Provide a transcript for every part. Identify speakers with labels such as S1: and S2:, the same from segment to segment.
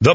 S1: The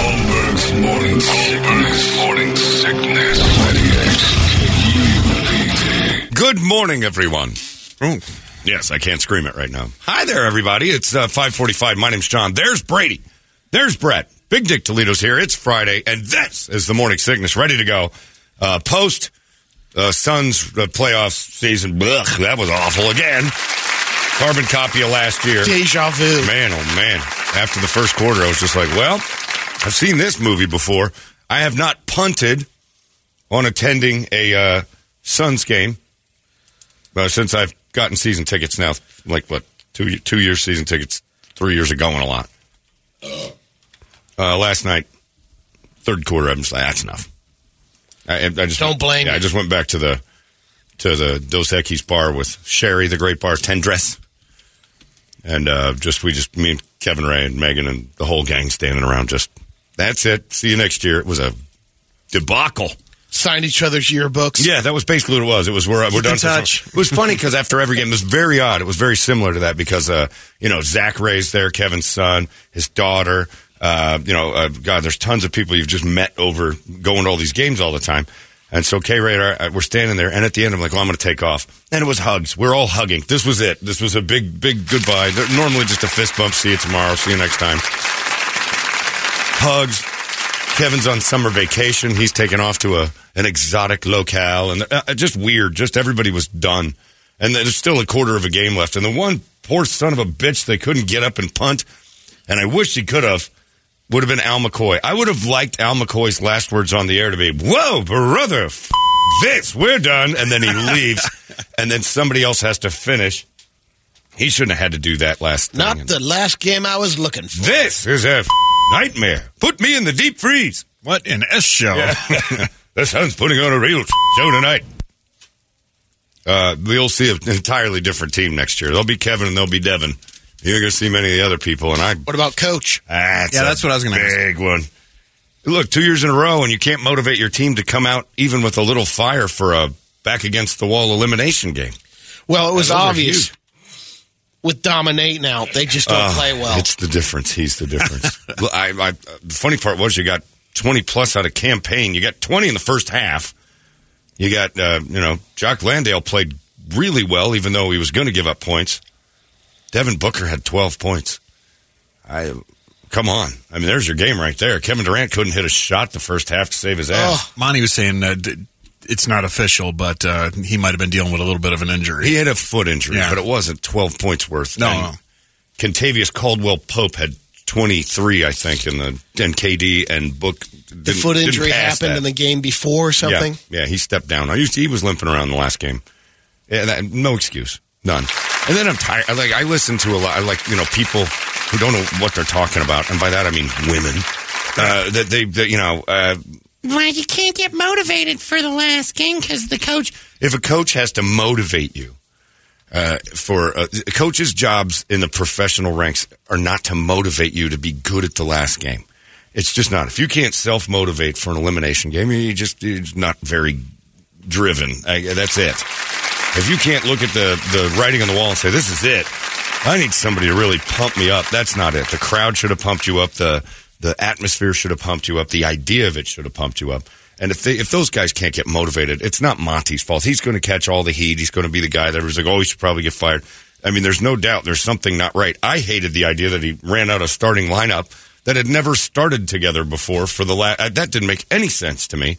S2: Holmberg's morning sickness. Morning sickness. 98 UPD.
S3: Good morning, everyone. Oh, yes, I can't scream it right now. Hi there, everybody. It's uh, 545. My name's John. There's Brady. There's Brett. Big Dick Toledo's here. It's Friday, and this is the morning sickness. Ready to go. Uh, post uh, Suns uh, playoff season. Blech, that was awful again. Carbon copy of last year.
S4: Deja vu.
S3: Man, oh man. After the first quarter, I was just like, well, I've seen this movie before. I have not punted on attending a uh, Suns game uh, since I've gotten season tickets now. Like, what, two, two years season tickets, three years ago, and a lot. Uh, last night, third quarter, I'm just like, that's enough. I, I just
S4: Don't blame
S3: Yeah, I
S4: you.
S3: just went back to the to the Dos Equis bar with Sherry, the great bartendress, and uh, just we just me and Kevin Ray and Megan and the whole gang standing around. Just that's it. See you next year. It was a debacle.
S4: Signed each other's yearbooks.
S3: Yeah, that was basically what it was. It was we're, we're
S4: Keep
S3: done.
S4: in
S3: for summer.
S4: touch.
S3: It was funny because after every game, it was very odd. It was very similar to that because uh, you know Zach Ray's there, Kevin's son, his daughter. Uh, you know, uh, God, there's tons of people you've just met over going to all these games all the time. And so K Ray, and I- uh, we're standing there, and at the end, I'm like, "Well, I'm going to take off." And it was hugs. We're all hugging. This was it. This was a big, big goodbye. They're normally just a fist bump. See you tomorrow. See you next time. Hugs. Kevin's on summer vacation. He's taken off to a an exotic locale, and uh, just weird. Just everybody was done, and there's still a quarter of a game left. And the one poor son of a bitch they couldn't get up and punt, and I wish he could have. Would have been Al McCoy. I would have liked Al McCoy's last words on the air to be, "Whoa, brother, f- this we're done," and then he leaves, and then somebody else has to finish. He shouldn't have had to do that last. thing.
S4: Not the last game I was looking for.
S3: This is a f- nightmare. Put me in the deep freeze.
S5: What an S show.
S3: the sun's putting on a real show tonight. Uh, we'll see an entirely different team next year. There'll be Kevin and there'll be Devin. You're going to see many of the other people, and I.
S4: What about Coach?
S3: That's
S5: Yeah,
S3: a
S5: that's what I was gonna ask.
S3: Big one. Look, two years in a row, and you can't motivate your team to come out even with a little fire for a back against the wall elimination game.
S4: Well, it was
S3: Those are
S4: obvious
S3: huge.
S4: with Dominate now. They just don't play well.
S3: Ah, It's the difference. He's the difference. Well, I, I, the funny part was you got 20 plus out of campaign. You got 20 in the first half. You got, uh, you know, Jock Landale played really well, even though he was going to give up points. Devin Booker had 12 points. I, come on. I mean, there's your game right there. Kevin Durant couldn't hit a shot the first half to save his ass.
S5: Monty was saying uh, d- it's not official, but uh, he might have been dealing with a little bit of an injury.
S3: He had a foot injury,
S5: Yeah.
S3: but it wasn't 12 points worth.
S5: No,
S3: And
S5: no.
S3: Contavious Caldwell Pope had 23, I think, in the and KD and Book.
S4: the foot injury happened in the game before or something.
S3: Yeah, yeah he stepped down. I used to- he was limping around the last game. Yeah, that, no excuse. None. And then I'm tired. I, Like I listen to a lot, I like you know, people who don't know what they're talking about, and by that I mean women. Uh, that they, that, you know, uh,
S6: Why you can't get motivated for the last game because the coach.
S3: if a coach has to motivate you uh, for uh, coaches' jobs in the professional ranks are not to motivate you to be good at the last game. It's just not. If you can't self motivate for an elimination game, you just you're just not very driven. I, that's it. If you can't look at the the writing on the wall and say this is it, I need somebody to really pump me up. That's not it. The crowd should have pumped you up. The the atmosphere should have pumped you up. The idea of it should have pumped you up. And if they, if those guys can't get motivated, it's not Monty's fault. He's going to catch all the heat. He's going to be the guy that was like, oh, he should probably get fired. I mean, there's no doubt there's something not right. I hated the idea that he ran out of starting lineup that had never started together before for the last. That didn't make any sense to me.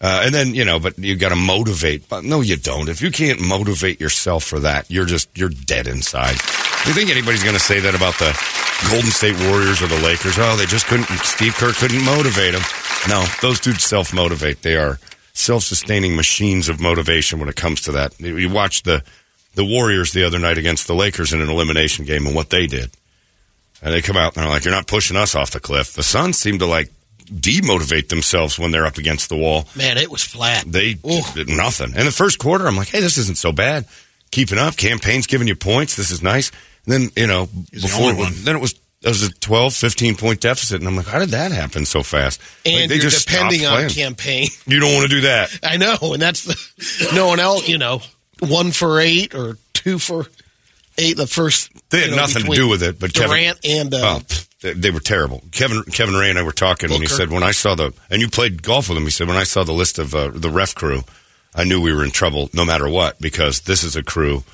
S3: Uh, and then you know, but you got to motivate. But no, you don't. If you can't motivate yourself for that, you're just you're dead inside. Do you think anybody's going to say that about the Golden State Warriors or the Lakers? Oh, they just couldn't. Steve Kerr couldn't motivate them. No, those dudes self motivate. They are self sustaining machines of motivation when it comes to that. You you watch the the Warriors the other night against the Lakers in an elimination game and what they did. And they come out and they're like, "You're not pushing us off the cliff." The Suns seem to like demotivate themselves when they're up against the wall.
S4: Man, it was flat.
S3: They
S4: Ooh.
S3: did nothing. In the first quarter, I'm like, hey, this isn't so bad. Keeping up, campaign's giving you points. This is nice. And then, you know,
S5: the
S3: before
S5: only one.
S3: then it was it was a 12, 15 point deficit. And I'm like, how did that happen so fast?
S4: and
S3: Like,
S4: you're depending
S3: stopped
S4: on
S3: playing.
S4: campaign.
S3: You don't want to do that.
S4: I know, and that's the no one else. You know, one for eight or two for eight. The first
S3: They had
S4: you know,
S3: nothing to
S4: between
S3: do with it, but Kevin-
S4: Durant and uh,
S3: Oh, pff, they- they were terrible. Kevin Kevin Ray and I were talking, and he
S4: Booker.
S3: said when I saw the and you played golf with him. He said when I saw the list of uh, the ref crew, I knew we were in trouble no matter what because this is a crew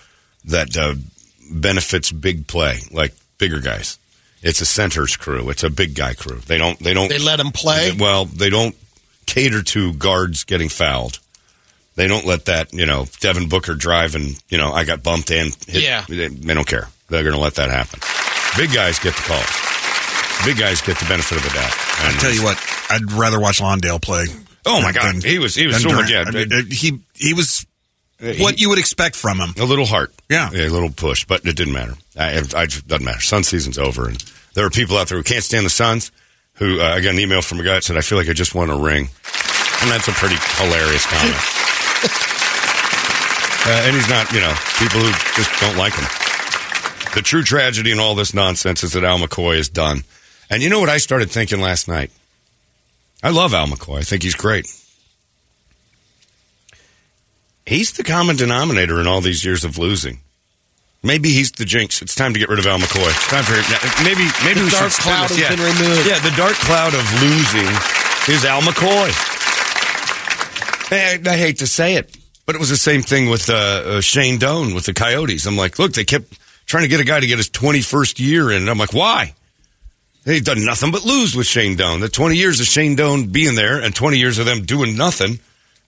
S3: that uh, benefits big play, like bigger guys. It's a center's crew. It's a big guy crew. They don't. They don't.
S4: They let 'em play?
S3: Well, they don't cater to guards getting fouled. They don't let that, you know, Devin Booker drive and, you know, I got bumped and hit.
S4: Yeah.
S3: They, they don't care. They're going to let that happen. Big guys get the calls. Big guys get the benefit of the doubt. And
S5: Tell you what, I'd rather watch Lawndale play.
S3: Oh, my God. He was- he was
S5: than
S3: so-
S5: Durant.
S3: yeah. Uh,
S5: I mean, uh, he he was what you would expect from him.
S3: A little heart.
S5: Yeah.
S3: A little push, but it didn't matter. I, I, it doesn't matter. Sun season's over. And there are people out there who can't stand the Suns who uh, I got an email from a guy that said, I feel like I just won a ring. And that's a pretty hilarious comment. uh, and he's not, you know, people who just don't like him. The true tragedy in all this nonsense is that Al McCoy is done. And you know what I started thinking last night? I love Al McCoy. I think he's great. He's the common denominator in all these years of losing. Maybe he's the jinx. It's time to get rid of Al McCoy. It's time for maybe maybe
S4: The
S3: we
S4: dark
S3: should spin
S4: cloud
S3: this.
S4: has
S3: yeah.
S4: been removed.
S3: Yeah, the dark cloud of losing is Al McCoy. I, I hate to say it, but it was the same thing with uh, uh, Shane Doan with the Coyotes. I'm like, look, they kept trying to get a guy to get his 21st year in. And I'm like, why? They've done nothing but lose with Shane Doan. The 20 years of Shane Doan being there and 20 years of them doing nothing.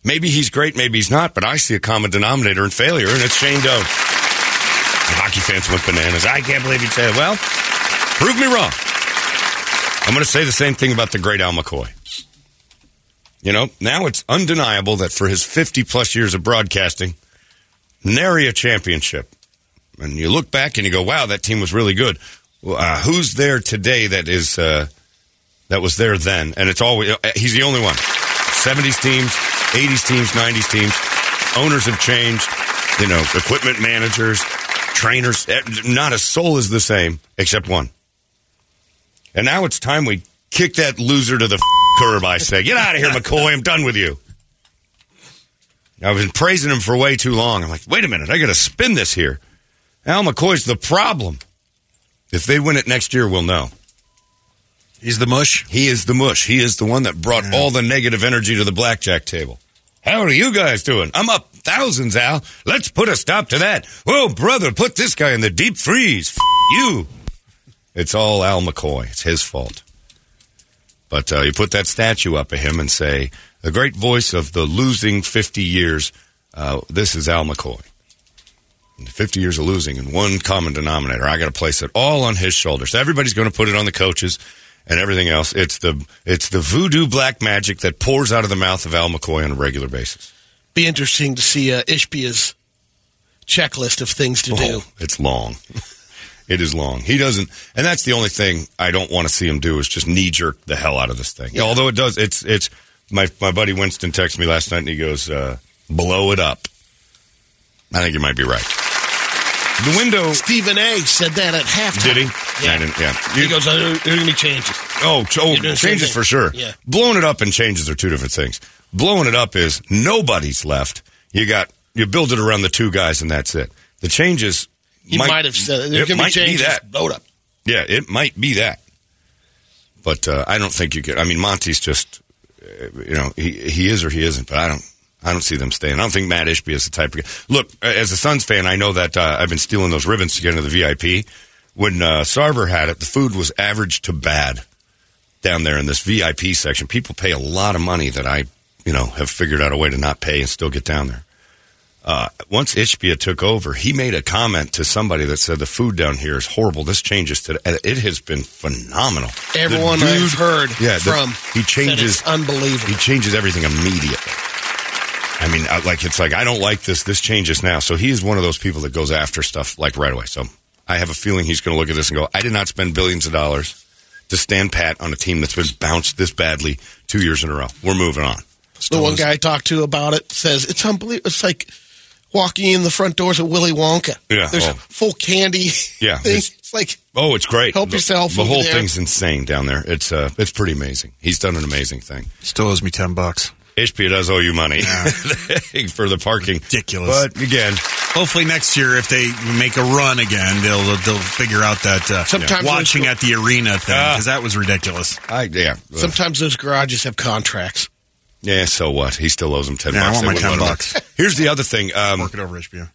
S3: Maybe he's great, maybe he's not, but I see a common denominator in failure, and it's Shane Doan. The hockey fans went bananas. I can't believe he said it. Well, prove me wrong. I'm going to say the same thing about the great Al McCoy. You know, now it's undeniable that for his 50 plus years of broadcasting, nary a championship. And you look back and you go, wow, that team was really good. Well, Uh, who's there today that is, uh, that was there then? And it's always, uh, he's the only one. 70s teams, 80s teams, 90s teams. Owners have changed, you know, equipment managers, trainers. eh, Not a soul is the same except one. And now it's time we kick that loser to the curb, I say. Get out of here, McCoy. I'm done with you. I've been praising him for way too long. I'm like, wait a minute. I got to spin this here. Al McCoy's the problem. If they win it next year, we'll know.
S5: He's the mush.
S3: He is the mush. He is the one that brought all the negative energy to the blackjack table. How are you guys doing? I'm up thousands, Al. Let's put a stop to that. Whoa, brother, put this guy in the deep freeze. F- you. It's all Al McCoy. It's his fault. But uh, you put that statue up of him and say, the great voice of the losing 50 years, uh, this is Al McCoy. And 50 years of losing and one common denominator. I got to place it all on his shoulders. Everybody's going to put it on the coaches and everything else. It's the it's the voodoo black magic that pours out of the mouth of Al McCoy on a regular basis.
S4: be interesting to see uh, Ishbia's checklist of things
S3: Oh,
S4: to do.
S3: It's long. It is long. He doesn't, and that's the only thing I don't want to see him do is just knee jerk the hell out of this thing. Although it does, it's it's my my buddy Winston texted me last night and he goes, uh, "Blow it up." I think you might be right. The window.
S4: Stephen A. said that at halftime.
S3: Did he? Yeah. I didn't, yeah. You-
S4: He goes, "Oh, there there are going to be changes.
S3: Oh, ch- oh
S4: You're doing the same
S3: changes
S4: thing.
S3: for sure.
S4: Yeah.
S3: Blowing it up and changes are two different things. Blowing it up is nobody's left. You got you build it around the two guys and that's it. The changes
S4: He might, have said
S3: it
S4: there's going to be
S3: might
S4: changes.
S3: be that.
S4: Blow it up.
S3: Yeah, it might be that. But uh, I don't think you could. I mean, Monty's just uh, you know he he is or he isn't. But I don't I don't see them staying. I don't think Matt Ishby is the type of guy. Look, as a Suns fan, I know that uh, I've been stealing those ribbons to get into the VIP. When uh, Sarver had it, the food was average to bad down there in this VIP section. People pay a lot of money that I, you know, have figured out a way to not pay and still get down there. Uh, once Ishbia took over, he made a comment to somebody that said the food down here is horrible. This changes today. And It has been phenomenal. The
S4: Everyone I've heard
S3: yeah, the-
S4: from
S3: he
S4: said it's
S3: changes
S4: unbelievable.
S3: He changes everything immediately. I mean, I, like it's like I don't like this. This changes now. So he is one of those people that goes after stuff like right away. So I have a feeling he's going to look at this and go, "I did not spend billions of dollars to stand pat on a team that's been bounced this badly two years in a row. We're moving on."
S4: The one guy I talked to about it says it's unbelievable. It's like walking in the front doors of Willy Wonka.
S3: Yeah,
S4: there's
S3: well-
S4: full candy.
S3: Yeah,
S4: thing.
S3: it's-
S4: It's, like
S3: Oh, it's great.
S4: Help
S3: The-
S4: yourself
S3: The
S4: over
S3: whole
S4: there.
S3: thing's insane down there. It's uh, it's pretty amazing. He's done an amazing thing.
S5: Still owes me 10 bucks.
S3: HP does owe you money for the parking.
S5: Ridiculous.
S3: But again,
S5: Hopefully next year, if they make a run again, they'll they'll figure out that uh,
S4: Sometimes
S5: watching
S4: those-
S5: at the arena thing
S3: Ah.
S5: because that was ridiculous.
S3: I yeah. Ugh.
S4: sometimes those garages have contracts.
S3: Yeah, so what? He still owes him ten
S5: Yeah, I
S3: bucks.
S5: want
S3: They
S5: my
S3: wouldn't let
S5: 10
S3: him.
S5: bucks.
S3: Here's the other thing. Um,
S5: Work it over, HBO.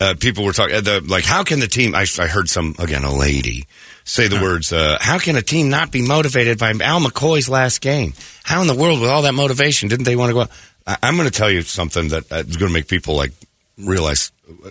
S3: uh, people were talking uh, the, like, how can the team? I, I heard some again, a lady say the words. Uh, how can a team not be motivated by Al McCoy's last game? How in the world, with all that motivation, didn't they want to go? out? I, I'm going to tell you something that uh, is going to make people like realize uh,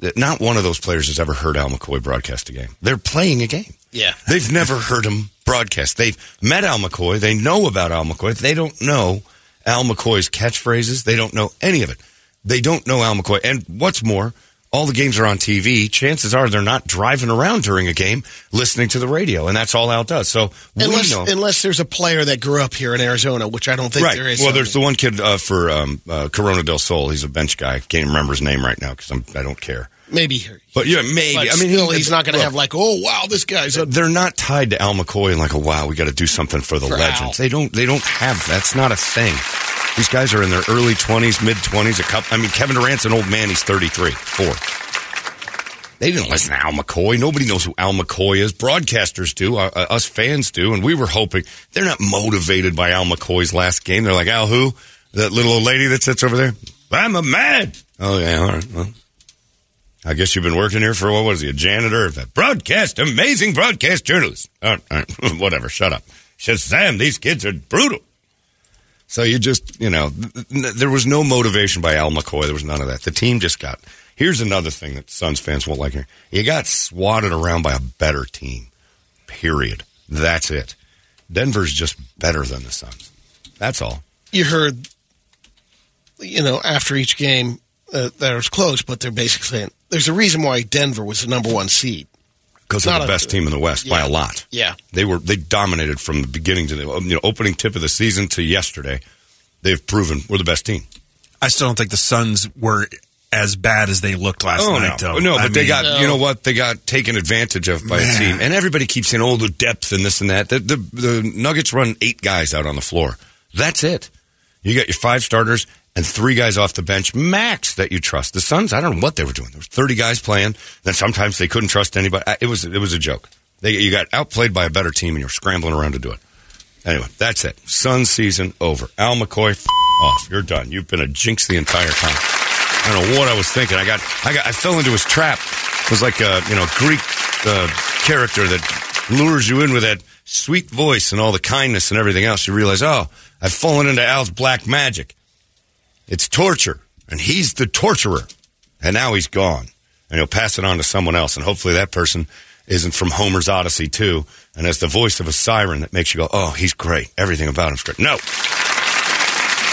S3: that not one of those players has ever heard Al McCoy broadcast a game. They're playing a game.
S4: Yeah.
S3: They've never heard him broadcast. They've met Al McCoy. They know about Al McCoy. They don't know Al McCoy's catchphrases. They don't know any of it. They don't know Al McCoy. And what's more, all the games are on TV. Chances are they're not driving around during a game listening to the radio. And that's all Al does. So we
S4: Unless
S3: know.
S4: unless there's a player that grew up here in Arizona, which I don't think
S3: Right.
S4: there is.
S3: well, there's the one kid uh, for um, uh, Corona del Sol. He's a bench guy. Can't remember his name right now because I don't care.
S4: maybe here.
S3: But yeah, maybe.
S4: But
S3: I mean,
S4: still, he's not going to
S3: look.
S4: have like, oh wow, this guy's a
S3: they're not tied to Al McCoy and like, oh wow, we got to do something for the
S4: For
S3: legends.
S4: Al.
S3: They don't. They don't have. That's not a thing. These guys are in their early twenties, mid twenties. A couple. I mean, Kevin Durant's an old man. He's thirty three, four. They didn't listen to Al McCoy. Nobody knows who Al McCoy is. Broadcasters do. Uh, uh, us fans do. And we were hoping they're not motivated by Al McCoy's last game. They're like Al, who that little old lady that sits over there? I'm a man. Oh yeah, all right. Well, I guess you've been working here for what was he, a janitor? A broadcast, amazing broadcast journalist. All right, all right, whatever, shut up. Shazam, these kids are brutal. So you just, you know, th- th- there was no motivation by Al McCoy. There was none of that. The team just got. Here's another thing that Suns fans won't like here. You got swatted around by a better team. Period. That's it. Denver's just better than the Suns. That's all.
S4: you heard, you know, after each game uh, that it was close, but they're basically saying there's a reason why Denver was the number one seed.
S3: because they're
S4: Not
S3: the
S4: a-
S3: best team in the West by
S4: Yeah.
S3: a lot.
S4: Yeah.
S3: they were they dominated from the beginning to the you know, opening tip of the season to yesterday. They've proven we're the best team.
S5: I still don't think the Suns were as bad as they looked last night,
S3: Oh, no,
S5: though.
S3: no, but
S5: I
S3: they
S5: mean,
S3: got you know what they got taken advantage of by a
S5: Man.
S3: team, and everybody keeps saying oh the depth and this and that. The, the the Nuggets run eight guys out on the floor. That's it. You got your five starters and three guys off the bench max that you trust. The Suns, I don't know what they were doing. There were thirty guys playing. Then sometimes they couldn't trust anybody. I- It was it was a joke. They, you got outplayed by a better team, and you're scrambling around to do it. Anyway, that's it. Sun season over. Al McCoy, f- off. You're done. You've been a jinx the entire time. I don't know what I was thinking. I got, I got, I fell into his trap. It was like a, you know, Greek uh, character that lures you in with that sweet voice and all the kindness and everything else. You realize, oh, I've fallen into Al's black magic. It's torture, and he's the torturer. And now he's gone, and he'll pass it on to someone else, and hopefully that person isn't from Homer's Odyssey too, and has the voice of a siren that makes you go, "Oh, he's great. Everything about him's great." No,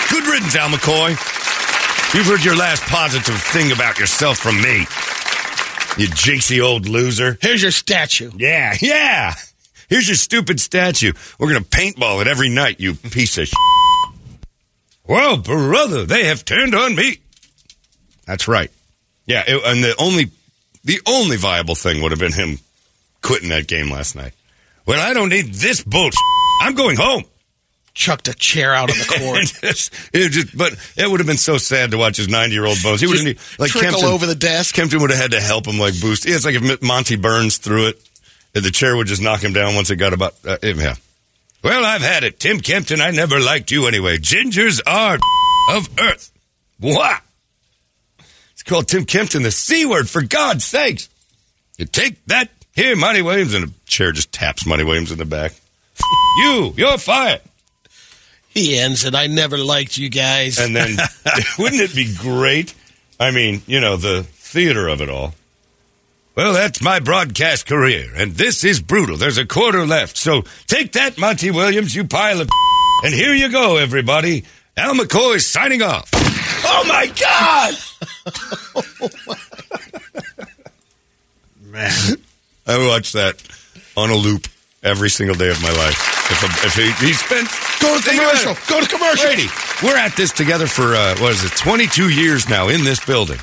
S3: good riddance, Al McCoy. You've heard your last positive thing about yourself from me. You jinxy old loser.
S4: Here's your statue.
S3: Yeah, yeah. Here's your stupid statue. We're going to paintball it every night, you piece of sh. Well, brother, they have turned on me. That's right. Yeah, it, and the only the only viable thing would have been him quitting that game last night. Well, I don't need this bullshit. I'm going home.
S4: Chucked a chair out on the
S3: And
S4: court.
S3: just- it just- but it would have been so sad to watch his 90 year old bones. He would have need- like
S4: trickle
S3: Kempton,
S4: over the desk.
S3: Kempton would have had to help him like boost. Yeah, it's like if M- Monty Burns threw it, and the chair would just knock him down once it got about. Uh, yeah. Well, I've had it, Tim Kempton. I never liked you anyway. Gingers are of earth. What? It's called Tim Kempton the C word. For God's sakes, you take that here, Monty Williams, and the chair just taps Monty Williams in the back. you, you're fired.
S4: He ends it. I never liked you guys.
S3: And then, wouldn't it be great? I mean, you know, the theater of it all. Well, that's my broadcast career, and this is brutal. There's a quarter left, so take that, Monty Williams, you pile of. And here you go, everybody. Al McCoy is signing off. Oh my God!
S5: Man.
S3: I watch that on a loop every single day of my life. If, I'm- if he, he spent
S4: Go to
S3: Think about
S4: commercial.
S3: it.
S4: Go to commercial.
S3: Brady, we're at this together for uh, what is it, 22 years now in this building.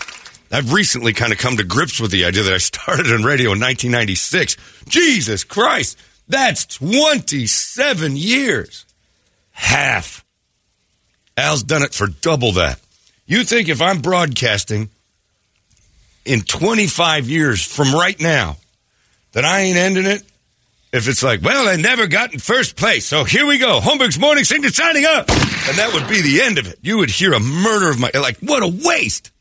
S3: I've recently kind of come to grips with the idea that I started on radio in 1996. Jesus Christ, that's 27 years. Half. Al's done it for double that. You think if I'm broadcasting in 25 years from right now, that I ain't ending it? If it's like, well, I never got in first place, so here we go. Holmberg's morning sickness signing up. And that would be the end of it. You would hear a murder of my, like, what a waste.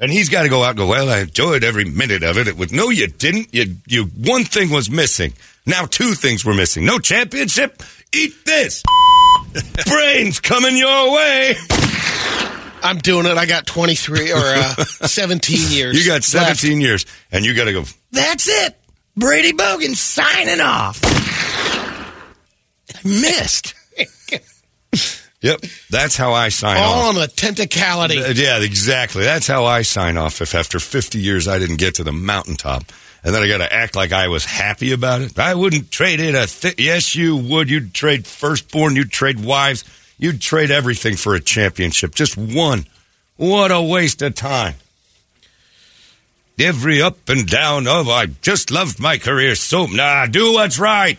S3: And he's got to go out and go, well, I enjoyed every minute of it. It was, no, you didn't. You, you, one thing was missing. Now two things were missing. No championship. Eat this. Brains coming your way.
S4: I'm doing it. I got 23 or uh, 17 years.
S3: You got
S4: left.
S3: 17 years and you got to go,
S6: That's it. Brady Bogan signing off.
S3: missed. yep. That's how I sign off.
S4: All on a tentacality.
S3: Uh, Yeah, exactly. That's how I sign off if after 50 years I didn't get to the mountaintop. And then I got to act like I was happy about it. I wouldn't trade it. A th- yes, you would. You'd trade firstborn. You'd trade wives. You'd trade everything for a championship. Just one. What a waste of time. Every up and down of I just loved my career so. Nah, do what's right.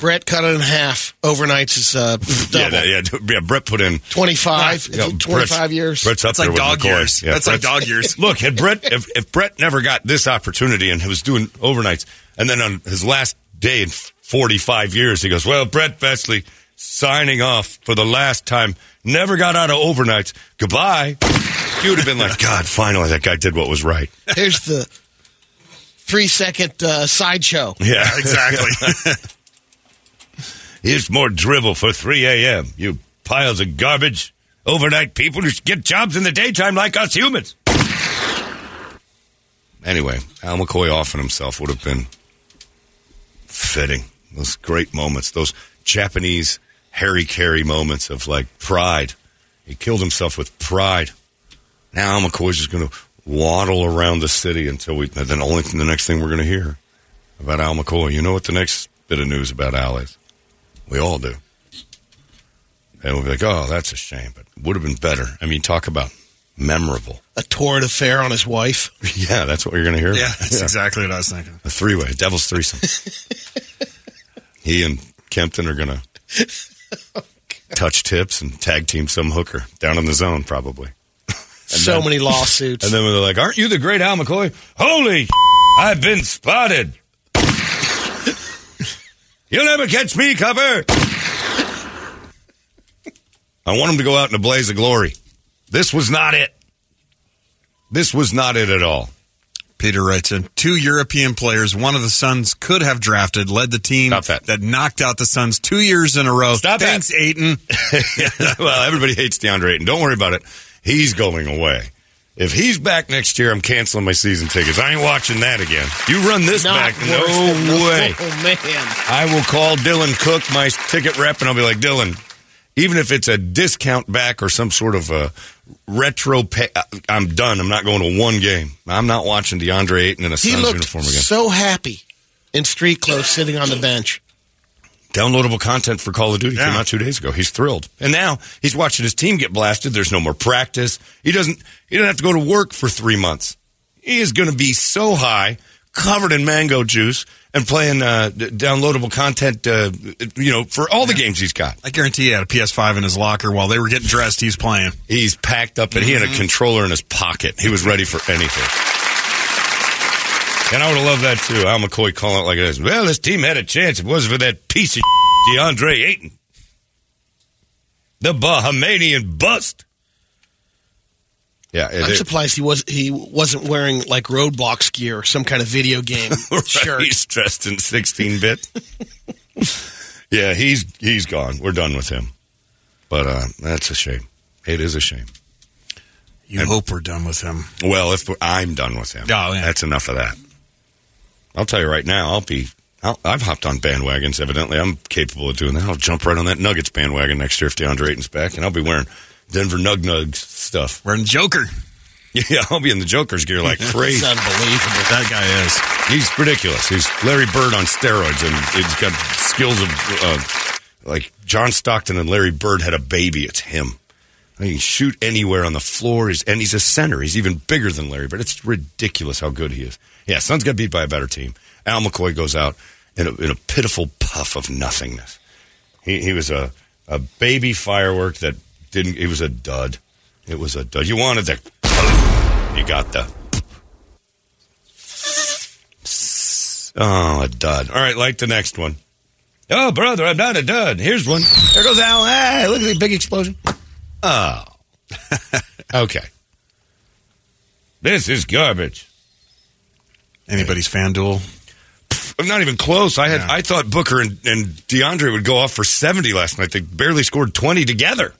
S4: Brett cut it in half. Overnights is uh,
S3: Yeah,
S4: double.
S3: that- yeah, yeah. Brett put in
S4: 25,
S3: Yeah, Brett's-
S4: 25 years.
S3: Brett's up
S5: That's
S3: there
S5: like
S3: with
S5: dog
S3: McCoy.
S5: years. That's like
S3: Brett's-
S5: dog years.
S3: Look, had Brett if, if Brett never got this opportunity and was doing overnights, and then on his last day in 45 years, he goes, "Well, Brett Besley signing off for the last time. Never got out of overnights. Goodbye." You would have been like, "God, finally, that guy did what was right."
S4: Here's the three second uh, sideshow.
S3: Yeah, exactly. Here's more dribble for 3 a.m. You piles of garbage. Overnight people who should get jobs in the daytime like us humans. Anyway, Al McCoy off on himself would have been fitting. Those great moments, those Japanese Harry Carey moments of like pride. He killed himself with pride. Now Al McCoy's just going to waddle around the city until we. Then the only thing, the next thing we're going to hear about Al McCoy. You know what the next bit of news about Al is? We all do. And we'll be like, oh, that's a shame, but would have been better. I mean, talk about memorable.
S4: A torrid affair on his wife.
S3: yeah, that's what you're going to hear.
S5: Yeah,
S3: about.
S5: that's exactly what I was thinking.
S3: A three way, devil's threesome. he and Kempton are going to touch tips and tag team some hooker down in the zone, probably.
S4: so many lawsuits.
S3: And then they're like, aren't you the great Al McCoy? Holy, I've been spotted. You'll never catch me, cover. I want him to go out in a blaze of glory. This was not it. This was not it at all.
S5: Peter writes in two European players, one of the Suns could have drafted, led the team
S3: Stop that.
S5: knocked out the Suns two years in a row.
S3: Stop that.
S5: Thanks, Aiton.
S3: well, everybody hates DeAndre Ayton. Don't worry about it. He's going away. If he's back next year, I'm canceling my season tickets. I ain't watching that again. You run this
S4: Not
S3: back,
S4: worth
S3: no
S4: it.
S3: way.
S4: Oh, man.
S3: I will call Dylan Cook, my ticket rep, and I'll be like, Dylan, even if it's a discount back or some sort of a retro pay. I- I'm done. I'm not going to one game. I'm not watching DeAndre Ayton in a
S4: He
S3: Suns
S4: looked
S3: uniform again.
S4: so happy in street clothes sitting on the bench.
S3: Downloadable content for Call of Duty came out two days ago. He's thrilled, and now he's watching his team get blasted. There's no more practice. He doesn't. He doesn't have to go to work for three months. He is going to be so high, covered in mango juice, and playing uh, d- downloadable content. Uh, you know, for all the games he's got.
S5: I guarantee he had a PS5 in his locker while they were getting dressed. He's playing.
S3: He's packed up, and he
S5: Mm-hmm.
S3: had a controller in his pocket. He was ready for anything. And I would have loved that too. Al McCoy calling it like it is. Well, this team had a chance. It wasn't for that piece of DeAndre Ayton, the Bahamian bust. Yeah, it-
S4: I'm
S3: it-
S4: surprised he was he wasn't wearing like Roadblocks gear, or some kind of video game
S3: Right,
S4: shirt.
S3: He's dressed in sixteen bit. yeah, he's he's gone. We're done with him. But uh, that's a shame. It is a shame.
S5: You hope we're done with him.
S3: Well, if I'm done with him,
S5: Oh, yeah.
S3: that's enough of that. I'll tell you right now, I'll be. I'll, I've hopped on bandwagons. Evidently, I'm capable of doing that. I'll jump right on that Nuggets bandwagon next year if DeAndre Ayton's back, and I'll be wearing Denver Nug Nugs stuff.
S5: We're in Joker.
S3: Yeah, I'll be in the Joker's gear like
S4: It's
S3: crazy.
S4: unbelievable.
S5: That guy is.
S3: He's ridiculous. He's Larry Bird on steroids, and he's got skills of uh, like John Stockton and Larry Bird had a baby. It's him. He can shoot anywhere on the floor. He's, and he's a center. He's even bigger than Larry Bird. It's ridiculous how good he is. Yeah, Suns got beat by a better team. Al McCoy goes out in a, in a pitiful puff of nothingness. He, he was a, a baby firework that didn't. It was a dud. It was a dud. You wanted the. You got the. Oh, a dud. All right, like the next one. Oh, brother, I'm not a dud. Here's one. There goes Al. Hey, look at the big explosion. Oh. okay. This is garbage.
S5: Anybody's fan duel.
S3: I'm not even close. I had
S5: Yeah.
S3: I thought Booker and, and DeAndre would go off for 70 last night. They barely scored 20 together.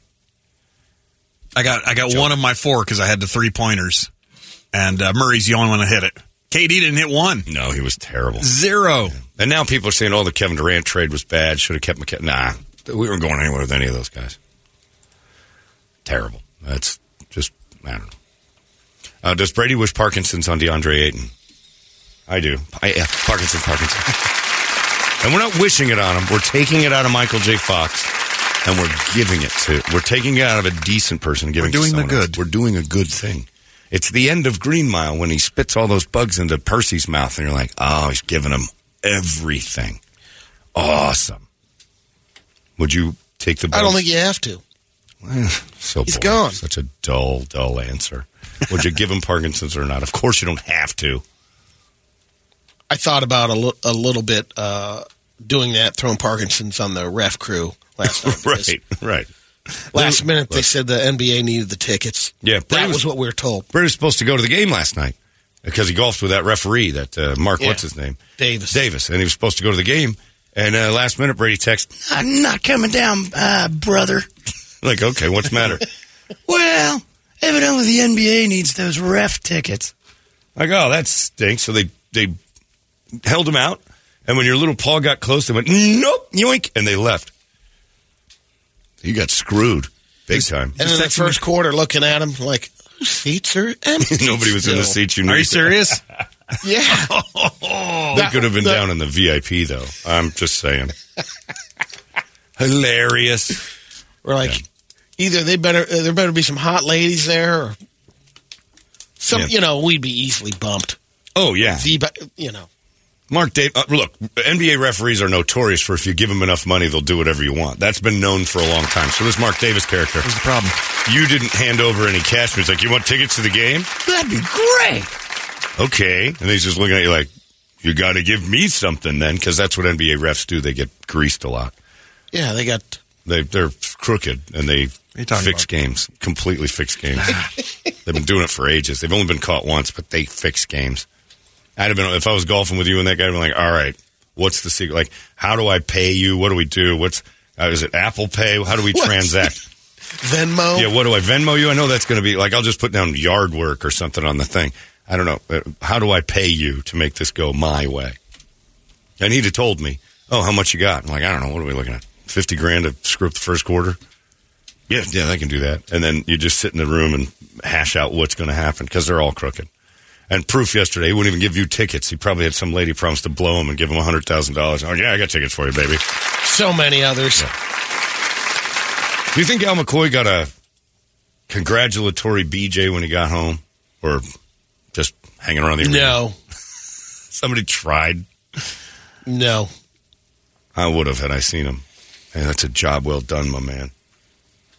S5: I got I got one of my four because I had the three pointers, and uh, Murray's the only one to hit it. KD didn't hit one.
S3: No, he was terrible.
S5: Zero.
S3: And now people are saying, "Oh, the Kevin Durant trade was bad. Should have kept McKenna." Nah, we weren't going anywhere with any of those guys. Terrible. That's just I don't know. Uh, does Brady wish Parkinson's on DeAndre Ayton? I do. I, yeah, Parkinson, Parkinson. and we're not wishing it on him. We're taking it out of Michael J. Fox, and we're giving it to. We're taking it out of a decent person. and Giving it to
S5: doing the
S3: someone else.
S5: good.
S3: We're doing a good thing. It's the end of Green Mile when he spits all those bugs into Percy's mouth, and you're like, oh, he's giving him everything. Awesome. Would you take the? Bugs?
S4: I don't think you have to.
S3: So
S4: He's
S3: boring.
S4: gone.
S3: Such a dull, dull answer. Would you give him Parkinson's or not? Of course, you don't have to.
S4: I thought about a, li- a little bit uh, doing that, throwing Parkinson's on the ref crew last night.
S3: Right,
S4: because
S3: right.
S4: Last minute, they
S3: Look.
S4: said the NBA needed the tickets.
S3: Yeah, Brady
S4: that
S3: was-
S4: was what we were told.
S3: Brady was supposed to go to the game last night because he golfed with that referee, that uh, Mark,
S4: Yeah.
S3: what's his name?
S4: Davis.
S3: Davis. And he was supposed to go to the game. And uh, last minute, Brady texts, I'm not coming down, uh, brother. like, okay, what's the matter? well, evidently the NBA needs those ref tickets. Like, oh, that stinks. So they, they held him out. And when your little paw got close, they went, nope, yoink. And they left. You got screwed big time.
S4: And in the first quarter, looking at him like, "Whose seats are empty.
S3: Nobody was in the
S4: still?"
S3: seats you knew.
S5: Are you serious?
S4: Yeah.
S3: They could have been down in Oh. the VIP, though. I'm just saying. Hilarious.
S4: We're like, either they better uh, there better be some hot ladies there, or some
S3: Yeah.
S4: you know we'd be easily bumped.
S3: Oh, yeah.
S4: The be- you know
S3: Mark Dave, uh, look, NBA referees are notorious for if you give them enough money, they'll do whatever you want. That's been known for a long time. So this Mark Davis character,
S5: What's the problem?
S3: you didn't hand over any cash. He's like, you want tickets to the game?
S6: That'd be great.
S3: Okay. And he's just looking at you like, you got to give me something then, because that's what NBA refs do. They get greased a lot.
S4: yeah they got
S3: They, they're crooked and they
S5: you talking
S3: fix
S5: about?
S3: games, completely fix games. They've been doing it for ages. They've only been caught once, but they fix games. I'd have been, if I was golfing with you and that guy, I'd been like, all right, what's the secret? Like, how do I pay you? What do we do? What's, uh, is it Apple Pay? How do we
S4: What?
S3: transact?
S4: Venmo.
S3: yeah, what do I Venmo you? I know that's going to be like, I'll just put down yard work or something on the thing. I don't know. Uh, How do I pay you to make this go my way? And he'd have told me, oh, how much you got? I'm like, I don't know. What are we looking at? 50 grand to screw up the first quarter? Yeah, yeah, they can do that. And then you just sit in the room and hash out what's going to happen because they're all crooked. And proof yesterday, he wouldn't even give you tickets. He probably had some lady promise to blow him and give him hundred thousand dollars. Oh yeah, I got tickets for you, baby.
S4: So many others.
S3: Do you think Al McCoy got a congratulatory BJ when he got home, or just hanging around the arena?
S4: No,
S3: Somebody tried.
S4: no.
S3: I would have had I seen him. And that's a job well done, my man.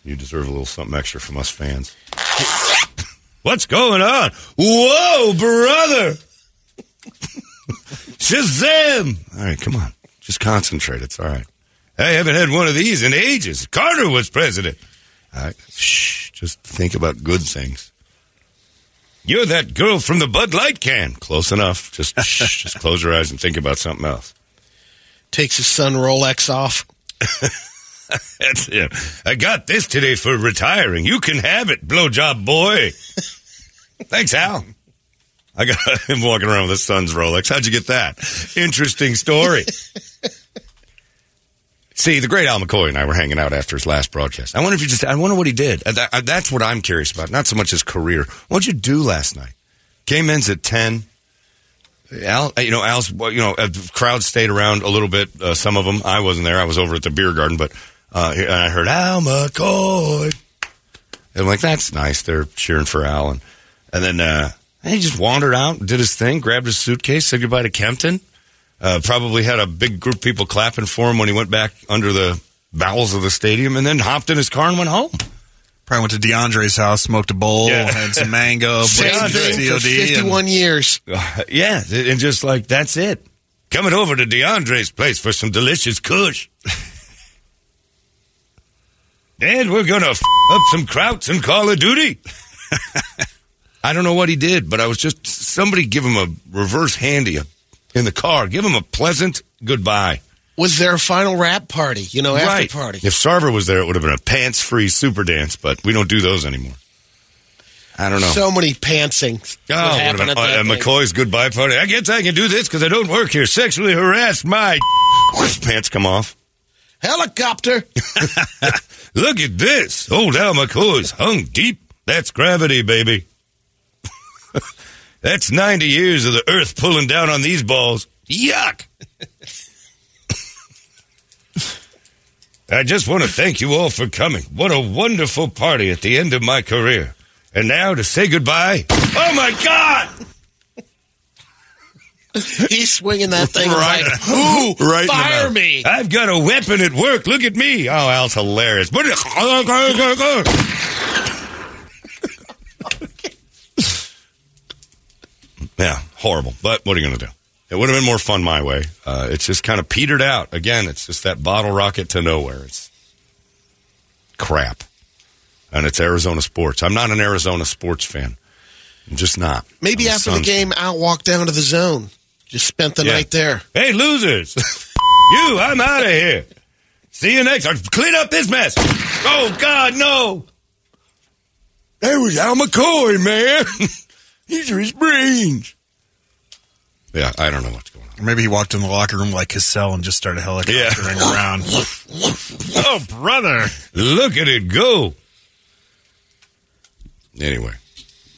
S3: You deserve a little something extra from us fans. What's going on? Whoa, brother! Shazam! All right, come on. Just concentrate. It's all right. I haven't had one of these in ages. Carter was president. All right, shh. Just think about good things. You're that girl from the Bud Light can. Close enough. Just shh. Just close your eyes and think about something else.
S4: Takes his son Rolex off.
S3: That's him. I got this today for retiring. You can have it, blowjob boy. Thanks, Al. I got him walking around with his son's Rolex. How'd you get that? Interesting story. See, the great Al McCoy and I were hanging out after his last broadcast. I wonder if you just, I wonder what he did. Uh, that- uh, That's what I'm curious about. Not so much his career. What'd you do last night? Came in's at 10. Al, you know, Al's, well, you know, uh, the crowd stayed around a little bit. Uh, some of them, I wasn't there. I was over at the beer garden, but uh, here- and I heard Al McCoy. And I'm like, that's nice. They're cheering for Al. And, and then uh, and he just wandered out, and did his thing, grabbed his suitcase, said goodbye to Kempton. Uh, probably had a big group of people clapping for him when he went back under the bowels of the stadium and then hopped in his car and went home.
S5: Probably went to DeAndre's house, smoked a bowl,
S3: Yeah.
S5: had some mango, put
S4: Same
S5: some
S4: thing for
S5: COD, and-
S4: 51 years.
S3: yeah, and just like that's it. Coming over to DeAndre's place for some delicious kush. and we're gonna f- up some krauts and Call of Duty. I don't know what he did, but I was just somebody give him a reverse handy in the car. Give him a pleasant goodbye.
S4: Was there a final rap party? You know, after
S3: right.
S4: party.
S3: If Sarver was there, it would have been a pants free super dance, but we don't do those anymore. I don't know.
S4: So many pantsings.
S3: Oh,
S4: would
S3: what
S4: happen
S3: about-
S4: at that
S3: uh,
S4: thing.
S3: McCoy's goodbye party. I guess I can do this because I don't work here. Sexually harassed my pants come off.
S4: Helicopter.
S3: Look at this. Old Al McCoy's hung deep. That's gravity, baby. That's 90 years of the earth pulling down on these balls. Yuck. I just want to thank you all for coming. What a wonderful party at the end of my career. And now to say goodbye. Oh my God!
S4: He's swinging that thing
S3: Right.
S4: like,
S3: Ooh, right in the
S4: fire
S3: mouth.
S4: me.
S3: I've got a weapon at work. Look at me. Oh, Al's hilarious. But yeah, horrible. But what are you going to do? It would have been more fun my way. Uh, it's just kind of petered out. Again, it's just that bottle rocket to nowhere. It's crap. And it's Arizona sports. I'm not an Arizona sports fan. I'm just not.
S4: Maybe
S3: I'm a
S4: after the
S3: Suns
S4: game, Al walked down to the zone. Just spent the
S3: Yeah.
S4: night there.
S3: Hey, losers. you, I'm out of here. See you next time. Clean up this mess. Oh, God, no. That was Al McCoy, man. These are his brains. Yeah, I don't know what's going on.
S5: Or Maybe he walked in the locker room like Cassell and just started helicoptering around.
S3: Oh, brother. Look at it go. Anyway,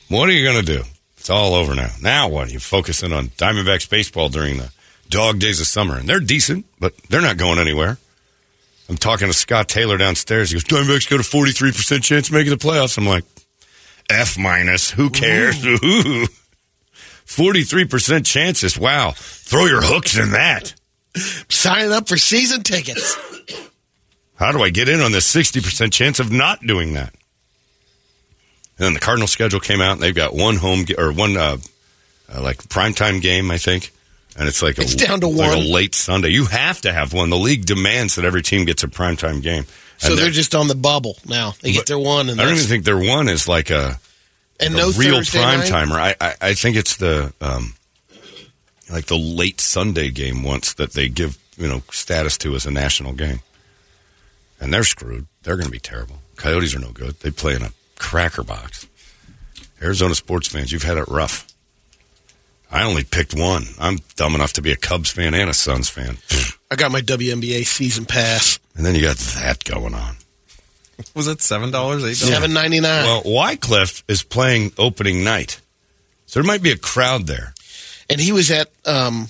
S3: what are you going to do? It's all over now. Now what? You're focusing on Diamondbacks baseball during the dog days of summer. And they're decent, but they're not going anywhere. I'm talking to Scott Taylor downstairs. He goes, Diamondbacks got a 43% chance of making the playoffs. I'm like, F minus. Who cares? Ooh. 43% chances. Wow. Throw your hooks in that.
S4: Signing up for season tickets.
S3: How do I get in on this 60% chance of not doing that? And then the Cardinal schedule came out, and they've got one home ga- or one uh, uh, like primetime game, I think. And it's like a,
S4: It's down to
S3: like a
S4: one.
S3: late Sunday. You have to have one. The league demands that every team gets a primetime game.
S4: So
S3: And
S4: they're,
S3: they're-
S4: just on the bubble now. They get their one, and
S3: I don't
S4: that's-
S3: even think their one is like a
S4: and
S3: the
S4: no
S3: real
S4: Thursday
S3: prime
S4: night?
S3: timer. I, I I think it's the um like the late Sunday game once that they give you know status to as a national game, and they're screwed. They're going to be terrible. Coyotes are no good. They play in a cracker box. Arizona sports fans, you've had it rough. I only picked one. I'm dumb enough to be a Cubs fan and a Suns fan.
S4: I got my WNBA season pass.
S3: And then you got that going on.
S7: Was it seven dollars? Eight
S4: Seven ninety nine.
S3: Well, Wycliffe is playing opening night, so there might be a crowd there.
S4: and he was at um,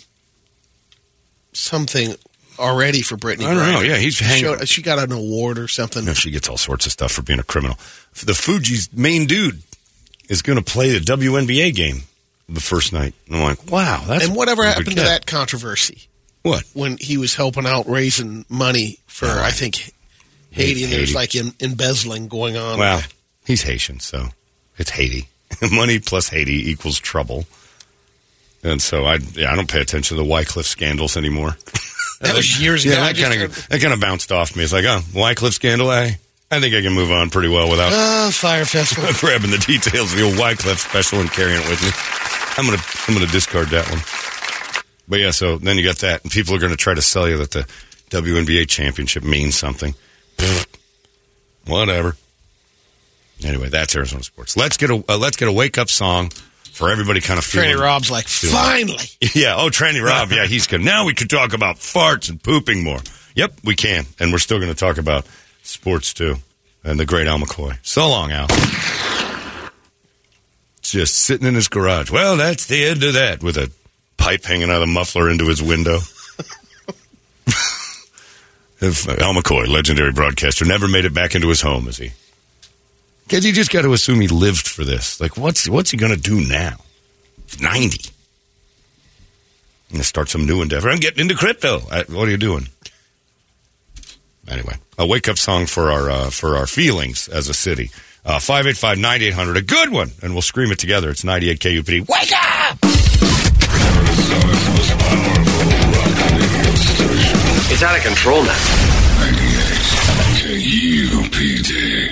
S4: something already for Brittany.
S3: I don't know.
S4: Griner.
S3: Yeah, he's
S4: She
S3: hanging-
S4: showed- she got an award or something.
S3: No, she gets all sorts of stuff for being a criminal. The Fuji's main dude is going to play the WNBA game the first night. And I'm like, wow, that's
S4: and whatever
S3: a good
S4: happened to
S3: catch.
S4: that controversy
S3: What? Oh,
S4: when he was helping out raising money for I think Haiti, and there was like em- embezzling going on.
S3: Well, he's Haitian, so it's Haiti. Money plus Haiti equals trouble. And so I, yeah, I don't pay attention to the Wycliffe scandals anymore.
S4: that was years ago.
S3: yeah,
S4: I
S3: that
S4: just
S3: kind
S4: heard-
S3: of that kind of bounced off me. It's like, oh, Wycliffe scandal. I, I think I can move on pretty well without
S4: Ah, fire festival.
S3: grabbing the details of the old Wyclef special and carrying it with me. I'm gonna I'm gonna discard that one. But yeah, so then you got that, and people are gonna try to sell you that the WNBA championship means something. Pfft. Whatever. Anyway, that's Arizona sports. Let's get a uh, let's get a wake up song for everybody. Kind of feeling.
S4: Tranny Rob's like finally.
S3: Yeah. Oh, Tranny Rob. Yeah, he's good. Now we can talk about farts and pooping more. Yep, we can, and we're still going to talk about sports too, and the great Al McCoy. So long, Al. Just sitting in his garage. Well, that's the end of that. With a pipe hanging out of the muffler into his window. if uh, Al McCoy, legendary broadcaster, never made it back into his home, is he? Because you just got to assume he lived for this. Like, what's what's he going to do now? He's Ninety. I'm gonna start some new endeavor. I'm getting into crypto. I, what are you doing? Anyway, a wake up song for our uh, for our feelings as a city. Uh, Five eight five ninety eight hundred, a good one, and we'll scream it together. It's ninety eight KUPD. Wake up!
S8: It's out of control now.
S2: K-U-P-D.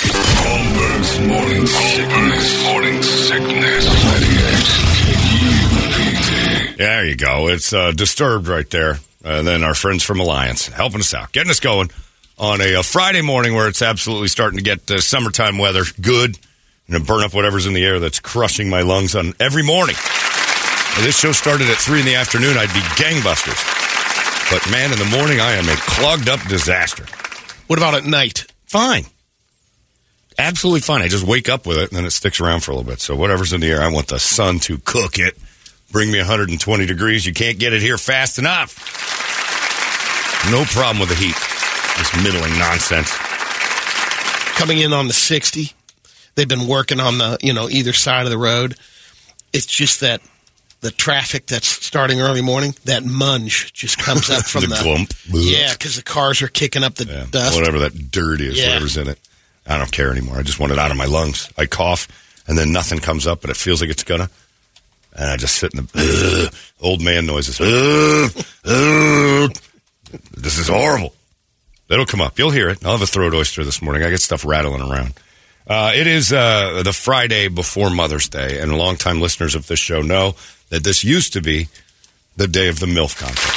S2: Holmberg's morning sickness. Morning sickness. 98 KUPD.
S3: There you go. It's uh, disturbed right there. And then our friends from Alliance helping us out, getting us going on a, uh Friday morning where it's absolutely starting to get uh, summertime weather good and to burn up whatever's in the air that's crushing my lungs on every morning. If this show started at three in the afternoon, I'd be gangbusters. But man, in the morning, I am a clogged up disaster.
S4: What about at night?
S3: Fine. Absolutely fine. I just wake up with it and then it sticks around for a little bit. So whatever's in the air, I want the sun to cook it. Bring me 120 degrees. You can't get it here fast enough. No problem with the heat. This middling nonsense.
S4: coming in on the 60. They've been working on the, you know, either side of the road. It's just that the traffic that's starting early morning, that munge just comes up from
S3: The
S4: the,
S3: clump.
S4: Yeah, because the cars are kicking up the
S3: Yeah,
S4: dust.
S3: Whatever that dirt is,
S4: Yeah.
S3: whatever's in it. I don't care anymore. I just want it out of my lungs. I cough and then nothing comes up, but it feels like it's gonna. And I just sit in the Ugh. old man noises. Ugh. Ugh. this is horrible. It'll come up. You'll hear it. I'll have a throat oyster this morning. I get stuff rattling around. Uh, it is uh, the Friday before Mother's Day, and longtime listeners of this show know that this used to be the day of the MILF contest.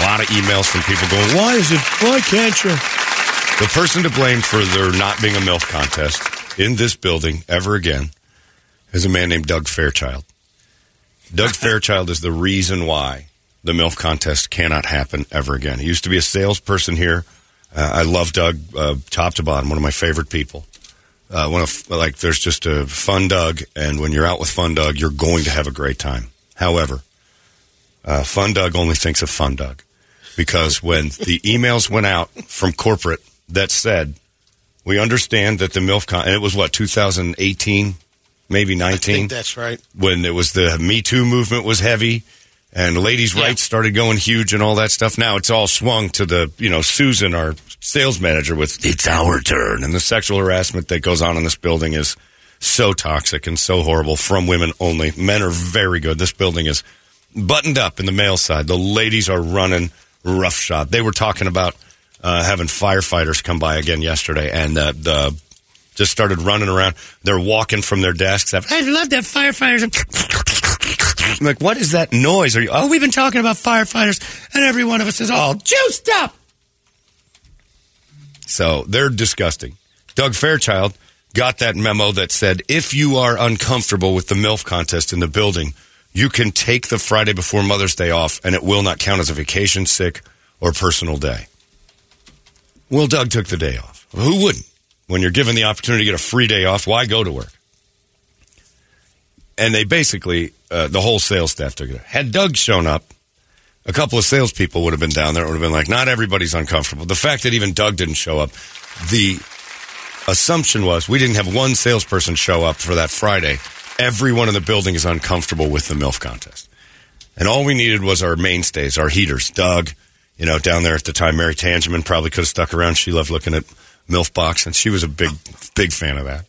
S3: A lot of emails from people going, "Why is it? Why can't you?" The person to blame for there not being a milk contest in this building ever again is a man named Doug Fairchild. Doug Fairchild is the reason why the milk contest cannot happen ever again. He used to be a salesperson here. Uh, I love Doug, uh, top to bottom, one of my favorite people. Uh, one of like, there's just a fun Doug, and when you're out with fun Doug, you're going to have a great time. However, uh, Fun Doug only thinks of Fun Doug because when the emails went out from corporate that said, we understand that the MILF con, and it was what, 2018, maybe
S4: I
S3: 19?
S4: think that's right.
S3: when it was the Me Too movement was heavy and ladies' rights started going huge and all that stuff. Now it's all swung to the, you know, Susan, our sales manager, with it's our turn. And the sexual harassment that goes on in this building is so toxic and so horrible from women only. Men are very good. This building is buttoned up in the male side. The ladies are running roughshod. They were talking about uh, having firefighters come by again yesterday, and uh, the just started running around. They're walking from their desks. After,
S6: I love that firefighters.
S3: I'm like, what is that noise? Are you?
S6: Oh,
S3: Oh,
S6: we've been talking about firefighters, and every one of us is all juiced up.
S3: So they're disgusting. Doug Fairchild got that memo that said if you are uncomfortable with the MILF contest in the building, you can take the Friday before Mother's Day off and it will not count as a vacation, sick, or personal day. Well, Doug took the day off. Who wouldn't? When you're given the opportunity to get a free day off, why go to work? And they basically, uh, the whole sales staff took it. Had Doug shown up, a couple of salespeople would have been down there. It would have been like, not everybody's uncomfortable. The fact that even Doug didn't show up, the assumption was we didn't have one salesperson show up for that Friday. Everyone in the building is uncomfortable with the MILF contest. And all we needed was our mainstays, our heaters. Doug, you know, down there at the time, Mary Tangeman probably could have stuck around. She loved looking at MILF box, and she was a big, big fan of that.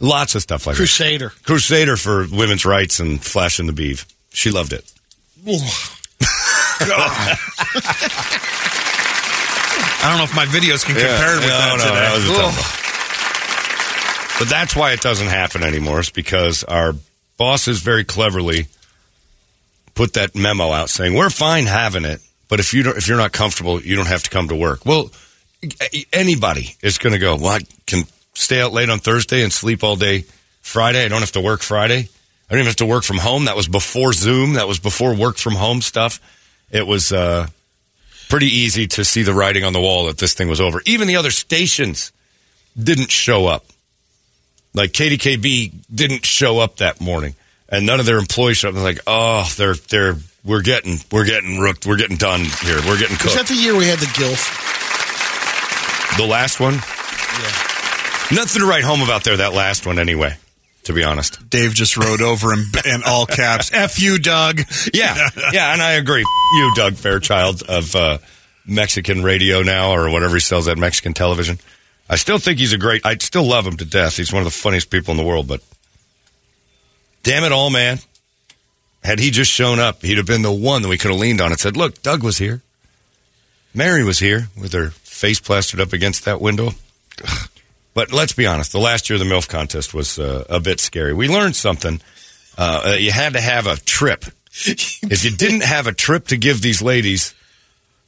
S3: Lots of stuff like
S4: Crusader.
S3: that. Crusader for women's rights and Flash and the Beeve. She loved it.
S5: I don't know if my videos can compare it with
S3: Yeah,
S5: that
S3: no, no,
S5: today.
S3: that was a
S5: Ugh.
S3: tough one. But that's why it doesn't happen anymore, is because our bosses very cleverly put that memo out saying, We're fine having it, but if you don't if you're not comfortable, you don't have to come to work. Well, a- anybody is gonna go, Well, I can stay out late on Thursday and sleep all day Friday. I don't have to work Friday. I don't even have to work from home. That was before Zoom. That was before work from home stuff. It was uh pretty easy to see the writing on the wall that this thing was over. Even the other stations didn't show up. Like KDKB didn't show up that morning, and none of their employees showed up. They're like, oh, they're they're we're getting we're getting rooked, we're getting done here, we're getting cooked.
S4: Was that the year we had the Gilf?
S3: the last one, nothing to write home about there. That last one, anyway. To be honest,
S5: Dave just rode over in, in all caps. F you, Doug.
S3: yeah, yeah, and I agree. You, Doug Fairchild of uh, Mexican radio now, or whatever he sells at Mexican television. I still think he's a great. I still love him to death. He's one of the funniest people in the world. But damn it all, man! Had he just shown up, he'd have been the one that we could have leaned on and said, "Look, Doug was here. Mary was here with her face plastered up against that window." But let's be honest, the last year of the MILF contest was uh, a bit scary. We learned something. Uh, that you had to have a trip. if you didn't have a trip to give these ladies,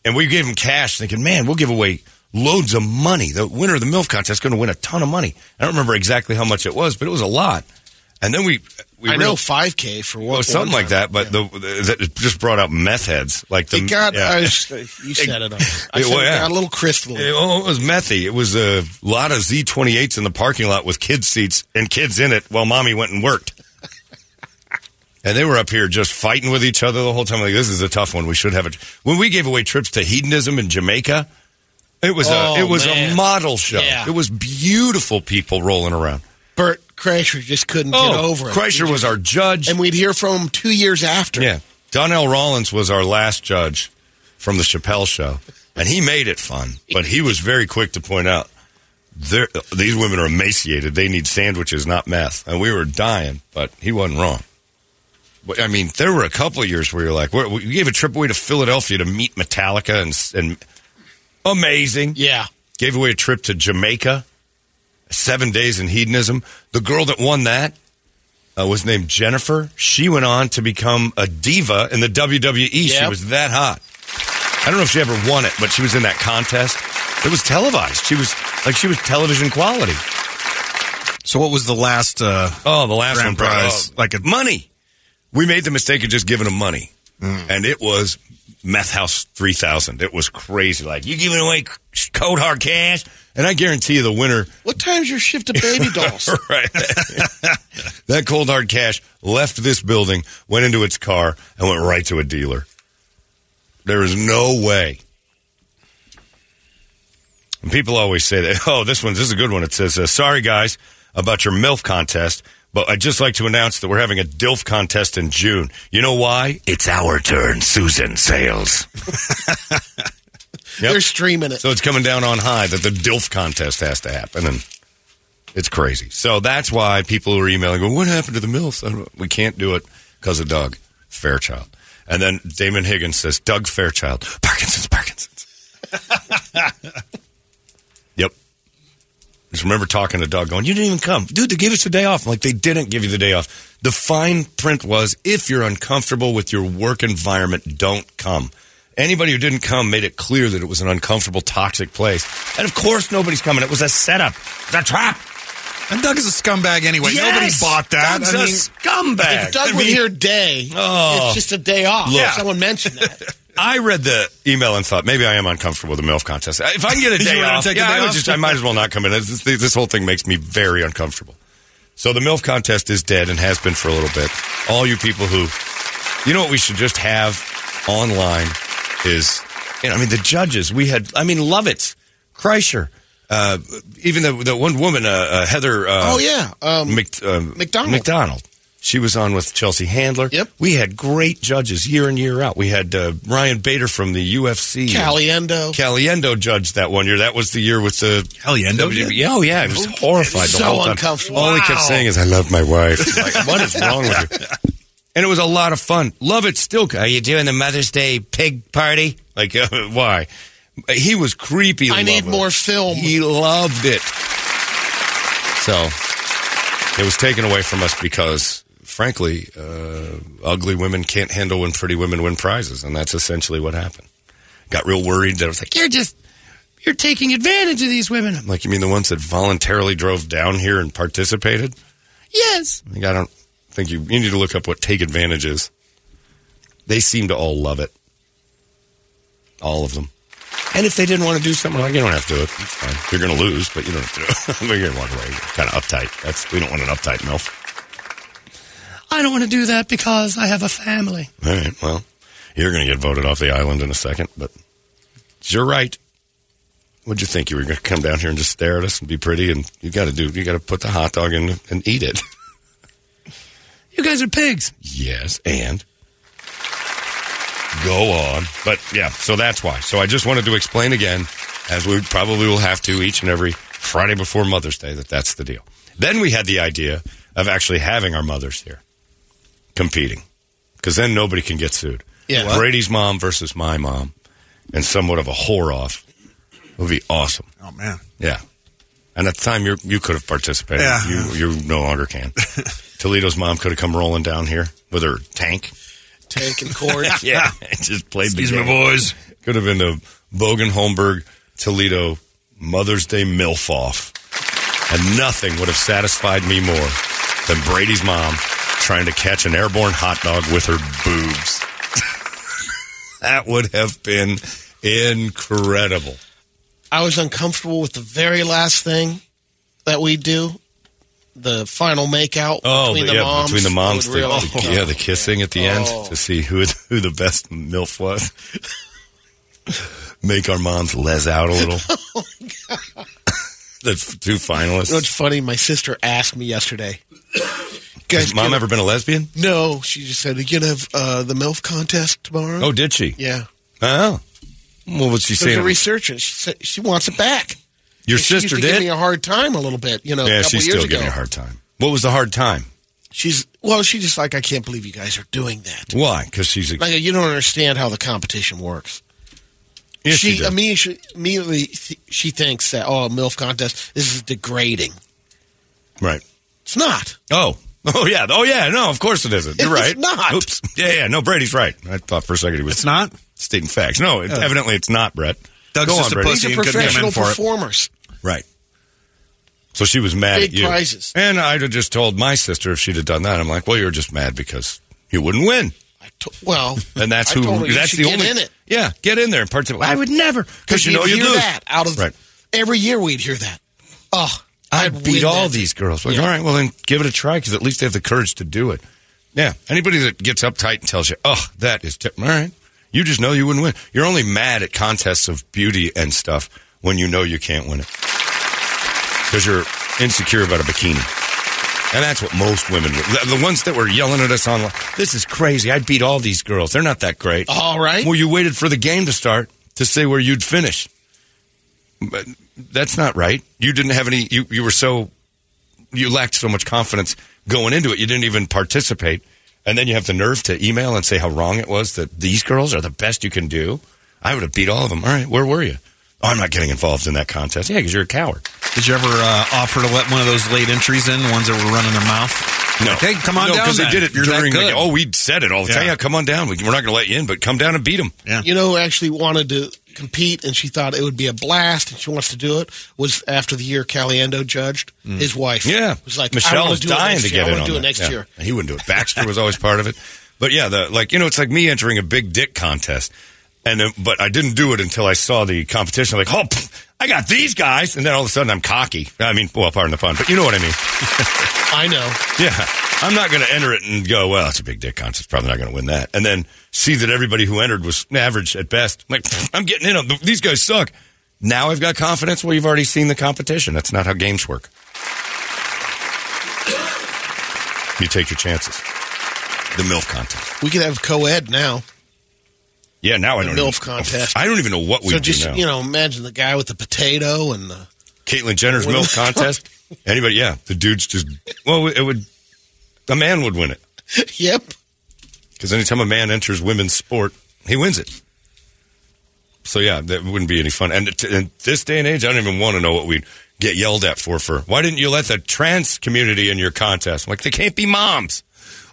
S3: and we gave them cash thinking, man, we'll give away loads of money. The winner of the MILF contest is going to win a ton of money. I don't remember exactly how much it was, but it was a lot. And then we. we
S4: I know
S3: real-
S4: 5K for
S3: well,
S4: what?
S3: Oh, something like that, but the, the, that just brought out meth heads. Like the
S4: It got,
S3: yeah.
S4: I was- you set it up. I
S3: It-
S4: said
S3: well,
S4: it
S3: yeah.
S4: got a little crystal.
S3: Yeah, well, it was methy. It was a lot of Z28s in the parking lot with kids' seats and kids in it while mommy went and worked. and they were up here just fighting with each other the whole time. Like, this is a tough one. We should have it. When we gave away trips to hedonism in Jamaica, it was
S4: Oh,
S3: a it was a
S4: man.
S3: model show.
S4: Yeah.
S3: It was beautiful people rolling around.
S4: Bert Kreischer just couldn't get
S3: Oh,
S4: over it.
S3: Kreischer
S4: He
S3: was
S4: just-
S3: our judge.
S4: And we'd hear from him two years after.
S3: Yeah. Donnell Rollins was our last judge from the Chappelle show, and he made it fun, but he was very quick to point out "They're- these women are emaciated. They need sandwiches, not meth. And we were dying, but he wasn't wrong. But, I mean, there were a couple of years where you're like, we we gave a trip away to Philadelphia to meet Metallica, and, s- and amazing.
S4: Yeah.
S3: Gave away a trip to Jamaica, seven days in hedonism. The girl that won that uh, was named Jennifer. She went on to become a diva in the WWE. She
S4: Yep.
S3: was that hot. I don't know if she ever won it, but she was in that contest. It was televised. She was like she was television quality.
S5: So what was the last? Uh,
S3: Oh, the last
S5: Grand
S3: one brought
S5: prize,
S3: up
S5: like a-
S3: money. We made the mistake of just giving them money,
S5: Mm.
S3: and it was Meth House three thousand. It was crazy. Like you giving away c- cold hard cash, and I guarantee you the winner
S4: What time's your shift to baby dolls?
S3: right. that cold hard cash left this building, went into its car, and went right to a dealer. There is no way. And people always say that. Oh, this one, this is a good one. It says, uh, "Sorry guys about your MILF contest, but I'd just like to announce that we're having a DILF contest in June. You know why? It's our turn, Susan Sales." Yep.
S4: They're streaming it.
S3: So it's coming down on high that the DILF contest has to happen, and it's crazy. So that's why people are emailing, well, what happened to the MILFs? I don't- We can't do it because of Doug Fairchild. And then Damon Higgins says, Doug Fairchild, Parkinson's, Parkinson's. Yep. Just remember talking to Doug going, You didn't even come. Dude, they gave us the day off. I'm like, they didn't give you the day off. The fine print was if you're uncomfortable with your work environment, don't come. Anybody who didn't come made it clear that it was an uncomfortable, toxic place. And of course, nobody's coming. It was a setup, it was a trap.
S5: And Doug is a scumbag anyway. Nobody bought that.
S3: Doug's
S5: I
S3: a
S5: mean-
S3: scumbag.
S4: If Doug
S3: I
S4: were
S3: mean-
S4: here day,
S3: Oh.
S4: it's just a day off.
S3: Look.
S4: Someone mentioned that.
S3: I read the email and thought maybe I am uncomfortable with the MILF contest. If I can get a
S5: You
S3: day
S5: were gonna
S3: off,
S5: take the
S3: yeah,
S5: day
S3: I, would
S5: off?
S3: Just, I might as well not come in. This, this- this whole thing makes me very uncomfortable. So the MILF contest is dead and has been for a little bit. All you people who, you know what we should just have online is, you know, I mean, the judges, we had, I mean, Lovitz, Kreischer, uh, even the, the one woman, uh, uh, Heather. Uh,
S4: Oh, yeah, um,
S3: Mc, uh,
S4: McDonald.
S3: McDonald. She was on with Chelsea Handler. Yep. We had great judges year in, year out. We had uh, Ryan Bader from the UFC.
S4: Caliendo.
S3: Caliendo judged that one year. That was the year with the.
S5: Caliendo
S3: WWE. Yeah, Oh, yeah. He was horrified the
S4: So
S3: whole time.
S4: uncomfortable.
S3: All he kept
S4: Wow.
S3: saying is, I love my wife. Like, what is wrong with you? And it was a lot of fun. Love it still. Are you doing the Mother's Day pig party? Like, uh, why? He was creepy.
S4: I
S3: in
S4: need
S3: love with
S4: more
S3: it.
S4: film.
S3: He loved it. So it was taken away from us because, frankly, uh, ugly women can't handle when pretty women win prizes, and that's essentially what happened. Got real worried that I was like, "You're just you're taking advantage of these women." I'm like, "You mean the ones that voluntarily drove down here and participated?"
S6: Yes.
S3: Like, I don't think you you need to look up what take advantage is. They seem to all love it, all of them. And if they didn't want to do something, like you don't have to do it. It's fine. You're going to lose, but you don't have to. do it. You're going to walk away, kind of uptight. That's we don't want an uptight milf.
S6: I don't want to do that because I have a family.
S3: All right. Well, you're going to get voted off the island in a second, but you're right. What'd you think? You were going to come down here and just stare at us and be pretty, and you got to do. You got to put the hot dog in and eat it.
S6: You guys are pigs.
S3: yes, and go on. But yeah, so that's why. So I just wanted to explain again, as we probably will have to each and every Friday before Mother's Day, that that's the deal. Then we had the idea of actually having our mothers here competing, because then nobody can get sued.
S4: Yeah.
S3: What? Brady's mom versus my mom, and somewhat of a whore off would be awesome.
S5: Oh man.
S3: Yeah. And at the time, you you could have participated.
S5: Yeah.
S3: You, you no longer can. Toledo's mom could have come rolling down here with her tank.
S4: Tank and cord.
S3: yeah. And just played
S5: Excuse
S3: the
S5: me,
S3: game.
S5: boys.
S3: Could have been the Bogan Holmberg Toledo Mother's Day MILF off. And nothing would have satisfied me more than Brady's mom trying to catch an airborne hot dog with her boobs. that would have been incredible.
S4: I was uncomfortable with the very last thing that we do, the final makeout between,
S3: Oh, but
S4: the moms,
S3: between the moms, the,
S4: I would realize- Oh.
S3: the- yeah, the kissing at the end to see who who the best milf was. Make our moms les out a little. the f- two finalists.
S4: You know what's funny? My sister asked me yesterday. Guys,
S3: Has mom
S4: gonna-
S3: ever been a lesbian?
S4: No, she just said, "Are you gonna have uh, the MILF contest tomorrow?"
S3: Oh, did she?
S4: yeah.
S3: Oh, what was she
S4: There's a
S3: saying?
S4: researcher. She said she wants it back.
S3: Your
S4: And she used
S3: sister
S4: to give
S3: did.
S4: me a hard time a little bit. You know, a
S3: yeah,
S4: couple
S3: she's
S4: years
S3: still
S4: ago.
S3: giving you a hard time. What was the hard time?
S4: She's well, she just like I can't believe you guys are doing that.
S3: Why? Because she's.
S4: Like you don't understand how the competition works.
S3: Yes,
S4: she,
S3: she did.
S4: immediately she, immediately th- she thinks that oh, milf contest this is degrading.
S3: right.
S4: It's not.
S3: Oh. Oh yeah. Oh yeah. No, of course it isn't. You're
S4: It's
S3: right.
S4: not.
S3: Oops. Yeah, yeah. No, Brady's right. I thought for a second he was
S5: It's not. Uh.
S3: stating facts. No, it- evidently it's not, Brett.
S5: Doug's
S3: Go
S5: just
S3: on,
S5: a
S3: Brady.
S5: pussy.
S4: These are
S5: you couldn't come in
S4: professional
S5: for it.
S4: performers.
S3: Right. So she was mad
S4: Big
S3: at you.
S4: prizes.
S3: And I'd have just told my sister if she'd have done that. I'm like, well, you're just mad because you wouldn't win.
S4: I to- well,
S3: And that's
S4: I
S3: who.
S4: told her you
S3: that's
S4: should
S3: the
S4: get
S3: only.
S4: in it
S3: Yeah, get in there and participate. I would never because you
S4: we'd
S3: know you'd
S4: hear
S3: lose.
S4: that out of
S3: Right.
S4: every year we'd hear that. Oh,
S3: I
S4: I'd
S3: beat
S4: win
S3: all
S4: that.
S3: these girls. Like,
S4: Yeah.
S3: all right, well then give it a try because at least they have the courage to do it. Yeah. Anybody that gets uptight and tells you, "Oh, that is ter-" all right," you just know you wouldn't win. You're only mad at contests of beauty and stuff when you know you can't win it because you're insecure about a bikini. And that's what most women, the, the ones that were yelling at us online, this is crazy. I beat all these girls. They're not that great.
S4: All right.
S3: Well, you waited for the game to start to say where you'd finish. But that's not right. You didn't have any, you, you were so, you lacked so much confidence going into it. You didn't even participate. And then you have the nerve to email and say how wrong it was that these girls are the best you can do. I would have beat all of them. All right, where were you? Oh, I'm not getting involved in that contest. Yeah, because you're a coward.
S5: Did you ever uh, offer to let one of those late entries in, the ones that were running their mouth?
S3: No.
S5: Like, hey, come on
S3: no,
S5: down.
S3: because they
S5: then.
S3: did it
S5: You're
S3: during
S5: that good.
S3: the Oh, we said it all the time.
S5: Yeah.
S3: Yeah, come on down. We, we're not going to let you in, but come down and beat them.
S5: Yeah.
S4: You know, who actually wanted to compete, and she thought it would be a blast, and she wants to do it. Was after the year Caliendo judged his wife.
S3: Mm. Yeah,
S4: was like I
S3: Michelle
S4: wanna
S3: was
S4: do
S3: dying
S4: it next
S3: to get
S4: year. I
S3: in
S4: wanna
S3: on
S4: do it
S3: that.
S4: next
S3: Yeah.
S4: year.
S3: He wouldn't do it. Baxter was always part of it, but yeah, the like you know, it's like me entering a big dick contest, and then, but I didn't do it until I saw the competition. I'm like, oh, pff, I got these guys, and then all of a sudden I'm cocky. I mean, well, pardon the pun, but you know what I mean.
S4: I know.
S3: Yeah. I'm not going to enter it and go, well, it's a big dick contest. Probably not going to win that. And then see that everybody who entered was average at best. I'm like, "Pfft, I'm getting in on th- these guys suck. Now I've got confidence. Well, you've already seen the competition. That's not how games work. You take your chances. The MILF contest.
S4: We could have co-ed now.
S3: Yeah, now I
S4: The
S3: don't even,
S4: MILF contest.
S3: I don't even know what we
S4: so
S3: do
S4: just
S3: now.
S4: you know, imagine the guy with the potato and the
S3: Caitlyn Jenner's
S4: What
S3: MILF
S4: the-
S3: contest. Anybody? Yeah, the dudes just. Well, it would. A man would win it.
S4: yep.
S3: Because anytime a man enters women's sport, he wins it. So yeah, that wouldn't be any fun. And t- in this day and age, I don't even want to know what we'd get yelled at for. For why didn't you let the trans community in your contest? I'm like they can't be moms.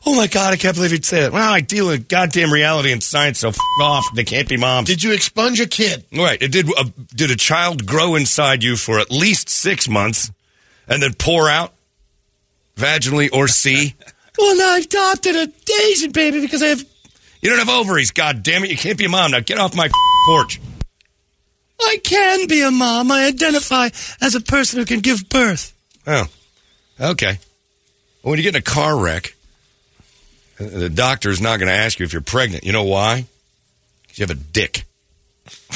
S3: Oh my god, I can't believe you'd say that. Well, I deal with goddamn reality and science, so f- off. They can't be moms.
S4: Did you expunge a kid?
S3: Right. It did. Uh, did a child grow inside you for at least six months, and then pour out vaginally or C? Well, no, I adopted a Asian baby because I have. You don't have ovaries. God damn it! You can't be a mom now. Get off my porch. I can be a mom. I identify as a person who can give birth. Oh, okay. Well, when you get in a car wreck, uh, the doctor's not going to ask you if you're pregnant. You know why? 'Cause you have a dick.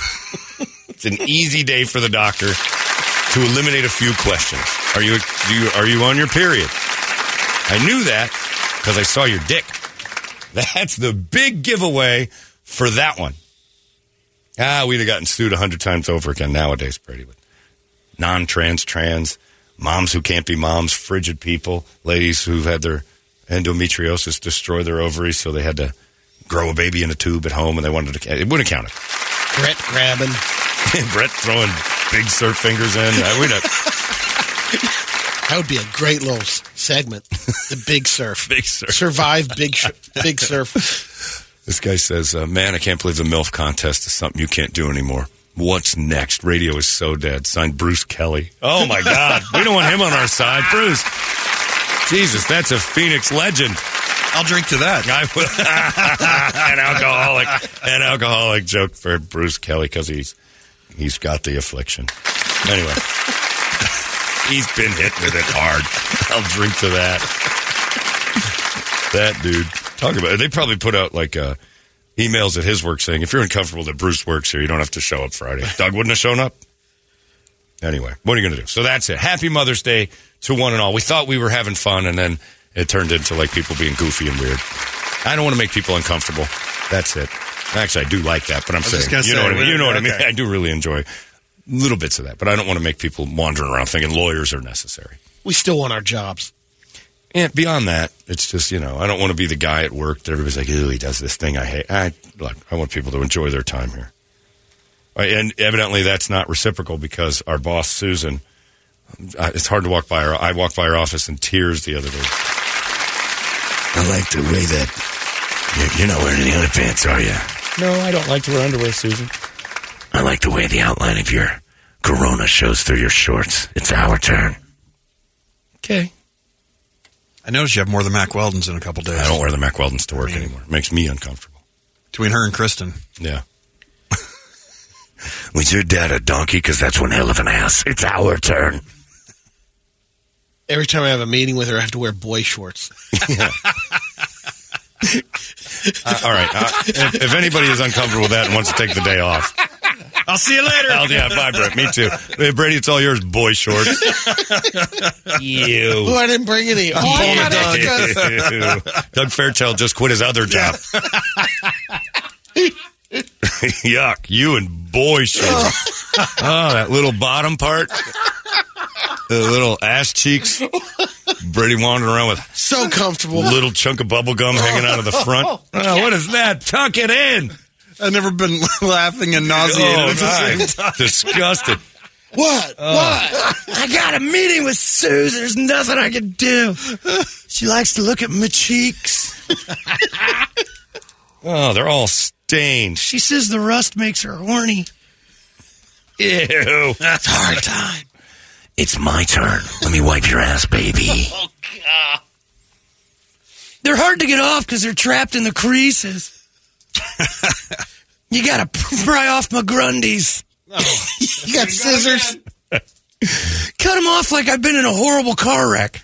S3: it's an easy day for the doctor to eliminate a few questions. Are you, do you are you on your period? I knew that because I saw your dick. That's the big giveaway for that one. Ah, we'd have gotten sued a hundred times over again nowadays, Brady. But non-trans, trans, moms who can't be moms, frigid people, ladies who've had their endometriosis destroy their ovaries, so they had to grow a baby in a tube at home, and they wanted to. It wouldn't count.
S4: Brett grabbing.
S3: Brett throwing big surf fingers in. I, uh, we'd have,
S4: That would be a great little s- segment. The Big Surf.
S3: big surf.
S4: Survive Big sh- Big Surf.
S3: This guy says, uh, "Man, I can't believe the MILF contest is something you can't do anymore. What's next? Radio is so dead." Signed Bruce Kelly. Oh my God, we don't want him on our side, Bruce. Jesus, that's a Phoenix legend.
S5: I'll drink to that.
S3: I will. an alcoholic, an alcoholic joke for Bruce Kelly because he's he's got the affliction. Anyway, he's been hit with it hard. I'll drink to that. That dude, talk about it. They probably put out like uh, emails at his work saying, "If you're uncomfortable that Bruce works here, you don't have to show up Friday." Doug wouldn't have shown up. Anyway, what are you going to do? So that's it. Happy Mother's Day to one and all. We thought we were having fun, and then it turned into like people being goofy and weird. I don't want to make people uncomfortable. That's it. Actually, I do like that, but I'm
S5: was just
S3: saying, you
S5: gonna
S3: know
S5: say,
S3: what I mean. You know what I mean.
S5: okay.
S3: I do really enjoy little bits of that, but I don't want to make people wandering around thinking lawyers are necessary.
S4: We still want our jobs.
S3: And beyond that, it's just you know I don't want to be the guy at work that everybody's like, "Ooh, he does this thing I hate." I look, I want people to enjoy their time here. I- And evidently, that's not reciprocal because our boss Susan. I- It's hard to walk by her. I walked by her office in tears the other day. I like the way that you're not wearing any underpants, are you? No, I don't like to wear underwear, Susan.
S7: I like the way the outline of your corona shows through your shorts. It's our turn.
S3: Okay.
S5: I noticed you have more than Mac Weldon's in a couple days.
S3: I don't wear the Mac Weldons to work anymore. It makes me uncomfortable.
S5: Between her and Kristen.
S3: Yeah.
S7: Was your dad a donkey? Because that's one hell of an ass. It's our turn.
S4: Every time I have a meeting with her, I have to wear boy shorts.
S3: Uh, all right. Uh, if, if anybody is uncomfortable with that and wants to take the day off,
S5: I'll see you later.
S3: Hell yeah, bye, Brett. Me too. Hey, Brady, it's all yours, boy shorts.
S4: Oh,
S3: you.
S4: I didn't bring any. Oh, I got extras.
S3: Doug Fairchild just quit his other job. Yuck. You and boy shorts. oh, that little bottom part. The little ass cheeks. Brady wandering around with
S4: So comfortable.
S3: little chunk of bubble gum hanging out of the front. Oh, what is that? Tuck it in.
S5: I've never been laughing and nauseated
S3: Oh,
S5: at the
S3: my.
S5: same time.
S3: Disgusted.
S9: What?
S5: Oh.
S9: What? I got a meeting with Susan. There's nothing I can do. She likes to look at my cheeks.
S3: Oh, they're all stained.
S9: She says the rust makes her horny.
S3: Ew.
S9: That's hard time.
S7: It's my turn. Let me wipe your ass, baby.
S3: Oh,
S9: They're hard to get off because they're trapped in the creases. you gotta pry off my grundies. you got scissors. Cut them off like I've been in a horrible car wreck.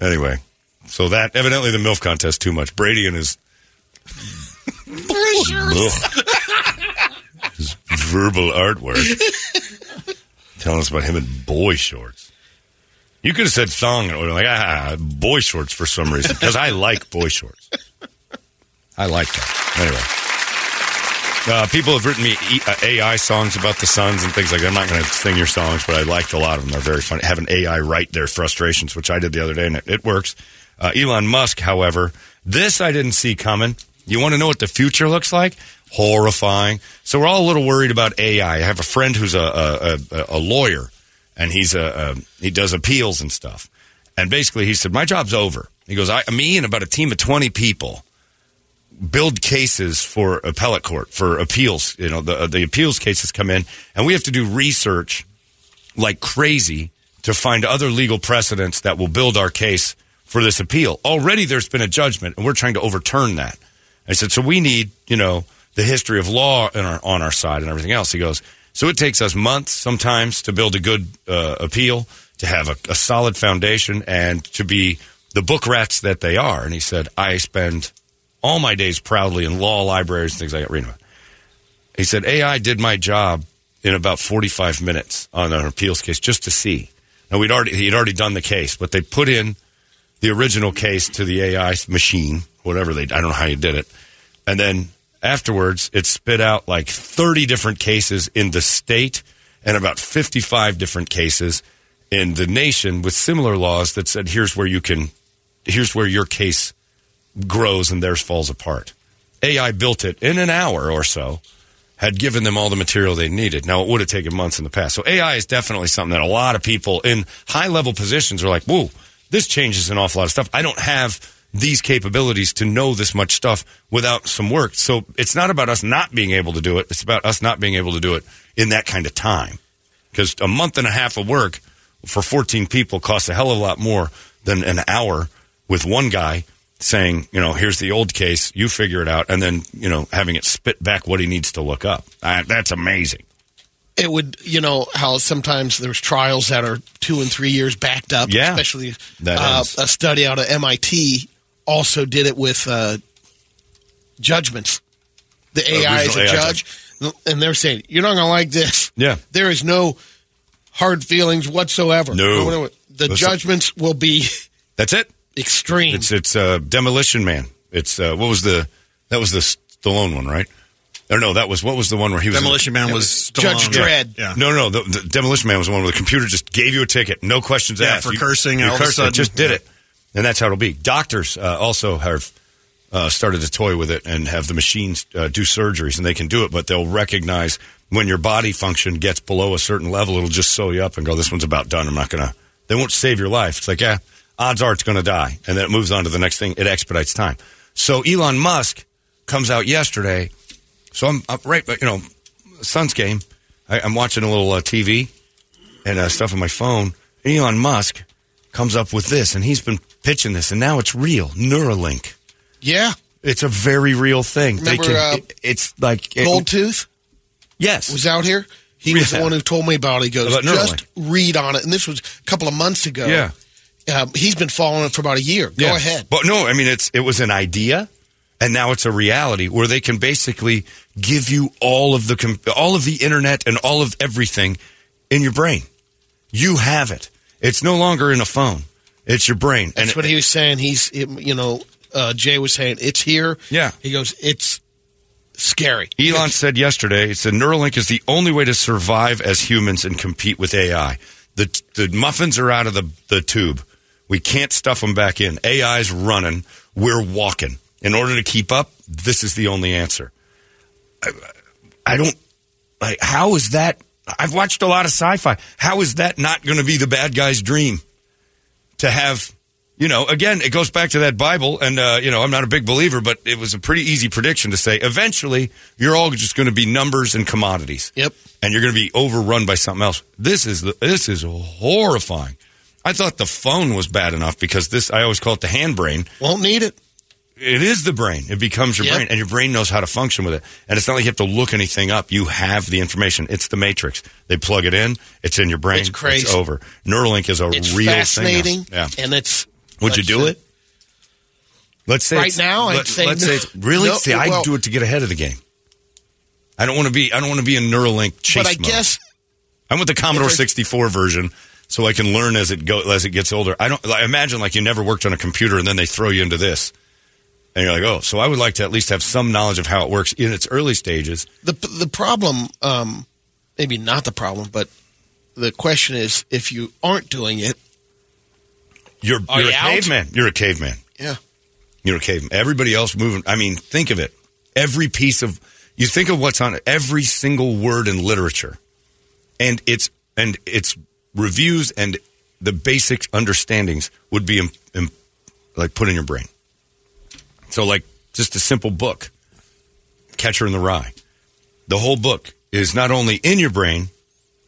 S3: Anyway, so that evidently the MILF contest too much. Brady and his, Ugh. his verbal artwork telling us about him in boy shorts. You could have said thong and it would have been like, ah, boy shorts for some reason because I like boy shorts. I like that. Anyway. Uh, people have written me e- uh, AI songs about the Suns and things like that. I'm not going to sing your songs, but I liked a lot of them. They're very funny. Have an AI write their frustrations, which I did the other day, and it, it works. Uh, Elon Musk, however, this I didn't see coming. You want to know what the future looks like? Horrifying. So we're all a little worried about AI. I have a friend who's a, a, a, a lawyer, and he's a, a he does appeals and stuff. And basically, he said, "My job's over." He goes, I, "Me and about a team of twenty people." build cases for appellate court for appeals. You know, the the appeals cases come in, and we have to do research like crazy to find other legal precedents that will build our case for this appeal. Already, there's been a judgment, and we're trying to overturn that. I said, so we need you know the history of law in our, on our side and everything else. He goes, so it takes us months sometimes to build a good uh, appeal, to have a, a solid foundation, and to be the book rats that they are. And he said, I spend all my days proudly in law libraries and things like that, reading about. it. He said, AI did my job in about 45 minutes on an appeals case just to see. Now, we'd already, he'd already done the case, but they put in the original case to the AI machine, whatever they, I don't know how you did it. And then afterwards, it spit out like 30 different cases in the state and about 55 different cases in the nation with similar laws that said, here's where you can, here's where your case grows and theirs falls apart. AI built it in an hour or so, had given them all the material they needed. Now, it would have taken months in the past. So, AI is definitely something that a lot of people in high level positions are like, whoa, this changes an awful lot of stuff. I don't have these capabilities to know this much stuff without some work. So, it's not about us not being able to do it, it's about us not being able to do it in that kind of time. Because a month and a half of work for 14 people costs a hell of a lot more than an hour with one guy saying, you know, here's the old case, you figure it out, and then, you know, having it spit back what he needs to look up. I, that's amazing.
S4: It would, you know, how sometimes there's trials that are two and three years backed up.
S3: Yeah.
S4: Especially
S3: That
S4: uh,
S3: is.
S4: a study out of MIT also did it with uh, judgments. The
S3: Uh,
S4: AI is a
S3: original AI
S4: judge, and they're saying, you're not going to like this.
S3: Yeah.
S4: There is no hard feelings whatsoever.
S3: No.
S4: The
S3: Listen.
S4: judgments will be.
S3: That's it.
S4: Extreme.
S3: It's it's uh, Demolition Man. It's uh, what was the that was the Stallone one, right? Or no, that was what was the one where he was
S5: Demolition Man was Judge Stallone. Dredd.
S3: Yeah.
S5: Yeah.
S3: No, no, the, the Demolition Man was the one where the computer just gave you a ticket, no questions
S5: Yeah,
S3: asked.
S5: for
S3: You-
S5: cursing,
S3: you
S5: all of a
S3: cursed,
S5: sudden.
S3: it just did it, and that's how it'll be. Doctors uh, also have uh, started to toy with it and have the machines uh, do surgeries, and they can do it, but they'll recognize when your body function gets below a certain level, it'll just sew you up and go, "This one's about done. I'm not gonna." They won't save your life. It's like, yeah, odds are it's gonna die, and then it moves on to the next thing. It expedites time. So Elon Musk comes out yesterday. So I'm up right, but you know, Suns game. I, I'm watching a little uh, TV and uh, stuff on my phone. Elon Musk comes up with this, and he's been pitching this, and now it's real. Neuralink.
S4: Yeah.
S3: It's a very real thing.
S4: Remember,
S3: they can,
S4: uh,
S3: it- it's like it-
S4: Goldtooth?
S3: Yes.
S4: Was out here. He was the
S3: Yeah.
S4: one who told me about it. He goes,
S3: About Neuralink.
S4: just read on it. And this was a couple of months ago.
S3: Yeah.
S4: Um, he's been following it for about a year. Go
S3: Yeah.
S4: ahead.
S3: But no, I mean it's it was an idea, and now it's a reality where they can basically give you all of the com- all of the internet and all of everything in your brain. You have it. It's no longer in a phone. It's your brain.
S4: That's what he was saying. He's, it- you know, uh, Jay was saying, it's here.
S3: Yeah.
S4: He goes, it's scary.
S3: Elon said yesterday, he said Neuralink is the only way to survive as humans and compete with AI. The, the muffins are out of the, the tube. We can't stuff them back in. AI's running. We're walking. In order to keep up, this is the only answer. I, I don't like. How is that? I've watched a lot of sci-fi. How is that not going to be the bad guy's dream to have? You know, again, it goes back to that Bible, and uh, you know, I'm not a big believer, but it was a pretty easy prediction to say. Eventually, you're all just going to be numbers and commodities. Yep, and you're going to be overrun by something else. This is the, this is horrifying. I thought the phone was bad enough because this. I always call it the hand brain. Won't need it it is the brain. It becomes your
S4: Yep.
S3: brain, and your brain knows how to function with it. And it's not like you have to look anything up. You have the information. It's the matrix. They plug it in. It's in your brain.
S4: It's crazy.
S3: over. Neuralink is a
S4: It's
S3: real
S4: fascinating,
S3: thing. now. Yeah.
S4: and it's.
S3: Would you do it? Let's say
S4: Right
S3: it's-
S4: now, I'd
S3: let,
S4: say
S3: let's
S4: no.
S3: say it's, really.
S4: No,
S3: see, I'd
S4: well-
S3: do it to get ahead of the game. I don't want to be. I don't want to be in Neuralink chase.
S4: But I
S3: mode.
S4: guess-
S3: I want the Commodore sixty four version, so I can learn as it go as it gets older. I don't like, imagine like you never worked on a computer and then they throw you into this, and you're like, oh, so I would like to at least have some knowledge of how it works in its early stages.
S4: the the problem um maybe not the problem but the question is if you aren't doing it
S3: You're
S4: Are
S3: you're
S4: you
S3: a
S4: out?
S3: caveman. You're a caveman.
S4: yeah
S3: You're a caveman. Everybody else moving. I mean, think of it. Every piece of you think of what's on it. Every single word in literature, and it's and it's reviews and the basic understandings would be im, im- like put in your brain. So like just a simple book, Catcher in the Rye. The whole book is not only in your brain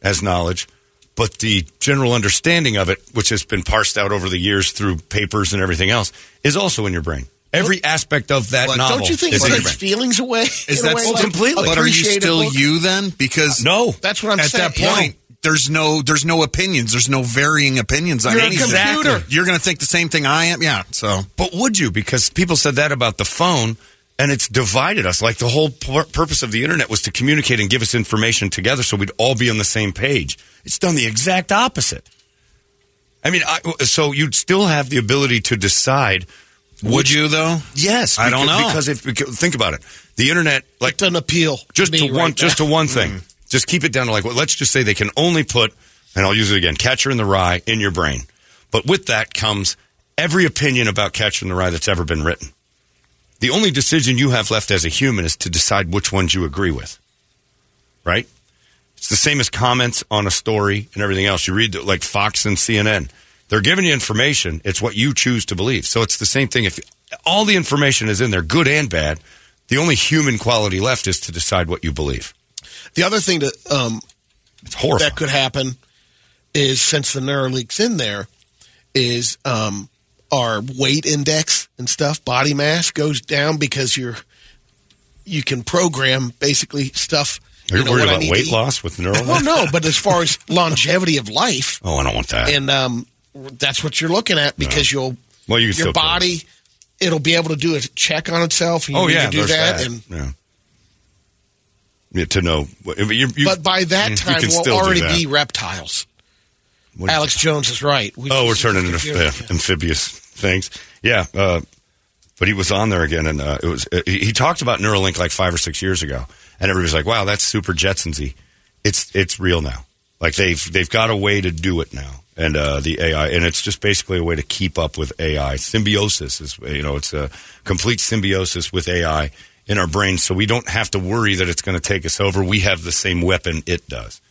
S3: as knowledge, but the general understanding of it, which has been parsed out over the years through papers and everything else, is also in your brain. Every aspect of that
S4: But
S3: novel
S4: don't you think
S3: is
S4: it
S3: in your
S4: takes
S3: brain.
S4: feelings away
S3: Is
S4: in a
S3: that
S4: way,
S3: still
S4: like,
S3: completely-
S5: But are you
S4: appreciate a
S5: still
S4: book?
S5: you then? Because
S3: no,
S4: That's what I'm
S5: at
S4: saying.
S5: that point, there's no there's no opinions. There's no varying opinions on
S3: You're a
S5: anything.
S3: computer.
S5: You're going to think the same thing I am. Yeah. So
S3: But would you? Because people said that about the phone, and it's divided us. Like the whole pur- purpose of the internet was to communicate and give us information together, so we'd all be on the same page. It's done the exact opposite. I mean, I, so you'd still have the ability to decide.
S5: Would you, though?
S3: Yes,
S5: I don't
S3: because-
S5: know.
S3: because if because, think about it, the internet like
S4: an appeal
S3: just
S4: me
S3: to one
S4: right Mm.
S3: just to
S4: now.
S3: one thing. Just keep it down to like well, let's just say they can only put and I'll use it again, catcher in the rye in your brain. But with that comes every opinion about catcher in the rye that's ever been written. The only decision you have left as a human is to decide which ones you agree with. Right? It's the same as comments on a story and everything else. You read the, like Fox and CNN. They're giving you information. It's what you choose to believe. So it's the same thing. If all the information is in there, good and bad, the only human quality left is to decide what you believe.
S4: the other thing that um
S3: horrifying.
S4: that could happen is since the neuralink's in there is um our weight index and stuff body mass goes down because you're you can program basically stuff
S3: Are you,
S4: you know,
S3: worried
S4: what I
S3: about
S4: need to
S3: weight
S4: eat.
S3: loss with neural?
S4: well no but as far as longevity of life
S3: Oh, I don't want that.
S4: and um, that's what you're looking at because you'll
S3: Well, you can
S4: your
S3: still kill
S4: body it'll be able to do a check on itself. and You
S3: oh
S4: need
S3: yeah,
S4: to do
S3: there's
S4: that, and
S3: yeah. Yeah, to know, you, you,
S4: but by that
S3: you
S4: time
S3: can
S4: we'll
S3: still do
S4: already
S3: that.
S4: be reptiles.
S3: What is
S4: Alex Jones is right. We
S3: oh, we're
S4: just-
S3: turning into uh, amphibious things. Yeah, uh, but he was on there again, and uh, it was uh, he, he talked about Neuralink like five or six years ago, and everybody was like, "Wow, that's super Jetsonsy." It's it's real now. Like they've they've got a way to do it now, and uh, the AI, and it's just basically a way to keep up with AI. Symbiosis is you know it's a complete symbiosis with AI in our brains, so we don't have to worry that it's going to take us over. We have the same weapon it does,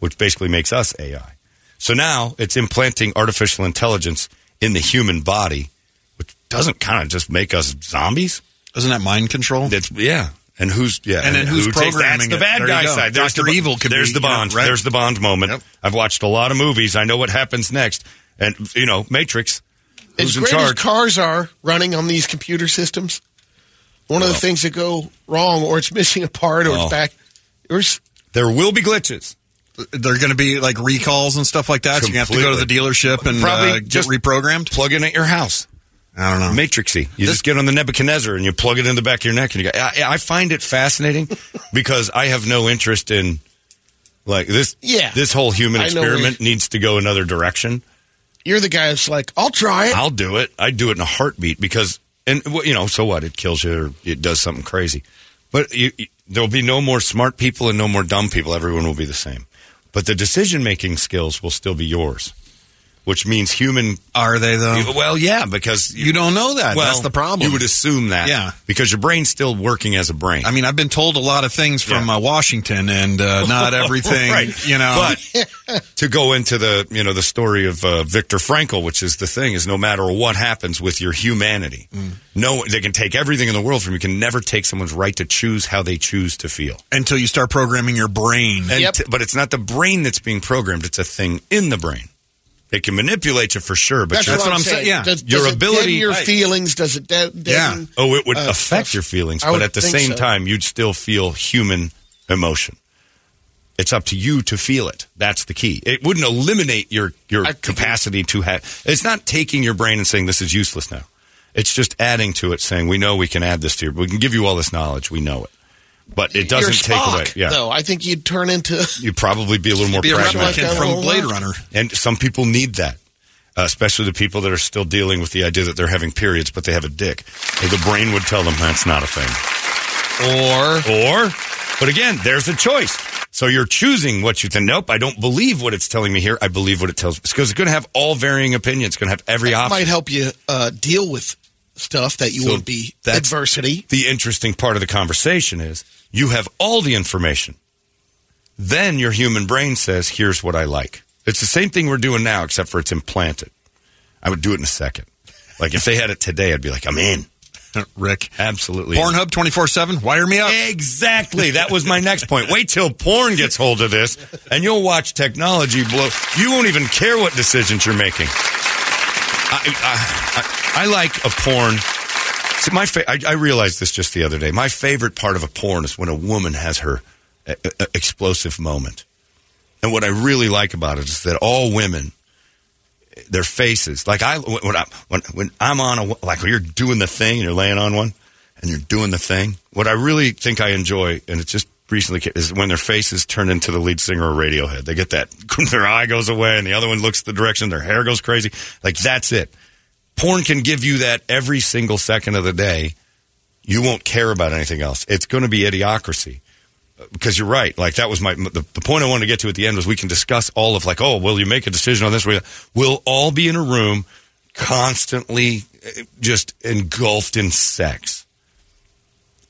S3: which basically makes us AI. So now it's implanting artificial intelligence in the human body, which doesn't kind of just make us zombies.
S5: Isn't that mind control?
S3: That's yeah. And who's yeah?
S5: And then who's
S3: who takes-
S5: programming
S3: That's
S5: it?
S3: the bad
S5: There you
S3: guy
S5: go.
S3: side. There's
S5: Dr.
S3: the,
S5: Evil could
S3: There's
S5: be,
S3: the
S5: you know,
S3: Bond.
S5: right?
S3: There's the Bond moment. I've watched a lot of movies. I know what happens next. And you know, Matrix.
S4: As
S3: Who's in
S4: great as
S3: charge?
S4: cars are running on these computer systems, one of the
S3: Well.
S4: things that go wrong, or it's missing a part, or
S3: Well.
S4: it's back. There's
S3: there will be glitches.
S5: They're going to be like recalls and stuff like that. So you have to go to the dealership and
S3: Probably
S5: uh, get
S3: just
S5: reprogrammed.
S3: Plug in at your house.
S5: I don't know.
S3: Matrixy. You just get on the Nebuchadnezzar and you plug it in the back of your neck, and you go. I, I find it fascinating because I have no interest in like this.
S4: Yeah.
S3: this whole human
S4: I know where-
S3: experiment needs to go another direction.
S4: you're the guy that's like, I'll try it.
S3: I'll do it. I do it in a heartbeat because, and well, you know, so what? It kills you or it does something crazy. But you, you- there'll be no more smart people and no more dumb people. Everyone will be the same. But the decision making skills will still be yours. which means human.
S5: Are they though?
S3: Well, yeah, because you,
S5: don't know that.
S3: Well,
S5: That's the problem.
S3: You would assume that,
S5: Yeah.
S3: because your brain's still working as a brain.
S5: I mean, I've been told a lot of things from uh, Washington, and uh, not everything,
S3: Right.
S5: you know.
S3: But to go into the you know the story of uh, Viktor Frankl, which is the thing is no matter what happens with your humanity, no they can take everything in the world from you. You Can never take someone's right to choose how they choose to feel.
S5: until you start programming your brain.
S3: And t- but it's not the brain that's being programmed; it's a thing in the brain. It can manipulate you for sure, but
S4: That's,
S3: your-
S4: what, I'm saying. Does,
S3: your
S4: does
S3: ability,
S4: it deaden your
S3: Right.
S4: feelings? Does it? De- deaden,
S3: Oh, it would
S4: uh,
S3: affect
S4: stuff?
S3: your feelings,
S4: I
S3: but
S4: would
S3: at the
S4: think
S3: same
S4: so.
S3: time, you'd still feel human emotion. It's up to you to feel it. That's the key. It wouldn't eliminate your your capacity to have. It's not taking your brain and saying this is useless now. It's just adding to it, saying we know we can add this to your. We can give you all this knowledge. We know it, but it doesn't
S4: You're
S3: take
S4: Spock,
S3: away. Yeah,
S4: Though I think you'd turn into.
S3: you'd probably be a little more
S4: Be a
S3: pragmatic
S4: replica from Blade Runner.
S3: and some people need that. Uh, especially the people that are still dealing with the idea that they're having periods, but they have a dick. The brain would tell them that's not a thing.
S4: Or
S3: or but again, there's a choice. So you're choosing what you think. Nope, I don't believe what it's telling me here. I believe what it tells me because it's going to have all varying opinions. It's going to have every
S4: That
S3: option.
S4: might help you uh, deal with stuff that you
S3: So
S4: won't be
S3: that's-
S4: adversity.
S3: The interesting part of the conversation is you have all the information. Then your human brain says, "Here's what I like." It's the same thing we're doing now, except for it's implanted. I would do it in a second. Like if they had it today, I'd be like, "I'm in."
S5: Rick,
S3: absolutely.
S5: Pornhub twenty four seven. Wire me up.
S3: Exactly. That was my next point. Wait till porn gets hold of this, and you'll watch technology blow. You won't even care what decisions you're making. I, I, I, I like a porn. See, my fa- I, I realized this just the other day. My favorite part of a porn is when a woman has her uh, uh, explosive moment. And what I really like about it is that all women, their faces, like I when when I, when, when I'm on a like when you're doing the thing and you're laying on one and you're doing the thing. What I really think I enjoy, and it's just recently ca- is when their faces turn into the lead singer of Radiohead. They get that their eye goes away and the other one looks the direction. Their hair goes crazy. Like that's it. Porn can give you that every single second of the day. You won't care about anything else. It's going to be idiocracy because you're right. Like that was my the, the point I wanted to get to at the end was we can discuss all of like, oh, will you make a decision on this? We'll we'll all be in a room, constantly eh, just engulfed in sex.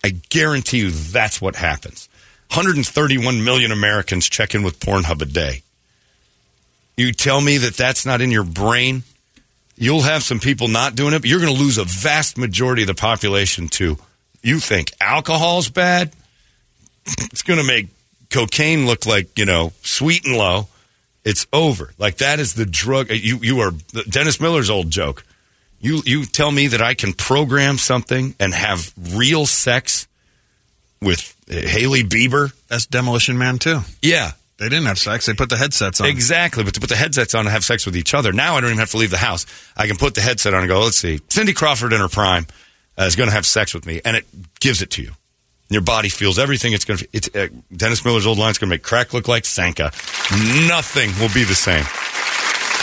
S3: I guarantee you that's what happens. 131 million Americans check in with Pornhub a day. You tell me that that's not in your brain. You'll have some people not doing it, but you're going to lose a vast majority of the population to you think alcohol's bad it's going to make cocaine look like you know sweet and low. It's over. Like that is the drug. uh, You you are Dennis Miller's old joke. You you tell me that I can program something and have real sex with uh, Haley Bieber.
S5: That's Demolition Man too.
S3: Yeah.
S5: They didn't have sex. They put the headsets on.
S3: Exactly, but to put the headsets on and have sex with each other. Now I don't even have to leave the house. I can put the headset on and go, let's see, Cindy Crawford in her prime uh, is going to have sex with me, and it gives it to you. And your body feels everything. It's going to. It's uh, Dennis Miller's old line's going to make crack look like Sanka. Nothing will be the same.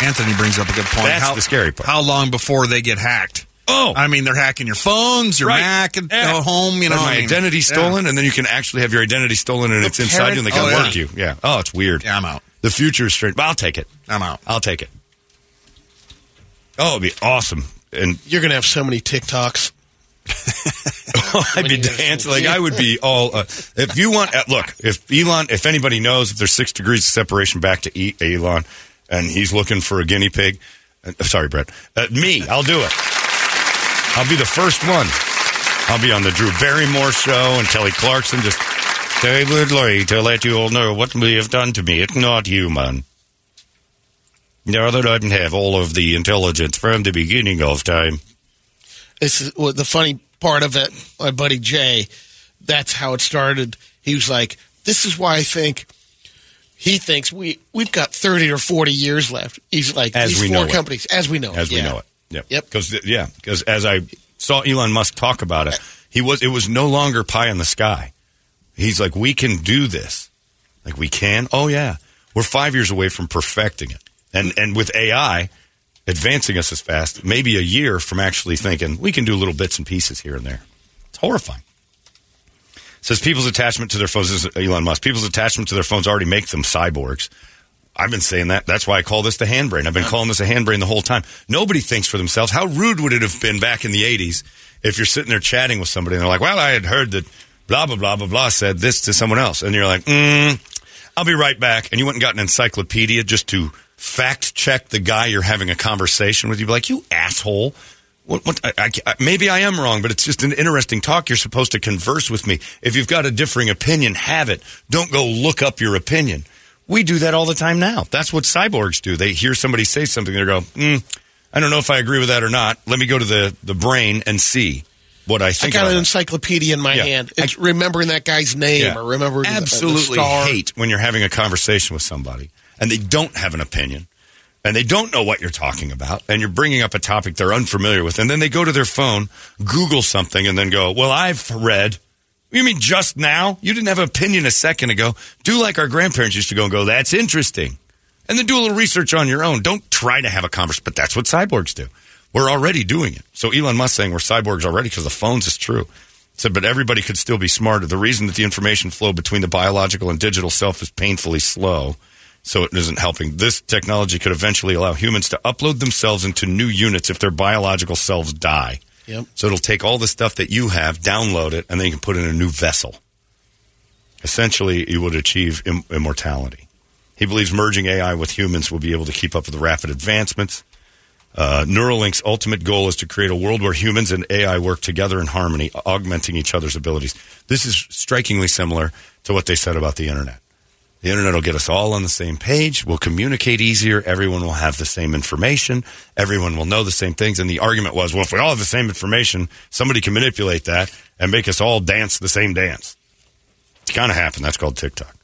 S5: Anthony brings up a good point.
S3: That's
S5: how,
S3: the scary part.
S5: How long before they get hacked?
S3: Oh.
S5: I mean, they're hacking your phones, your
S3: Right. Eh.
S5: Mac, and
S3: Yeah.
S5: go home. You
S3: Then
S5: know,
S3: my
S5: I mean,
S3: identity
S5: yeah.
S3: stolen, and then you can actually have your identity stolen, and it's inside you, and they can
S5: Oh, yeah.
S3: work you. Yeah. Oh, it's weird.
S5: Yeah, I'm out.
S3: The future is strange. But I'll take it.
S5: I'm out.
S3: I'll take it. Oh, it'd be awesome. And
S4: You're going to have so many TikToks.
S3: I'd be dancing like I would be all. Uh, if you want, uh, look. If Elon, if anybody knows, if there's six degrees of separation back to E- Elon, and he's looking for a guinea pig. Uh, sorry, Brett. Uh, me, I'll do it. I'll be the first one. I'll be on the Drew Barrymore show and Kelly Clarkson. Just they would like to let you all know what we have done to me. It's not human. No, they don't have all of the intelligence from the beginning of time.
S4: This is well, the funny part of it. My buddy Jay, that's how it started. He was like, "This is why I think." He thinks we we've got thirty or forty years left. He's like
S3: As
S4: these
S3: we
S4: four
S3: know it.
S4: companies, as we know,
S3: as we
S4: yeah.
S3: know it. Yep.
S4: Yep.
S3: Because yeah, because as I saw Elon Musk talk about it, he was it was no longer pie in the sky. He's like, we can do this. Like we can. Oh yeah, we're five years away from perfecting it, and and with AI advancing us as fast, maybe a year from actually thinking we can do little bits and pieces here and there. It's horrifying. Says people's attachment to their phones. This is Elon Musk. People's attachment to their phones already make them cyborgs. I've been saying that. That's why I call this the handbrain. I've been calling this a handbrain the whole time. Nobody thinks for themselves. How rude would it have been back in the 80s if you're sitting there chatting with somebody and they're like, well, I had heard that blah, blah, blah, blah, blah said this to someone else. And you're like, mm, I'll be right back. And you went and got an encyclopedia just to fact check the guy you're having a conversation with. You'd be like, you asshole. What, what, I, I, I- maybe I am wrong, but it's just an interesting talk. You're supposed to converse with me. If you've got a differing opinion, have it. Don't go look up your opinion. We do that all the time now. That's what cyborgs do. They hear somebody say something, they go, mm, I don't know if I agree with that or not. Let me go to the, the brain and see what I
S4: I
S3: think.
S4: got
S3: about
S4: an
S3: it."
S4: encyclopedia in my
S3: Yeah.
S4: hand. It's remembering that guy's name
S3: Yeah.
S4: or remembering the-
S3: absolutely
S4: the star.
S3: hate when you're having a conversation with somebody and they don't have an opinion and they don't know what you're talking about and you're bringing up a topic they're unfamiliar with and then they go to their phone google something and then go well i've read you mean just now you didn't have an opinion a second ago do like our grandparents used to go and go that's interesting and then do a little research on your own don't try to have a conversation but that's what cyborgs do we're already doing it so elon musk saying we're cyborgs already because the phones is true said, but everybody could still be smarter. The reason that the information flow between the biological and digital self is painfully slow, so it isn't helping. This technology could eventually allow humans to upload themselves into new units if their biological selves die.
S4: Yep.
S3: So it'll take all the stuff that you have, download it, and then you can put it in a new vessel. Essentially, you would achieve Im- immortality. He believes merging AI with humans will be able to keep up with the rapid advancements. Uh, Neuralink's ultimate goal is to create a world where humans and AI work together in harmony, augmenting each other's abilities. This is strikingly similar to what they said about the internet. The internet will get us all on the same page. We'll communicate easier. Everyone will have the same information. Everyone will know the same things. And the argument was, well, if we all have the same information, somebody can manipulate that and make us all dance the same dance. It's kind of happened. That's called TikTok.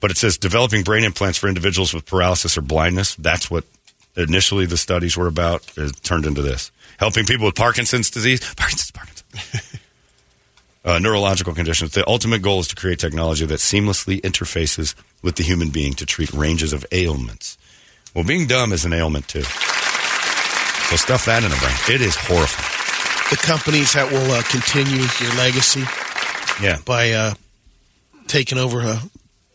S3: But it says developing brain implants for individuals with paralysis or blindness. That's what initially the studies were about. It turned into this helping people with Parkinson's disease. Parkinson's, Parkinson's. uh, neurological conditions. The ultimate goal is to create technology that seamlessly interfaces with the human being to treat ranges of ailments. Well, being dumb is an ailment too. So stuff that in a brain. It is horrifying.
S4: The companies that will uh, continue your legacy
S3: Yeah.
S4: by uh, taking over a,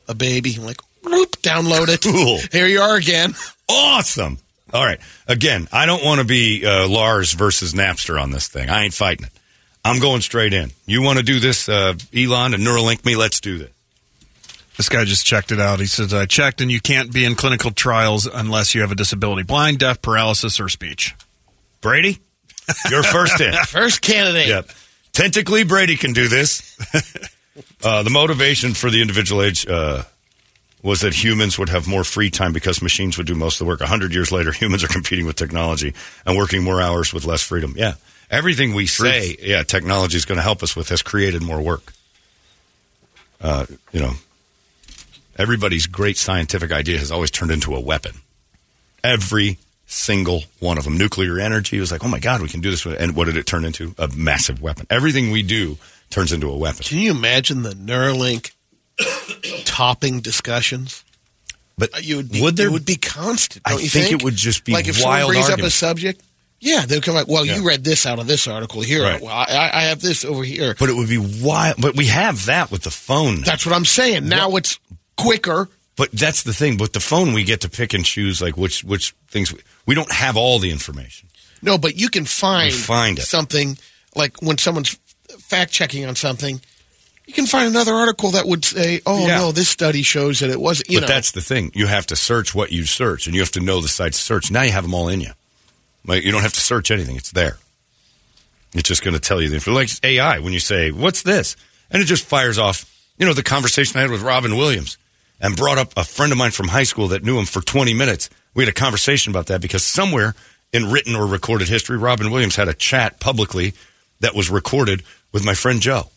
S4: a baby, like, whoop, download it.
S3: Cool.
S4: Here you are again.
S3: Awesome. All right. Again, I don't want to be uh, Lars versus Napster on this thing. I ain't fighting it. I'm going straight in. You want to do this, uh, Elon, and Neuralink me? Let's do this.
S5: This guy just checked it out. He says, I checked, and you can't be in clinical trials unless you have a disability blind, deaf, paralysis, or speech.
S3: Brady, you're first in.
S4: First candidate.
S3: Yep. Tentacly Brady can do this. uh, the motivation for the individual age uh, was that humans would have more free time because machines would do most of the work. A hundred years later, humans are competing with technology and working more hours with less freedom. Yeah. Everything we say, yeah, technology is going to help us with has created more work. Uh, you know, everybody's great scientific idea has always turned into a weapon. Every single one of them. Nuclear energy was like, oh my God, we can do this. with- And what did it turn into? A massive weapon. Everything we do turns into a weapon.
S4: Can you imagine the Neuralink topping discussions?
S3: But
S4: Uh, you would be,
S3: would there-
S4: it would be constant.
S3: I
S4: Don't you
S3: think
S4: think,
S3: it would just be
S4: like if
S3: wild
S4: someone brings up a
S3: arguments.
S4: subject. Yeah, they'll come like, well,
S3: Yeah.
S4: you read this out of this article here.
S3: Right.
S4: Well, I- I, I have this over here.
S3: But it would be wild. But we have that with the phone.
S4: That's what I'm saying. Now it's quicker.
S3: But that's the thing. With the phone, we get to pick and choose like which which things. We, we don't have all the information.
S4: No, but you can find,
S3: You find it.
S4: something like when someone's fact checking on something, you can find another article that would say, "Oh
S3: Yeah.
S4: no, this study shows that it wasn't." You
S3: but
S4: know,
S3: that's the thing. You have to search what you search, and you have to know the sites to search. Now you have them all in you. Like, you don't have to search anything. It's there. It's just going to tell you the info. Like AI, when you say, what's this? And it just fires off, you know, the conversation I had with Robin Williams and brought up a friend of mine from high school that knew him for 20 minutes. We had a conversation about that because somewhere in written or recorded history, Robin Williams had a chat publicly that was recorded with my friend Joe.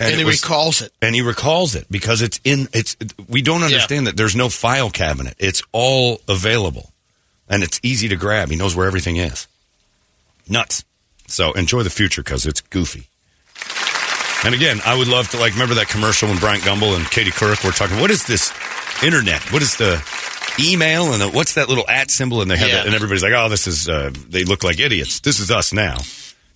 S4: and,
S3: it
S4: he
S3: was-
S4: recalls it.
S3: and he recalls it because it's in it's we don't understand that there's no file cabinet it's all available and it's easy to grab he knows where everything is nuts so enjoy the future because it's goofy and again i would love to like remember that commercial when bryant gumbel and katie couric were talking what is this internet what is the email and the, what's that little at symbol and they have
S4: Yeah.
S3: that, and everybody's like oh this is uh, they look like idiots this is us now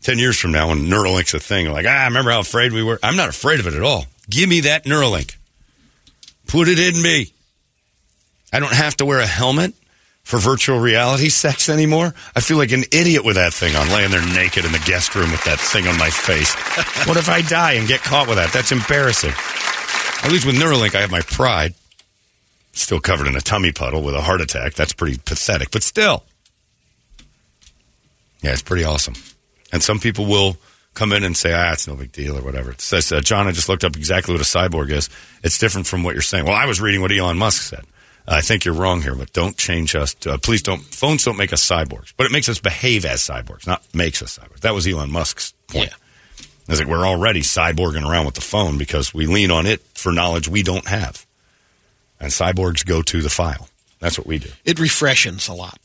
S3: 10 years from now when Neuralink's a thing, like, ah, remember how afraid we were? I'm not afraid of it at all. Give me that Neuralink. Put it in me. I don't have to wear a helmet for virtual reality sex anymore. I feel like an idiot with that thing on, laying there naked in the guest room with that thing on my face. what if I die and get caught with that? That's embarrassing. At least with Neuralink, I have my pride. Still covered in a tummy puddle with a heart attack. That's pretty pathetic, but still. Yeah, it's pretty awesome. And some people will come in and say, ah, it's no big deal or whatever. It says, uh, John, I just looked up exactly what a cyborg is. It's different from what you're saying. Well, I was reading what Elon Musk said. I think you're wrong here, but don't change us. To, uh, please don't. Phones don't make us cyborgs, but it makes us behave as cyborgs, not makes us cyborgs. That was Elon Musk's point. It's like we're already cyborging around with the phone because we lean on it for knowledge we don't have. And cyborgs go to the file. That's what we do.
S4: It refreshes a lot.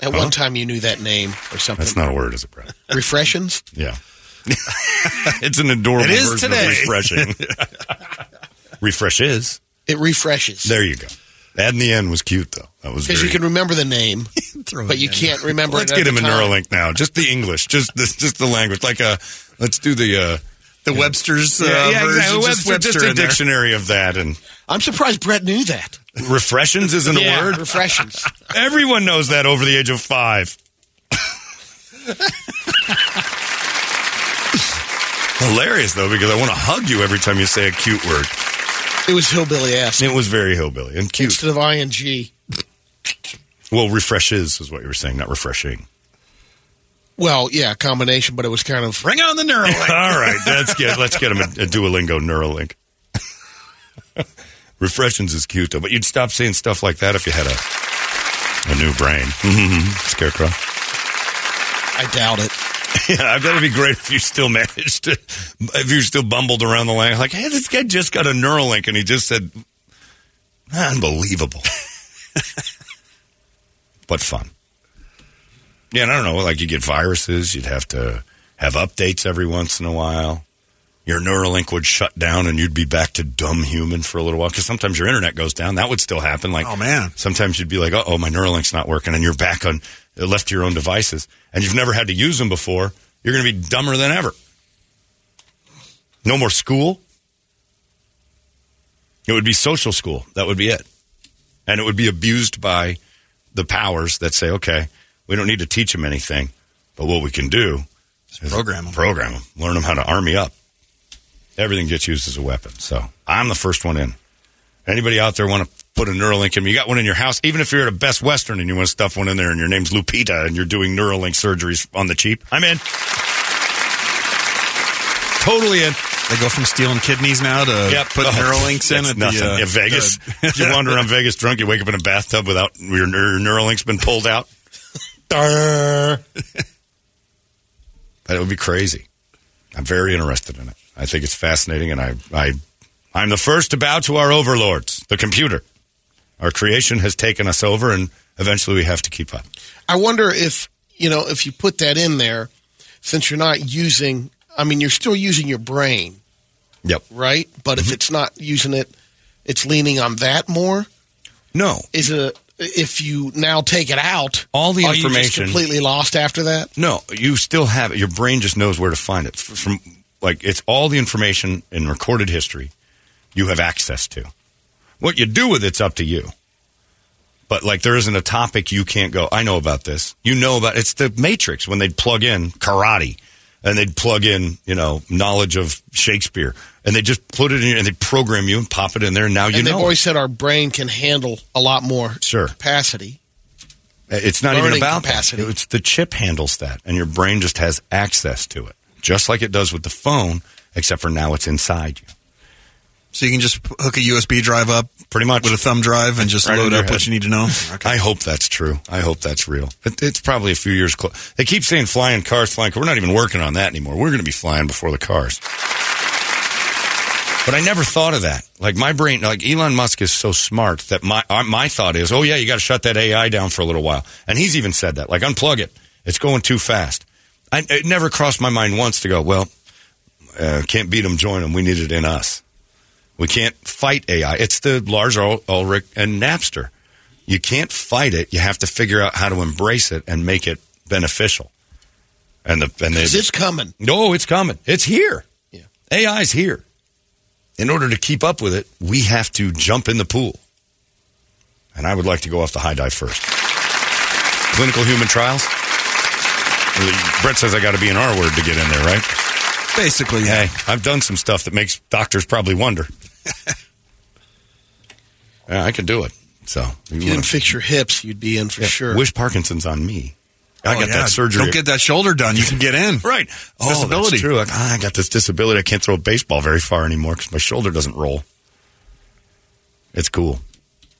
S4: At
S3: Huh?
S4: one time, you knew that name or something.
S3: That's not a word, is it, Brad?
S4: Refreshes?
S3: Yeah. it's an adorable
S4: It is
S3: version
S4: today.
S3: of refreshing. Refreshes.
S4: It refreshes.
S3: There you go. That in the end was cute, though. That was
S4: Because
S3: very
S4: you can remember the name, but you can't remember
S3: Let's
S4: it
S3: get
S4: at the
S3: him a
S4: time.
S3: Neuralink now. Just the English. Just this. Just the language. Like uh Let's do the uh,
S5: the Webster's uh, version,
S3: exactly.
S5: just
S3: Webster,
S5: Webster
S3: just a
S5: in there.
S3: dictionary of that. And
S4: I'm surprised Brett knew that.
S3: refreshes isn't
S4: Yeah,
S3: a word.
S4: Refreshes.
S3: Everyone knows that over the age of five. Hilarious though, because I want to hug you every time you say a cute word.
S4: It was hillbilly ass.
S3: It was very hillbilly and cute.
S4: Instead of ing.
S3: Well, refreshes is what you were saying, not refreshing.
S4: Well, yeah, combination, but it was kind of
S5: bring on the Neuralink.
S3: All right, let's get let's get him a, a Duolingo Neuralink. Refreshings is cute though, but you'd stop saying stuff like that if you had a a new brain. Scarecrow.
S4: I doubt it.
S3: Yeah, that'd be great if you still managed to, if you still bumbled around the land. Like, hey, this guy just got a Neuralink and he just said, unbelievable. but fun. Yeah, and I don't know, like you get viruses, you'd have to have updates every once in a while. Your Neuralink would shut down and you'd be back to dumb human for a little while. Because sometimes your internet goes down. That would still happen. Like,
S5: Oh, man.
S3: Sometimes you'd be like, oh, my Neuralink's not working. And you're back on, uh, left to your own devices. And you've never had to use them before. You're going to be dumber than ever. No more school. It would be social school. That would be it. And it would be abused by the powers that say, okay, we don't need to teach them anything, but what we can do is program them. Program them. Learn them how to army up. Everything gets used as a weapon. So I'm the first one in. Anybody out there want to put a Neuralink in? You got one in your house, even if you're at a Best Western and you want to stuff one in there and your name's Lupita and you're doing Neuralink surgeries on the cheap. I'm in. Totally in.
S5: They go from stealing kidneys now to uh, putting
S3: Oh,
S5: Neuralinks in
S3: that's
S5: at
S3: nothing.
S5: the uh,
S3: yeah, Vegas.
S5: the-
S3: If you wander around Vegas drunk, you wake up in a bathtub without your, your Neuralink's been pulled out. Darn. that would be crazy. I'm very interested in it. I think it's fascinating, and I, I, I'm the first to bow to our overlords, the computer. Our creation has taken us over, and eventually we have to keep up.
S4: I wonder if you know if you put that in there, since you're not using. I mean, you're still using your brain,
S3: Yep.
S4: right? But if it's not using it, it's leaning on that more.
S3: No,
S4: is it? A, if you now take it out,
S3: All the
S4: are you just
S3: information-
S4: completely lost after that.
S3: No, you still have it. Your brain just knows where to find it. F- From like it's all the information in recorded history you have access to. What you do with it's up to you. But like there isn't a topic you can't go. I know about this. You know about it's the Matrix when they'd plug in karate and they'd plug in you know knowledge of Shakespeare and they just put it in and they program you and pop it in there. And now you
S4: and
S3: know
S4: they've
S3: it.
S4: always said our brain can handle a lot more
S3: Sure.
S4: capacity.
S3: It's not even
S4: Learning
S3: about that.
S4: capacity.
S3: It's the chip handles that, and your brain just has access to it, just like it does with the phone, except for now it's inside you.
S5: So you can just p- hook a USB drive up,
S3: pretty much
S5: with a thumb drive, and just
S3: Right
S5: load
S3: under
S5: up
S3: your
S5: what
S3: head.
S5: you need to know.
S3: I hope that's true. I hope that's real. It, it's probably a few years close. They keep saying flying cars, flying cars. We're not even working on that anymore. We're going to be flying before the cars. But I never thought of that. Like my brain, like Elon Musk is so smart that my uh, my thought is, oh yeah, you got to shut that AI down for a little while. And he's even said that, like unplug it. It's going too fast. I, it never crossed my mind once to go, well, uh, can't beat them, join them. We need it in us. We can't fight AI. It's the Lars Ul- Ulrich and Napster. You can't fight it. You have to figure out how to embrace it and make it beneficial. And the and they,
S4: 'Cause it's coming.
S3: No, it's coming. It's here. Yeah. AI's here. In order to keep up with it, we have to jump in the pool. And I would like to go off the high dive first. Clinical human trials. Really, Brett says I got to be an R word to get in there, right?
S5: Basically,
S3: hey, I've done some stuff that makes doctors probably wonder. yeah, I could do it. So
S4: If you didn't fix your hips, you'd be in for sure.
S3: Wish Parkinson's on me. I
S4: Oh,
S3: got
S4: yeah.
S3: that surgery.
S4: Don't get
S5: that shoulder done. You can get in.
S3: right. Oh,
S5: Disability.
S3: That's true. I, ah, I got this disability. I can't throw a baseball very far anymore because my shoulder doesn't roll. It's cool.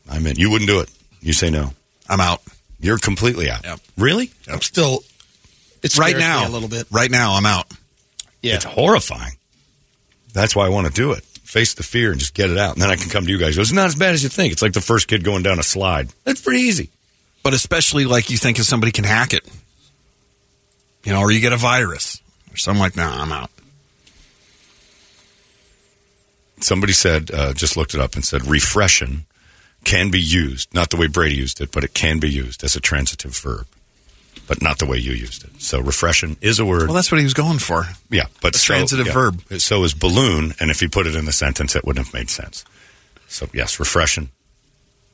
S3: I'm in. You wouldn't do it. You say no.
S5: I'm out.
S3: You're completely out. Really?
S4: I'm still. It's
S5: right now.
S4: a little bit.
S5: Right now, I'm out.
S4: Yeah.
S3: It's horrifying. That's why I want to do it. Face the fear and just get it out. And then I can come to you guys. It's not as bad as you think. It's like the first kid going down a slide. That's pretty easy.
S5: But especially like you think if somebody can hack it, you know, or you get a virus or something like, nah, I'm out.
S3: Somebody said, uh, just looked it up and said, refreshing can be used, not the way Brady used it, but it can be used as a transitive verb, but not the way you used it. So refreshing is a word.
S5: Well, that's what he was going for.
S3: yeah, but
S5: a
S3: so-
S5: transitive
S3: yeah.
S5: verb.
S3: So is balloon, and if you put it in the sentence, it wouldn't have made sense. So yes, refreshing.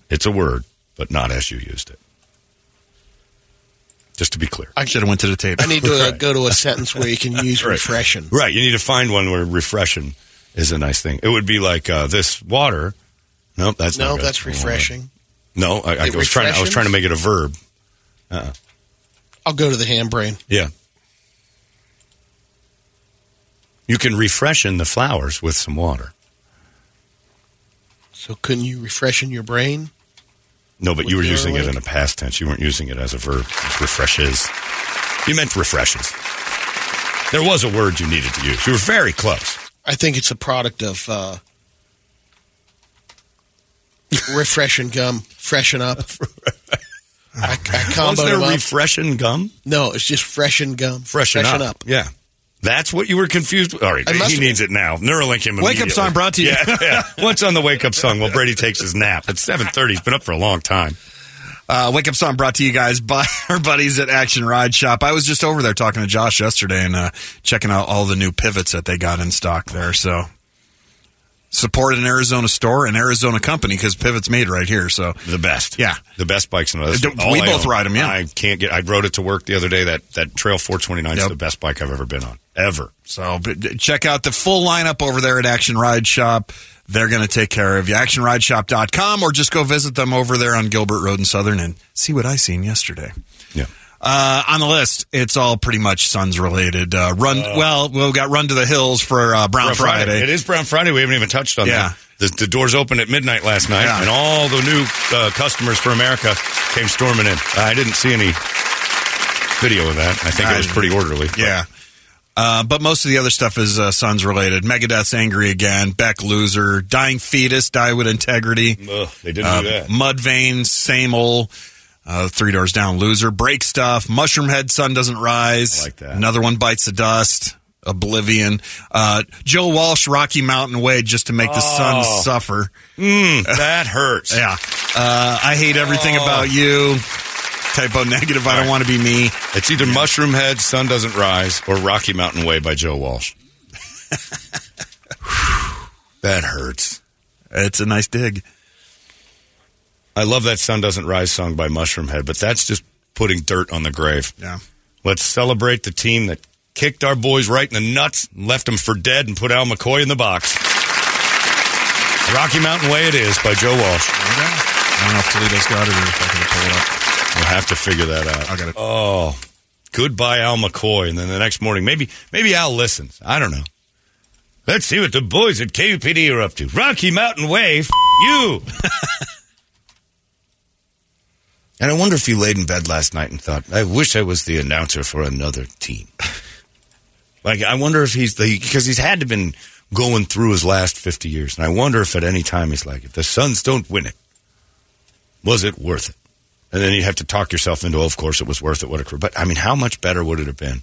S3: It's a word, but not as you used it. Just to be clear.
S5: I should have went to the table.
S4: I need to uh, go to a sentence where you can use refreshing.
S3: Right. You need to find one where refreshing is a nice thing. It would be like uh, this water. No, that's
S4: no,
S3: not good.
S4: that's refreshing.
S3: No, I, I
S4: It
S3: was trying. I was
S4: refreshes?
S3: trying to make it a verb. Uh-uh.
S4: I'll go to the ham brain.
S3: Yeah. You can refreshen the flowers with some water.
S4: So couldn't you refreshen your brain?
S3: No, but you were
S4: the
S3: using it
S4: arrowhead?
S3: in a past tense. You weren't using it as a verb. It refreshes. You meant refreshes. There was a word you needed to use. You were very close.
S4: I think it's a product of uh, refreshing gum, freshen up. I, I
S3: Was
S4: comboed
S3: there
S4: them up.
S3: refreshin' gum?
S4: no, it's just freshen gum,
S3: Freshen, up. Yeah. That's what you were confused with. All right,
S4: I
S3: he
S4: must have
S3: needs it now. Neuralink him.
S4: Wake up
S3: immediately.
S4: song brought to you.
S3: Yeah, yeah. What's on the wake up song? Well, Brady takes his nap. It's seven thirty. He's been up for a long time.
S5: Uh, wake up song brought to you guys by our buddies at Action Ride Shop. I was just over there talking to Josh yesterday and uh, checking out all the new pivots that they got in stock there. So support an Arizona store and Arizona company because pivots made right here. So
S3: the best.
S5: Yeah,
S3: the best bikes in the
S5: Uh, We both ride them. Yeah,
S3: I can't get. I rode it to work the other day. That that Trail 429 is the best bike I've ever been on, ever.
S5: So but check out the full lineup over there at Action Ride Shop. They're going to take care of you. ActionRideShop.com or just go visit them over there on Gilbert Road in Southern and see what I seen yesterday.
S3: Yeah.
S5: Uh, on the list, it's all pretty much Suns related. Uh, run, well, we've got Run to the Hills for uh, Brown Friday.
S3: It is Brown Friday. We haven't even touched on
S5: Yeah.
S3: that. The, the doors opened at midnight last night,
S5: Yeah.
S3: and all the new uh, customers for America came storming in. I didn't see any video of that. I think it was
S5: I-
S3: pretty orderly.
S5: Yeah. Uh, but most of the other stuff is uh, Suns related. Megadeth's angry again. Beck loser. Dying fetus. Die with integrity.
S3: Ugh, they didn't do that.
S5: Mudvayne same old. Uh, three doors down loser. Break stuff. Mushroom head. Sun doesn't rise. like that. Another one bites the dust. Oblivion. Uh, Joe Walsh. Rocky Mountain Way. Just to make the Suns
S3: Oh.
S5: suffer.
S3: that hurts.
S5: Hmm. yeah. Uh, I hate everything
S3: Oh.
S5: about you. Typo negative. I don't want to be me.
S3: It's either Mushroom Head, Sun Doesn't Rise, or Rocky Mountain Way by Joe Walsh. that hurts.
S5: It's a nice dig.
S3: I love that Sun Doesn't Rise song by Mushroom Head, but that's just putting dirt on the grave.
S5: Yeah.
S3: Let's celebrate the team that kicked our boys right in the nuts, left them for dead, and put Al McCoy in the box. Rocky Mountain Way it is by Joe Walsh.
S5: I don't know if Toledo's got it or if I can pull it
S3: up. We'll have to figure that out. I
S5: got it.
S3: Oh, goodbye, Al McCoy. And then the next morning, maybe maybe Al listens. I don't know. Let's see what the boys at KPD are up to. Rocky Mountain Way, f- you. and I wonder if you laid in bed last night and thought, I wish I was the announcer for another team. like, I wonder if he's the, because he's had to been going through his last 50 years. And I wonder if at any time he's like, if the Suns don't win it, was it worth it? And then you'd have to talk yourself into, oh, of course it was worth it. What a, but I mean, how much better would it have been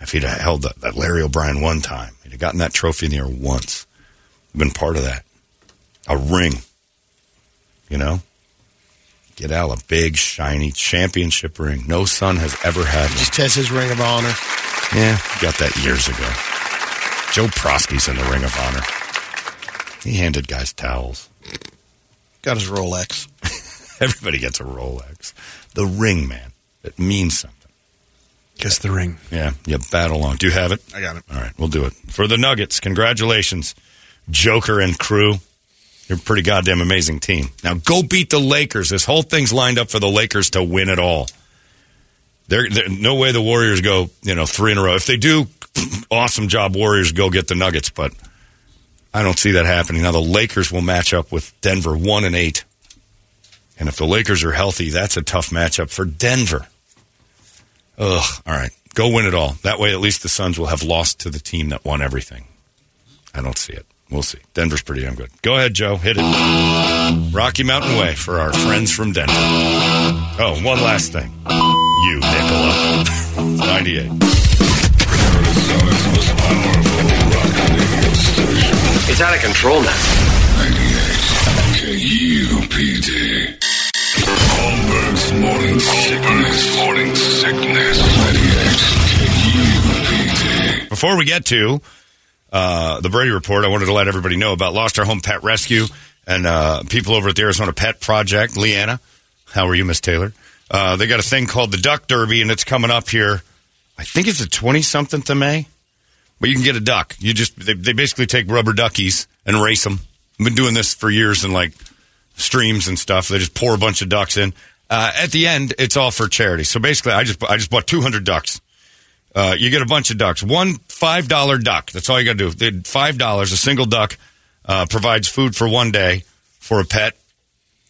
S3: if he'd have held that, that Larry O'Brien one time? He'd have gotten that trophy in the air once, been part of that. A ring, you know? Get Al a big, shiny championship ring. No son has ever had one.
S4: Just test his ring of honor.
S3: Yeah, he got that years ago. Joe Prosky's in the Ring of Honor. He handed guys towels.
S4: Got his Rolex.
S3: Everybody gets a Rolex. The ring, man. It means something.
S5: Kiss the ring.
S3: Yeah, you battle on. Do you have it?
S5: I got it.
S3: All right, we'll do it. For the Nuggets, congratulations, Joker and crew. You're a pretty goddamn amazing team. Now go beat the Lakers. This whole thing's lined up for the Lakers to win it all. There, there- no way the Warriors go, you know, three in a row. If they do, awesome job, Warriors. Go get the Nuggets, but I don't see that happening. Now the Lakers will match up with Denver, one and eight, and if the Lakers are healthy, that's a tough matchup for Denver. Ugh. All right. Go win it all. That way, at least the Suns will have lost to the team that won everything. I don't see it. We'll see. Denver's pretty damn good. Go ahead, Joe. Hit it. Rocky Mountain Way for our friends from Denver. Oh, one last thing. You, Nicola. 98.
S8: It's out of control now.
S2: KUPD. Holmberg's morning sickness. Morning sickness.
S3: Before we get to uh, the Brady Report, I wanted to let everybody know about Lost Our Home Pet Rescue and uh, people over at the Arizona Pet Project. Leanna, how are you, Miss Taylor? Uh, they got a thing called the Duck Derby, and it's coming up here. I think it's the 20 something to May, but you can get a duck. You just they, they basically take rubber duckies and race them. I've been doing this for years in like streams and stuff. They just pour a bunch of ducks in. Uh, at the end, it's all for charity. So basically, I just I just bought 200 ducks. Uh, you get a bunch of ducks. One five dollar duck. That's all you got to do. They- Five dollars. A single duck uh, provides food for one day for a pet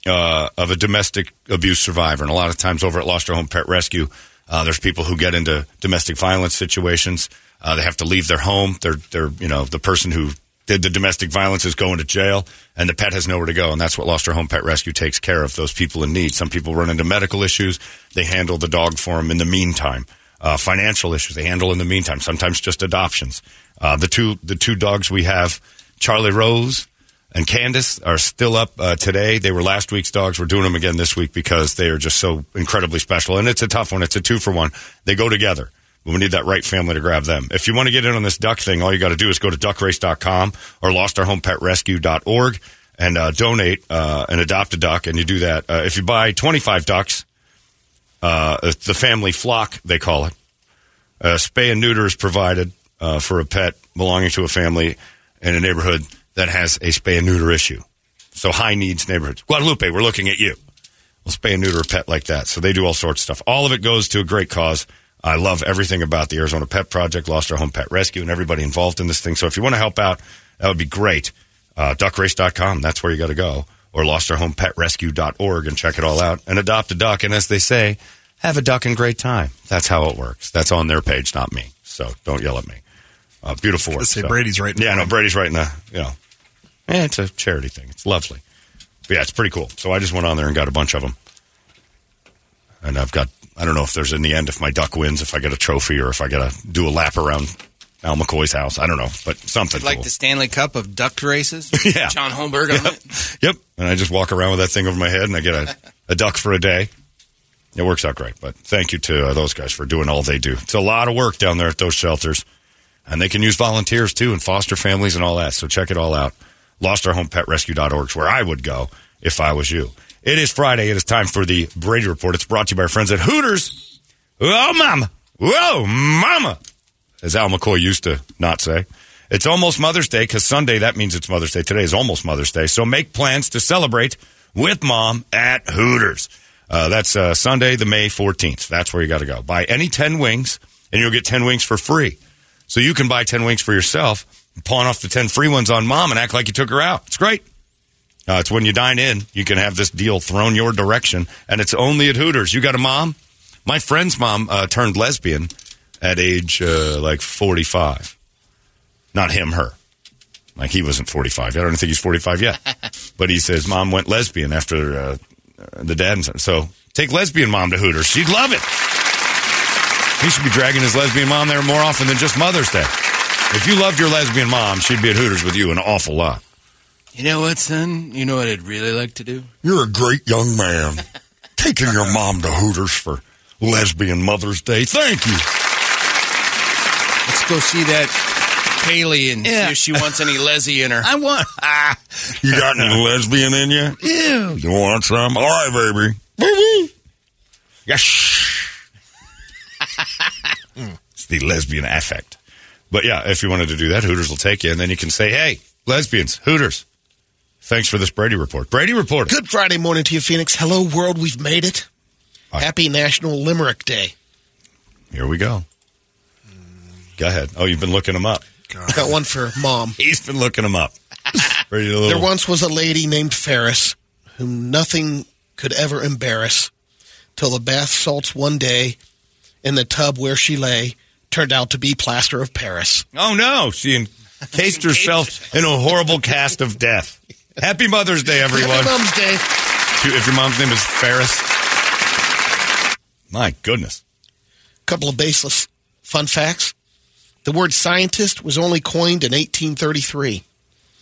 S3: uh, of a domestic abuse survivor. And a lot of times over at Lost Our Home Pet Rescue, uh, there's people who get into domestic violence situations. Uh, they have to leave their home. They're, they're, you know, the person who did the domestic violence is going to jail and the pet has nowhere to go. And that's what Lost Our Home Pet Rescue takes care of those people in need. Some people run into medical issues. They handle the dog for them in the meantime. Uh, financial issues they handle in the meantime. Sometimes just adoptions. Uh, the two, the two dogs we have, Charlie Rose and Candace are still up uh, today. They were last week's dogs. We're doing them again this week because they are just so incredibly special. And it's a tough one. It's a two for one. They go together. But we need that right family to grab them. If you want to get in on this duck thing, all you got to do is go to duckrace.com or lostourhomepetrescue.org and uh, donate uh, and adopt a duck. And you do that. Uh, if you buy 25 ducks, uh, the family flock, they call it. Uh, spay and neuter is provided uh, for a pet belonging to a family in a neighborhood that has a spay and neuter issue. So high needs neighborhoods. Guadalupe, we're looking at you. We'll spay and neuter a pet like that. So they do all sorts of stuff. All of it goes to a great cause. I love everything about the Arizona Pet Project, Lost Our Home Pet Rescue, and everybody involved in this thing. So if you want to help out, that would be great. Uh, duckrace.com, that's where you got to go. Or lostourhomepetrescue.org and check it all out and adopt a duck. And as they say, have a duck and great time. That's how it works. That's on their page, not me. So don't yell at me. Uh, beautiful. Let's
S5: say Brady's right in
S3: Yeah,
S5: the
S3: no,
S5: wrong.
S3: Brady's right in the, you know, eh, it's a charity thing. It's lovely. But yeah, it's pretty cool. So I just went on there and got a bunch of them. And I've got, I don't know if there's in the end if my duck wins, if I get a trophy or if I got to do a lap around Al McCoy's house. I don't know, but something.
S10: like
S3: cool.
S10: the Stanley Cup of duck races.
S3: Yeah.
S10: John Holmberg on it.
S3: Yep. And I just walk around with that thing over my head and I get a, a duck for a day. It works out great. But thank you to uh, those guys for doing all they do. It's a lot of work down there at those shelters. And they can use volunteers too and foster families and all that. So check it all out. LostOurHomePetRescue.org is where I would go if I was you. It is Friday. It is time for the Brady Report. It's brought to you by our friends at Hooters. Oh, mama. Whoa, mama as Al McCoy used to not say. It's almost Mother's Day because Sunday, that means it's Mother's Day. Today is almost Mother's Day. So make plans to celebrate with mom at Hooters. Uh, that's uh, Sunday, the May 14th. That's where you got to go. Buy any 10 wings and you'll get 10 wings for free. So you can buy 10 wings for yourself, pawn off the 10 free ones on mom and act like you took her out. It's great. Uh, it's when you dine in, you can have this deal thrown your direction, and it's only at Hooters. You got a mom? My friend's mom uh, turned lesbian at age uh, like 45. Not him, her. Like he wasn't 45 yet. I don't think he's 45 yet. but he says mom went lesbian after uh, uh, the dad and son. So take lesbian mom to Hooters. She'd love it. He should be dragging his lesbian mom there more often than just Mother's Day. If you loved your lesbian mom, she'd be at Hooters with you an awful lot.
S10: You know what, son? You know what I'd really like to do?
S3: You're a great young man. Taking your mom to Hooters for lesbian Mother's Day. Thank you.
S10: Let's go see that Haley and see if she wants any Leslie in her.
S9: I want.
S10: Ah.
S3: You got any lesbian in you?
S9: Ew.
S3: You want some? All right, baby. Baby. Yes. it's the lesbian affect. But yeah, if you wanted to do that, Hooters will take you, and then you can say, "Hey, lesbians, Hooters, thanks for this Brady report." Brady report.
S4: Good Friday morning to you, Phoenix. Hello, world. We've made it. Happy National Limerick Day.
S3: Here we go. Go ahead. Oh, you've been looking them up.
S4: Got one for mom.
S3: He's been looking them up. Pretty little-
S4: There once was a lady named Ferris whom nothing could ever embarrass till the bath salts one day in the tub where she lay turned out to be plaster of Paris.
S3: Oh no, she encased herself in a horrible cast of death. Happy Mother's Day, everyone.
S4: Happy Mom's Day.
S3: To- If your mom's name is Ferris, my goodness.
S4: couple of baseless fun facts. The word scientist was only coined in 1833.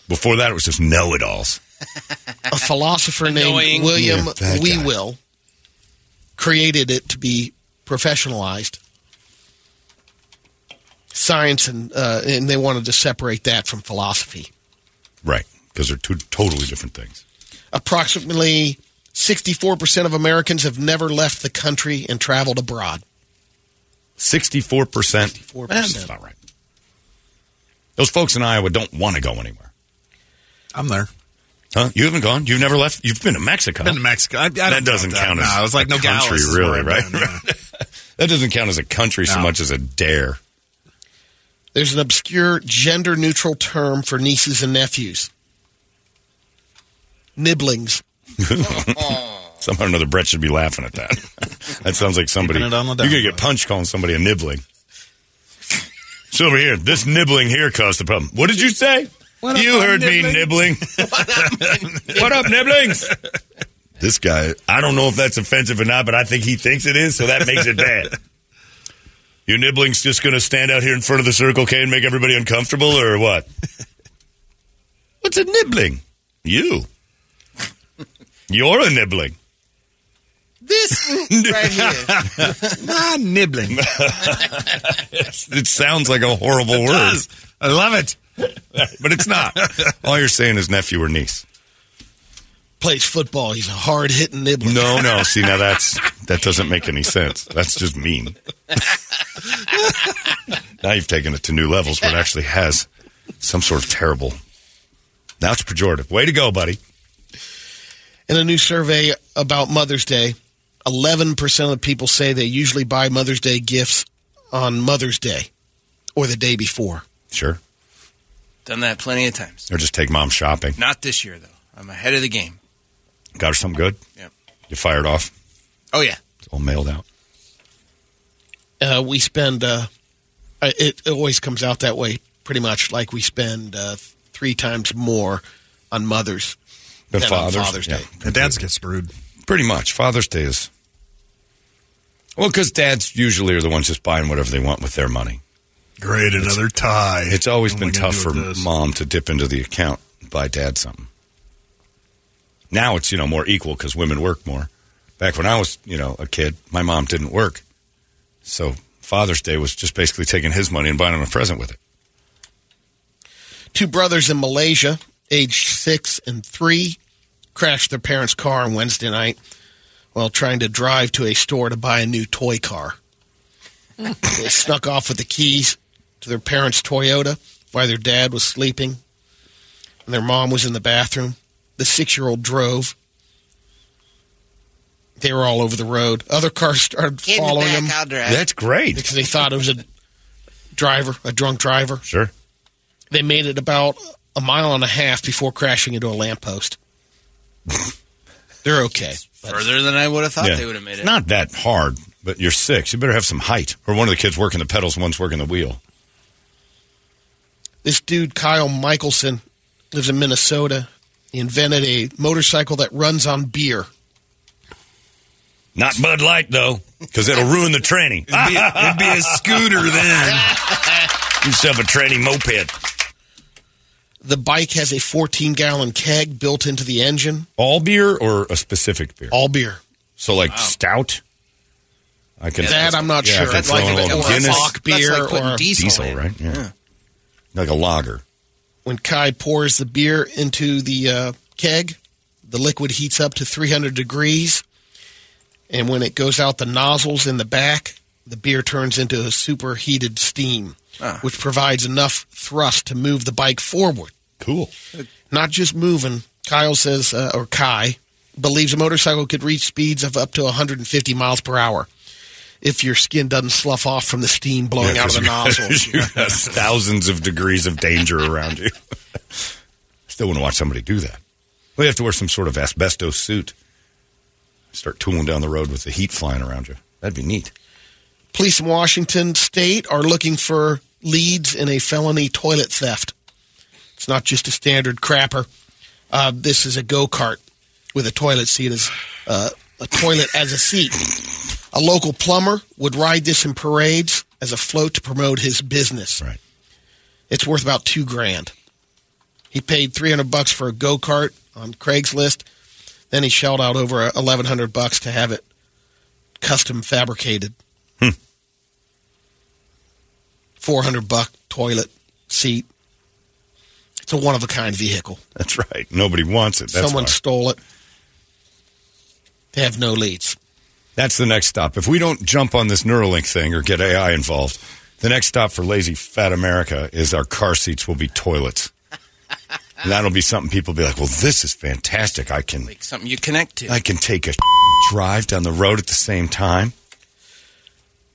S3: Before that, it was just know-it-alls.
S4: A philosopher
S3: Annoying.
S4: named William
S3: Yeah, that guy.
S4: Whewell created it to be professionalized. Science and uh, and they wanted to separate that from philosophy.
S3: Right, because they're two totally different things.
S4: Approximately 64% of Americans have never left the country and traveled abroad.
S3: Sixty-four percent.
S4: 4%.
S3: That's not right. Those folks in Iowa don't want to go anywhere.
S5: I'm there.
S3: Huh? You haven't gone. You've never left. You've been to Mexico.
S5: Been to Mexico. I- I don't
S3: that doesn't
S5: count
S3: count.
S5: that.
S3: as
S5: No, I was like,
S3: a
S5: no,
S3: country,
S5: Dallas is
S3: really,
S5: where
S3: right?
S5: I've
S3: that doesn't count as a country so
S4: No.
S3: much as a dare.
S4: There's an obscure gender neutral term for nieces and nephews. Nibblings.
S3: Somehow or another, Brett should be laughing at that. that sounds like somebody.
S4: Keeping it on the
S3: You're
S4: down
S3: gonna get punched calling somebody a nibbling. so over here, this nibbling here caused the problem. What did you say?
S9: What up,
S3: you
S9: I'm
S3: heard me nibbling.
S9: nibbling?
S3: what up, nibblings? This guy, I don't know if that's offensive or not, but I think he thinks it is, so that makes it bad. You nibbling's just going to stand out here in front of the Circle K and make everybody uncomfortable, or what? What's a nibbling? You. You're a nibbling.
S9: This right here.
S5: Ah, nibbling.
S3: It sounds like a horrible word.
S5: does.
S3: I love it. But it's not. All you're saying is nephew or niece.
S4: Plays football. He's a hard hitting nibbler.
S3: No, no. See, now that's that doesn't make any sense. That's just mean. now you've taken it to new levels where it actually has some sort of terrible. Now it's pejorative. Way to go, buddy.
S4: In a new survey about Mother's Day, 11% of people say they usually buy Mother's Day gifts on Mother's Day or the day before.
S3: Sure.
S10: Done that plenty of times.
S3: Or just take mom shopping.
S10: Not this year though. I'm ahead of the game.
S3: Got her something good.
S10: Yep.
S3: You fired off.
S10: Oh yeah.
S3: It's all mailed out.
S4: Uh, we spend, uh, uh, it always comes out that way, pretty much like we spend uh, three times more on Mother's
S3: Than
S4: than
S3: Father's,
S4: on Father's
S3: yeah.
S4: Day.
S5: And dads get screwed.
S3: Pretty much. Father's Day is. Well, because dads usually are the ones just buying whatever they want with their money.
S5: Great, another tie.
S3: It's always
S5: What am I
S3: been
S5: gonna
S3: tough
S5: do
S3: for
S5: with this?
S3: mom to dip into the account and buy dad something. Now it's, you know, more equal because women work more. Back when I was, you know, a kid, my mom didn't work. So Father's Day was just basically taking his money and buying him a present with it.
S4: Two brothers in Malaysia, aged six and three, crashed their parents' car on Wednesday night while trying to drive to a store to buy a new toy car. they snuck off with the keys to their parents' Toyota while their dad was sleeping and their mom was in the bathroom. The six year old drove. They were all over the road. Other cars started
S9: Get in the
S4: following
S9: back,
S4: them.
S9: I'll drive.
S3: That's great.
S4: Because they thought it was a driver, a drunk driver.
S3: Sure.
S4: They made it about a mile and a half before crashing into a lamppost. They're okay.
S10: Further than I would have thought
S3: Yeah.
S10: they would have made
S3: It's
S10: it.
S3: Not that hard, but you're six. You better have some height. Or one of the kids working the pedals, one's working the wheel.
S4: This dude, Kyle Michelson, lives in Minnesota. He invented a motorcycle that runs on beer.
S3: Not Bud Light, though, because it'll ruin the tranny.
S4: It'd be- it'd be a scooter then.
S3: You should have a tranny moped.
S4: The bike has a 14 gallon keg built into the engine.
S3: All beer or a specific beer?
S4: All beer.
S3: So, like stout? I can
S4: That I'm not
S3: yeah, I
S4: sure.
S3: can
S4: I'd
S3: throw
S4: like
S3: in
S4: to
S3: a
S4: go
S3: little
S4: with
S3: Guinness.
S4: Fock beer That's like putting or- diesel
S3: diesel,
S4: in.
S3: right? Yeah. Like a lager.
S4: when Kai pours the beer into the uh, keg, the liquid heats up to 300 degrees. And when it goes out the nozzles in the back, the beer turns into a superheated steam, which provides enough thrust to move the bike forward.
S3: Cool.
S4: Not just moving. Kyle says, uh, or Kai, believes a motorcycle could reach speeds of up to 150 miles per hour if your skin doesn't slough off from the steam blowing
S3: Yeah,
S4: out of the
S3: 'cause you-
S4: nozzles.
S3: you have thousands of degrees of danger around you. Still want to watch somebody do that. Well, you have to wear some sort of asbestos suit. Start tooling down the road with the heat flying around you. That'd be neat.
S4: Police in Washington state are looking for leads in a felony toilet theft. It's not just a standard crapper. Uh, this is a go kart with a toilet seat as uh, a toilet as a seat. A local plumber would ride this in parades as a float to promote his business.
S3: Right.
S4: It's worth about two grand. He paid three hundred bucks for a go kart on Craigslist. Then he shelled out over eleven hundred bucks to have it custom fabricated. Four hundred buck toilet seat. It's a one of a kind vehicle.
S3: That's right. Nobody wants it. That's
S4: Someone
S3: why.
S4: stole it. They have no leads.
S3: That's the next stop. If we don't jump on this Neuralink thing or get AI involved, the next stop for lazy fat America is our car seats will be toilets. And that'll be something people be like, "Well, this is fantastic. I can
S10: Something you connect to.
S3: I can take a drive down the road at the same time."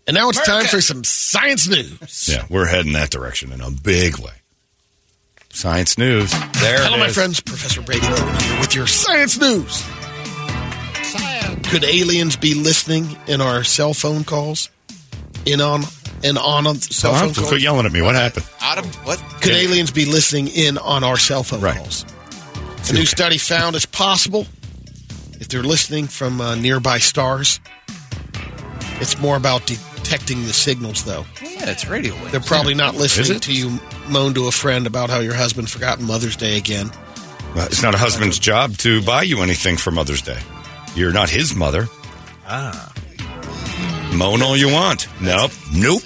S4: And now it's time for some science news.
S3: Yeah, we're heading that direction in a big way. Science news. There
S4: Hello,
S3: it
S4: my
S3: is.
S4: friends. Professor Brady Logan here with your science news. Could aliens be listening in our cell phone calls? In on and on on cell
S3: Tom,
S4: phone calls.
S3: quit yelling at me. What happened?
S10: Out of what?
S4: Could aliens be listening in on our cell phone calls? A new study found it's possible if they're listening from uh, nearby stars. It's more about detecting the signals, though.
S10: Yeah, it's radio waves.
S4: They're probably not listening
S10: it?
S4: to you moan to a friend about how your husband forgot Mother's Day again.
S3: Well, It's not a husband's job to buy you anything for Mother's Day. You're not his mother.
S5: Ah.
S3: Moan all you want. Nope. Nope.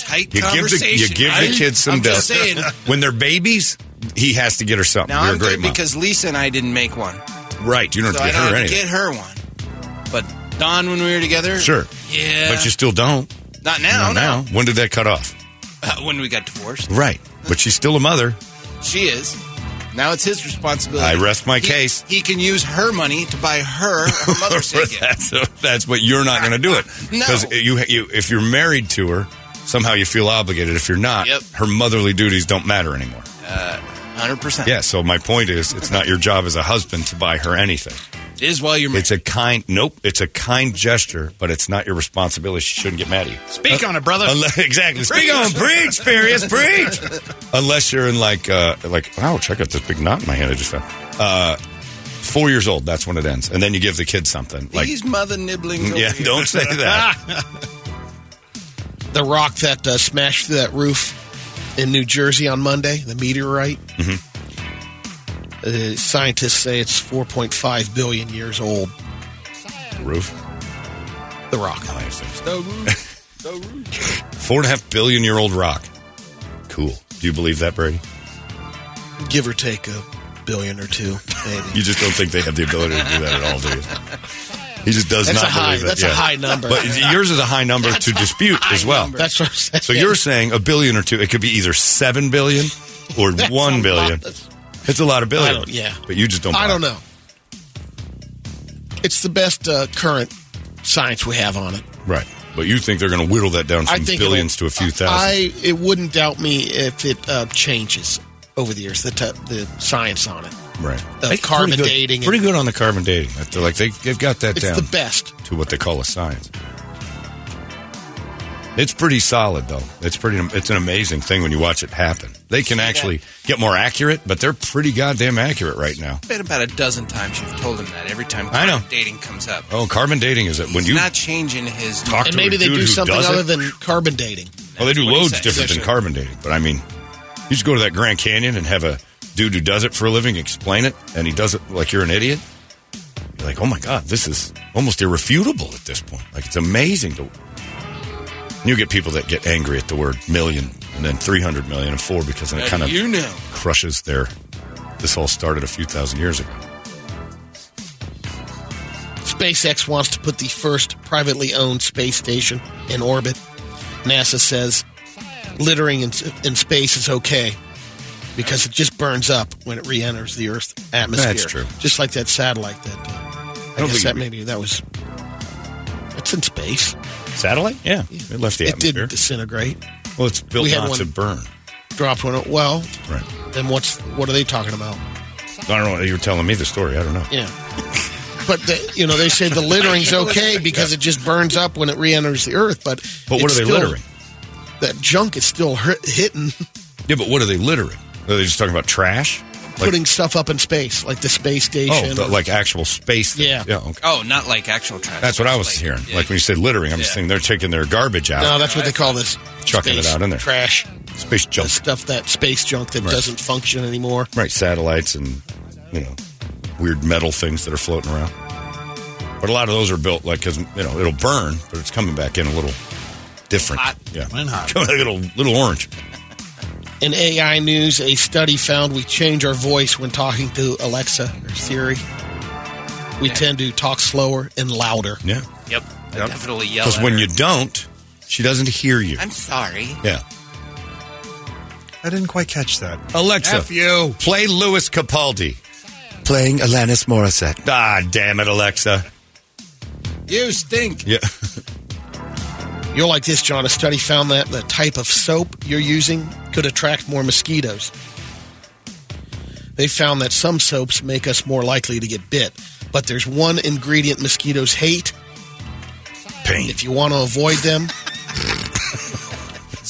S10: Tight
S3: You give the, you
S10: conversation.
S3: give
S10: I'm-
S3: the kids some
S10: I'm just
S3: dough.
S10: saying.
S3: When they're babies, he has to get her something.
S10: Now
S3: You're
S10: I'm
S3: a great
S10: good
S3: mom.
S10: because Lisa and I didn't make one.
S3: right, you don't
S10: so
S3: have to get
S10: I don't
S3: her
S10: have to
S3: anything.
S10: get her one. But Don, when we were together,
S3: Sure.
S10: yeah,
S3: But you still don't.
S10: not now.
S3: Not now. When did that cut off?
S10: Uh, when we got divorced,
S3: Right. But she's still a mother.
S10: she is. Now it's his responsibility.
S3: I rest my
S10: He-
S3: case.
S10: He can use her money to buy her her Mother's Day gift.
S3: that's that's what you're not going to do it
S10: No.
S3: because you, you if you're married to her somehow you feel obligated if you're not
S10: Yep. Uh,
S3: her motherly duties don't matter anymore
S10: Hundred percent.
S3: yeah so my point is it's not your job as a husband to buy her anything
S10: It is while you're married.
S3: it's a kind nope it's a kind gesture but it's not your responsibility she shouldn't get mad at you
S5: Speak on it, brother.
S3: Unle- exactly speak on preach Furious preach unless you're in like uh like wow check out this big knot in my hand I just found uh four years old that's when it ends and then you give the kid something like
S10: These mother nibblings. over
S3: yeah
S10: here.
S3: don't say that
S4: The rock that uh, smashed through that roof in New Jersey on Monday, the meteorite. Uh, scientists say it's 4.5 billion years old.
S3: Roof.
S4: The rock.
S3: Four and a half billion year old rock. Cool. Do you believe that, Brady?
S4: Give or take a billion or two, maybe.
S3: You just don't think they have the ability to do that at all, do you? He just does
S4: That's
S3: not
S4: a high-
S3: believe it.
S4: that's a high number.
S3: But yours is a high number to dispute as well.
S4: That's what I'm saying.
S3: So you're saying a billion or two. It could be either seven billion or
S4: That's a
S3: one
S4: lot.
S3: billion.
S4: That's-
S3: It's a lot of
S4: I
S3: billion.
S4: don't- yeah.
S3: But you just don't.
S4: I
S3: buy
S4: don't
S3: it.
S4: know. It's the best uh, current science we have on it.
S3: Right. But you think they're going to whittle that down
S4: I
S3: from
S4: think
S3: billions to
S4: it'll-
S3: a few thousand.
S4: I it wouldn't doubt me if it uh, changes over the years the t- the science on it.
S3: right.
S4: the
S3: Hey,
S4: carbon
S3: pretty good-
S4: dating and-
S3: Pretty good on the carbon dating. They're like they, they've got that
S4: It's
S3: down.
S4: the best.
S3: to what they call a science. It's pretty solid, though. It's pretty. It's an amazing thing when you watch it happen. They can actually get more accurate, but they're pretty goddamn accurate right now.
S10: It's been about a dozen times you've told him that every time
S3: I know.
S10: dating comes up.
S3: Oh, carbon dating is it when
S10: He's
S3: you?
S10: not changing his
S3: Talk-
S4: And
S3: to
S4: maybe
S3: a
S4: they
S3: dude
S4: do
S3: who
S4: something
S3: does it?
S4: other than carbon dating.
S3: Well, they do
S10: That's what he
S3: loads
S10: said.
S3: different than
S10: Yes, sir.
S3: carbon dating, but I mean, you just go to that Grand Canyon and have a dude who does it for a living explain it, and he does it like you're an idiot. You're like, oh my god, this is almost irrefutable at this point. Like it's amazing to. You get people that get angry at the word million and then 300 million and four because then it
S10: Now
S3: kind of
S10: you know.
S3: crushes their. This all started a few thousand years ago.
S4: SpaceX wants to put the first privately owned space station in orbit. NASA says littering in, in space is okay because it just burns up when it re-enters the Earth's atmosphere.
S3: That's true.
S4: Just like that satellite that. uh, I,
S3: don't
S4: guess
S3: think
S4: that
S3: we-
S4: maybe that was. That's in space.
S3: Satellite? Yeah. It left the
S4: it
S3: atmosphere.
S4: did disintegrate.
S3: Well, it's built
S4: We had
S3: not
S4: one-
S3: to burn.
S4: Dropped one. Well,
S3: Right.
S4: then what's what are they talking about?
S3: I don't know. You were telling me the story. I don't know.
S4: Yeah. But the, you know they say the littering's okay because it just burns up when it re-enters the Earth. But
S3: But what
S4: it's
S3: are they
S4: still-
S3: littering?
S4: That junk is still hurt, hitting,
S3: Yeah, but what are they littering? Are they just talking about trash? Like,
S4: putting stuff up in space, like the space
S3: oh,
S4: station.
S3: the- like actual space. things.
S4: Yeah.
S3: Yeah. Okay.
S10: Oh, not like actual trash.
S3: That's what I was hearing. Like when you said littering, I'm just thinking they're taking their garbage out,
S4: no, that's what they call this.
S3: chucking
S4: space
S3: it out in there.
S4: Trash
S3: Space junk.
S4: stuff that space junk that
S3: Right.
S4: doesn't function anymore.
S3: Right, satellites and you know weird metal things that are floating around. But a lot of those are built like because you know it'll burn, but it's coming back in a little different.
S4: Hot.
S3: Yeah,
S4: Mine hot.
S3: Coming like a little little orange.
S4: In AI news, a study found we change our voice when talking to Alexa or Siri. We tend to talk slower and louder.
S3: Yeah,
S10: Yep. I definitely yell.
S3: because
S10: at
S3: when
S10: her.
S3: you don't, she doesn't hear you.
S10: I'm sorry.
S3: yeah,
S5: I didn't quite catch that.
S3: Alexa,
S5: F you.
S3: play Louis Capaldi.
S7: Playing Alanis Morissette.
S3: Ah, damn it, Alexa.
S10: You stink.
S3: Yeah,
S4: You'll like this, John. A study found that the type of soap you're using could attract more mosquitoes. They found that some soaps make us more likely to get bit, but there's one ingredient mosquitoes hate.
S3: pain.
S4: If you want to avoid them,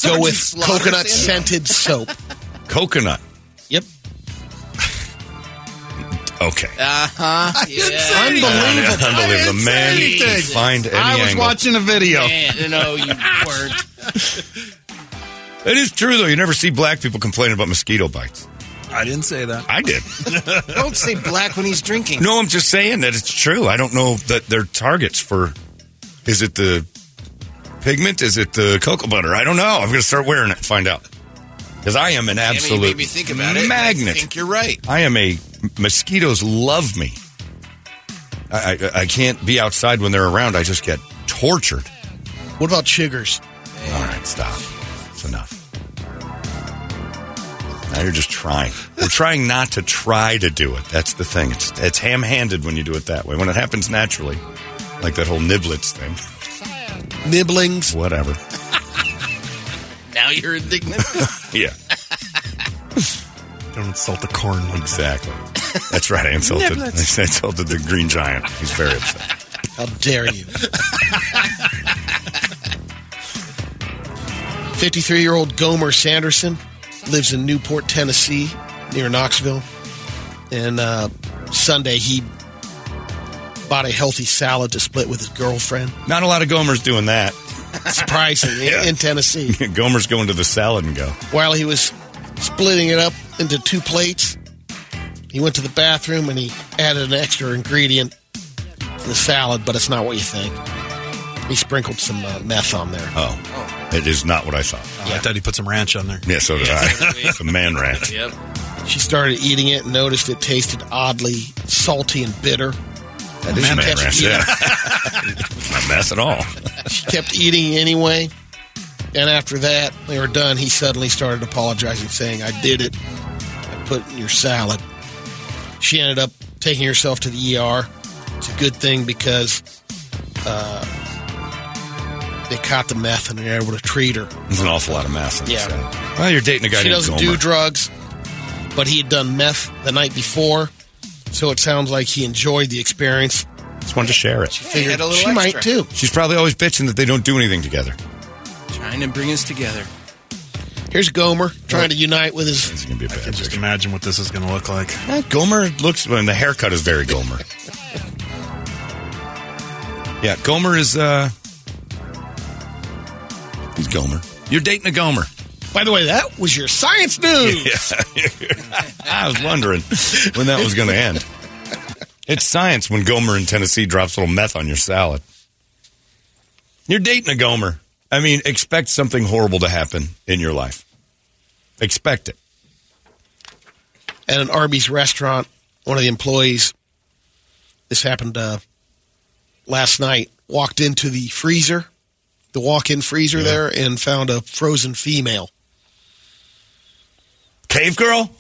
S4: go with coconut scented soap.
S3: Coconut.
S4: Yep.
S3: Okay.
S10: Uh huh. Yeah.
S3: Unbelievable. Unbelievable.
S5: I didn't
S3: Man,
S5: say
S3: you can
S5: anything.
S3: find any
S5: I was
S3: angle.
S5: watching a video.
S10: Man, you know you weren't.
S3: It is true though. You never see black people complaining about mosquito bites.
S5: I didn't say that.
S3: I did.
S9: Don't say black when he's drinking.
S3: No, I'm just saying that it's true. I don't know that they're targets for. Is it the pigment? Is it the cocoa butter? I don't know. I'm going to start wearing it. and Find out. Because I am an
S10: Damn it, you
S3: absolute
S10: made me think about it.
S3: magnet.
S10: I think you're right.
S3: I am a mosquitoes love me. I, I I can't be outside when they're around. I just get tortured.
S4: What about chiggers?
S3: All right, stop. It's enough. Now you're just trying. We're trying not to try to do it. That's the thing. It's it's ham-handed when you do it that way. When it happens naturally, like that whole niblets thing,
S4: Nibblings?
S3: whatever.
S10: Now you're indignant.
S3: Yeah,
S5: Don't insult the corn.
S3: exactly. That's right. I insulted. I insulted the green giant. He's very upset.
S4: How dare you? 53 year old Gomer Sanderson lives in Newport, Tennessee, near Knoxville. And uh, Sunday, he bought a healthy salad to split with his girlfriend.
S3: Not a lot of Gomers doing that.
S4: Surprising in-
S3: Yeah.
S4: in Tennessee.
S3: Gomers going to the salad and go.
S4: While he was splitting it up into two plates, he went to the bathroom and he added an extra ingredient to the salad, but it's not what you think. He sprinkled some uh, meth on there.
S3: Oh, it is not what I thought.
S5: I thought he put some ranch on there.
S3: Yeah, so did I. It's a man rat.
S10: yep.
S4: She started eating it and noticed it tasted oddly salty and bitter.
S3: That is
S4: Man
S3: man
S4: rat.
S3: ranch. Yeah, not mess at all.
S4: She kept eating it anyway. And after that, they were done. He suddenly started apologizing, saying, I did it. I put it in your salad. She ended up taking herself to the ER. It's a good thing because uh, they caught the meth and they're able to treat her.
S3: There's an awful lot of meth. In
S4: Yeah.
S3: yeah. Well, you're dating a guy
S4: she
S3: named
S4: doesn't
S3: Gomer.
S4: do drugs, but he had done meth the night before. So it sounds like he enjoyed the experience.
S3: Just wanted to share it.
S4: Figured
S10: had a little
S4: she might
S10: extra.
S4: too.
S3: She's probably always bitching that they don't do anything together.
S10: Trying to bring us together.
S4: Here's Gomer trying to unite with his.
S3: It's gonna be a
S5: I can
S3: bad.
S5: just imagine what this is going to look like.
S3: Eh, Gomer looks. Well, and the haircut is very Gomer. yeah, Gomer is. uh He's Gomer. You're dating a Gomer.
S4: By the way, that was your science news.
S3: I was wondering when that was going to end. It's science when Gomer in Tennessee drops a little meth on your salad. You're dating a Gomer. I mean, expect something horrible to happen in your life. Expect it.
S4: At an Arby's restaurant, one of the employees, this happened uh, last night, walked into the freezer, the walk in freezer there, and found a frozen female.
S3: Cave girl?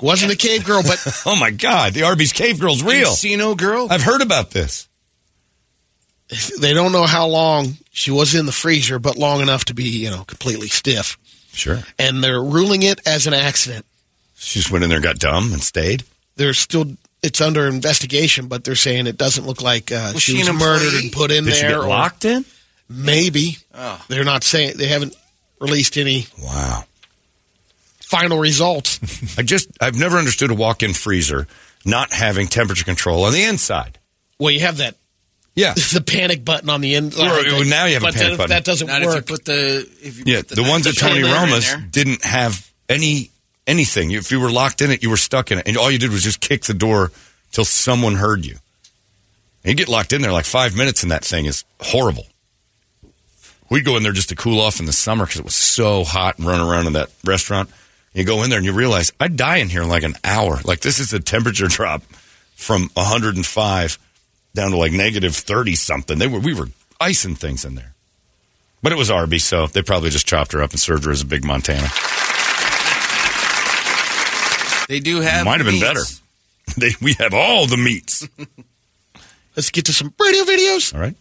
S4: Wasn't a cave girl, but.
S3: oh my God, the Arby's cave girl's real.
S4: Encino girl?
S3: I've heard about this.
S4: They don't know how long she was in the freezer, but long enough to be, you know, completely stiff.
S3: Sure.
S4: And they're ruling it as an accident.
S3: She just went in there, got dumb, and stayed.
S4: They're still. It's under investigation, but they're saying it doesn't look like uh, she, was murdered and put in
S3: Did
S4: there.
S3: She get
S4: or-
S3: locked in?
S4: Maybe.
S10: Oh.
S4: They're not saying they haven't released any
S3: Wow.
S4: final results.
S3: I just I've never understood a walk-in freezer not having temperature control on the inside.
S4: well, you have that.
S3: Yeah.
S4: the panic button on the end.
S3: Well, well, now you have a panic
S4: but then if
S3: button.
S4: That doesn't
S10: Not
S4: work.
S10: if you put the. If you
S3: Yeah,
S10: put
S3: the, ones at Tony
S10: trailer in
S3: Roma's
S10: there.
S3: didn't have any anything. If you were locked in it, you were stuck in it, and all you did was just kick the door till someone heard you. And you get locked in there like five minutes, and that thing is horrible. We'd go in there just to cool off in the summer because it was so hot and run around in that restaurant. You go in there and you realize I'd die in here in like an hour. Like this is a temperature drop from 105 down to like negative 30 something. They were we were icing things in there. But it was Arby, so they probably just chopped her up and served her as a big Montana.
S10: They do have.
S3: Might have been better.
S10: meats.
S3: They, we have all the meats.
S4: Let's get to some radio videos.
S3: All right.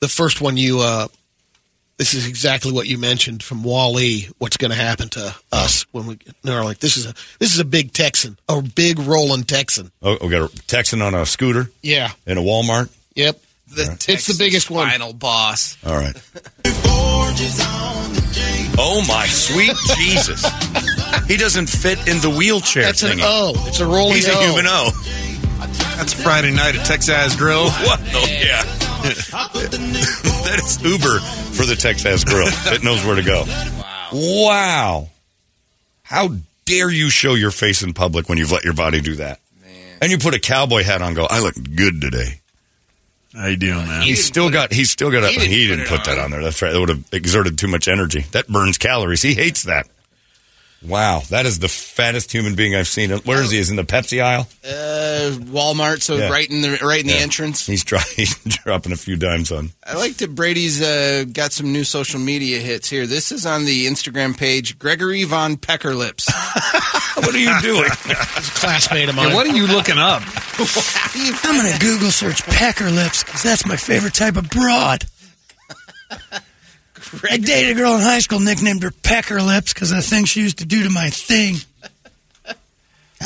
S4: The first one you. uh This is exactly what you mentioned from Wally. What's going to happen to us when we? No, like this is a this is a big Texan, a big rolling Texan.
S3: Oh, we got a Texan on a scooter
S4: Yeah.
S3: in a Walmart.
S4: Yep.
S3: The All right.
S4: it's the biggest one.
S10: Final boss.
S3: All right. Oh my sweet Jesus! he doesn't fit in the wheelchair.
S4: That's an
S3: thingy.
S4: O. It's a rolling
S3: He's
S4: O.
S3: a human O.
S5: That's Friday night at Texas Grill.
S3: What? Oh, yeah. that is Uber for the Texas Grill. It knows where to go. Wow. How dare you show your face in public when you've let your body do that? And you put a cowboy hat on. and Go. I look good today.
S5: How you doing, man?
S3: He's still got. He's still got. He,
S5: he
S3: didn't,
S5: didn't
S3: he
S5: put
S3: didn't
S5: it
S3: put that on there. That's right. That would have exerted too much energy. That burns calories. He hates that. Wow, that is the fattest human being I've seen. Where is he? Is in the Pepsi aisle.
S10: Uh, Walmart. So
S3: Yeah.
S10: right in the right in the
S3: Yeah.
S10: entrance.
S3: He's, dry, he's dropping a few dimes on.
S10: I like that Brady's uh, got some new social media hits here. This is on the Instagram page, Gregory Von Peckerlips.
S3: what are you doing?
S4: classmate of mine.
S5: What are you looking up?
S9: I'm going to Google search pecker lips because that's my favorite type of broad. I dated a girl in high school, nicknamed her pecker lips because of the thing she used to do to my thing.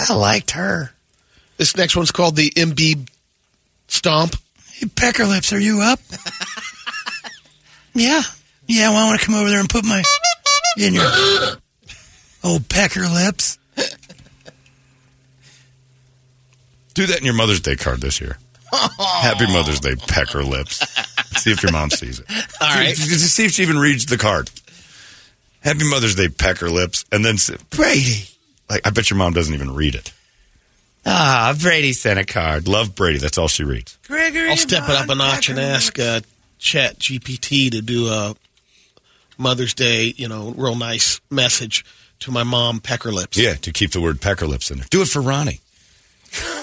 S9: I liked her.
S4: This next one's called the MB Stomp.
S9: Hey, pecker lips, are you up? yeah. Yeah, well, I want to come over there and put my in your old pecker lips.
S3: Do that in your Mother's Day card this year. Happy Mother's Day, pecker lips. see if your mom sees it.
S4: All right.
S3: See, see if she even reads the card. Happy Mother's Day, pecker lips. And then, s-
S9: Brady.
S3: like, I bet your mom doesn't even read it. Ah, Brady sent a card. Love Brady. That's all she reads.
S9: Gregory.
S4: I'll step it up a notch and ask uh, Chat GPT to do a Mother's Day, you know, real nice message to my mom, Pecker Lips.
S3: Yeah, to keep the word pecker lips in there. Do it for Ronnie.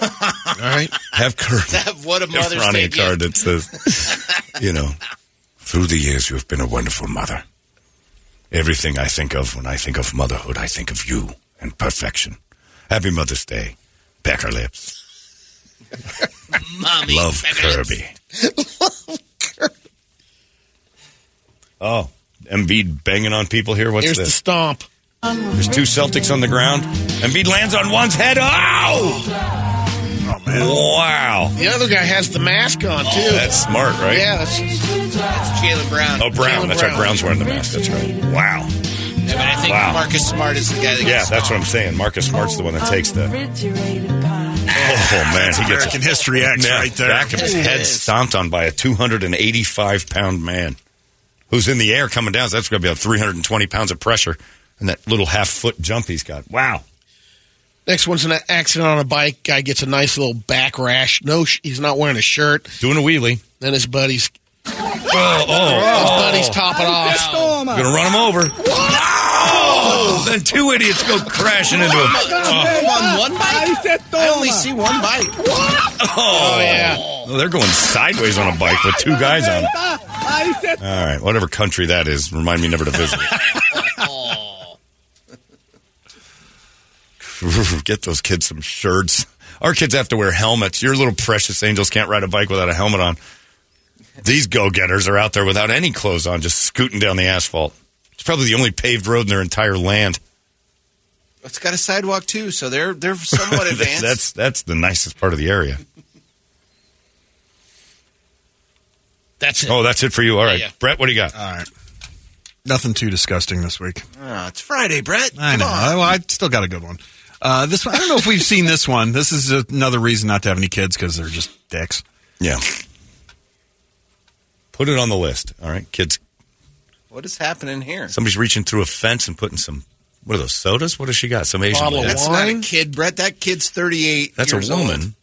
S4: All right.
S3: Have Kirby.
S10: what a
S3: Give
S10: mother's
S3: Ronnie
S10: day
S3: a card
S10: gift.
S3: that says, you know, through the years you have been a wonderful mother. Everything I think of when I think of motherhood, I think of you and perfection. Happy Mother's Day, Pecker Lips.
S10: Mommy,
S3: Love
S10: Pecker Lips.
S3: Kirby. Oh, Embiid banging on people here. What's
S4: Here's the
S3: this?
S4: stomp.
S3: There's two Celtics on the ground. Embiid lands on one's head. Oh! Wow.
S4: The other guy has the mask on, too.
S3: Oh, That's smart, right?
S4: yeah, that's,
S10: That's Jalen Brown.
S3: Oh, Brown.
S4: Jalen
S3: That's right.
S4: Brown.
S3: Brown's wearing the mask. That's right. Wow.
S10: I, mean, I think
S3: Wow.
S10: Marcus Smart is the guy that.
S3: Yeah,
S10: gets
S3: that's what I'm saying. Marcus Smart's the one that takes the. Oh man, he gets
S5: American History X
S3: Yeah,
S5: right there.
S3: Back of his
S4: Yes.
S3: head stomped on by a 285 pound man who's in the air coming down. So that's going to be about 320 pounds of pressure, and that little half foot jump he's got. Wow.
S4: next one's an accident on a bike. Guy gets a nice little back rash. No, sh- he's not wearing a shirt.
S3: Doing a wheelie.
S4: Then his buddies
S3: Oh, oh.
S4: Buddy's topping off.
S3: Gonna run him over. Oh, then two idiots go crashing into him.
S10: Oh. On one Ah. bike? I only see one bike.
S3: Oh, yeah. they're going sideways on a bike with two guys on it. All right, whatever country that is, remind me never to visit.
S11: Oh,
S3: it. Get those kids some shirts. Our kids have to wear helmets. Your little precious angels can't ride a bike without a helmet on. These go getters are out there without any clothes on, just scooting down the asphalt. It's probably the only paved road in their entire land.
S10: It's got a sidewalk too, so they're they're somewhat
S3: That-
S10: advanced.
S3: that's that's the nicest part of the area.
S4: That's
S3: Oh, that's it for you. All right,
S5: Yeah, yeah.
S3: Brett, what do you got?
S5: All right. Nothing too disgusting this week.
S10: Ah, it's Friday, Brett.
S5: I
S10: Come
S5: know.
S10: on.
S5: I, well, I still got a good one. Uh, this one, I don't know if we've seen this one. This is another reason not to have any kids because they're just dicks.
S3: Yeah. Put it on the list. All right, kids.
S10: What is happening here?
S3: Somebody's reaching through a fence and putting some. What are those sodas? What has she got? Some Asian. lady.
S10: That's not a kid, Brett. That kid's 38.
S3: That's
S10: years
S3: a
S10: old.
S3: woman.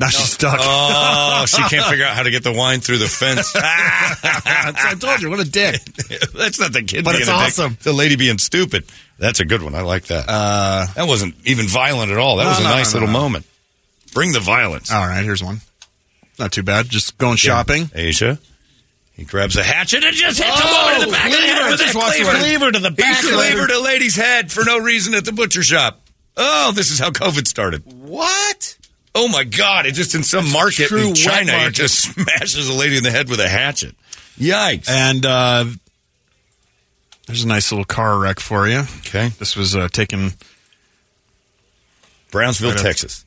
S5: Now she's stuck.
S3: Oh, she can't figure out how to get the wine through the fence. I
S5: told you, what a dick.
S3: That's not the kid.
S5: But
S3: being
S5: it's
S3: a dick.
S5: awesome.
S3: It's The lady being stupid. That's a good one. I like that. Uh, that wasn't even violent at all. That
S5: No,
S3: was a
S5: no, no,
S3: nice
S5: no,
S3: little
S5: no.
S3: moment. Bring the violence.
S5: All right, here's one. Not too bad. Just going shopping.
S3: Asia. He grabs a hatchet and just hits
S9: Oh,
S3: a woman in the back of the
S9: cleaver.
S3: head with
S9: Just
S3: that
S9: walks
S3: cleaver.
S9: away. Cleaver to the back
S3: He
S9: of the-
S3: cleavered a lady's head for no reason at the butcher shop. Oh, this is how COVID started.
S10: What?
S3: Oh my God! It just in some market
S5: true
S3: in
S5: wet
S3: China, it
S5: market.
S3: just smashes a lady in the head with a hatchet. Yikes!
S5: And uh, there's a nice little car wreck for you.
S3: Okay.
S5: This was uh, taken
S3: Brownsville,
S5: Right up-
S3: Texas.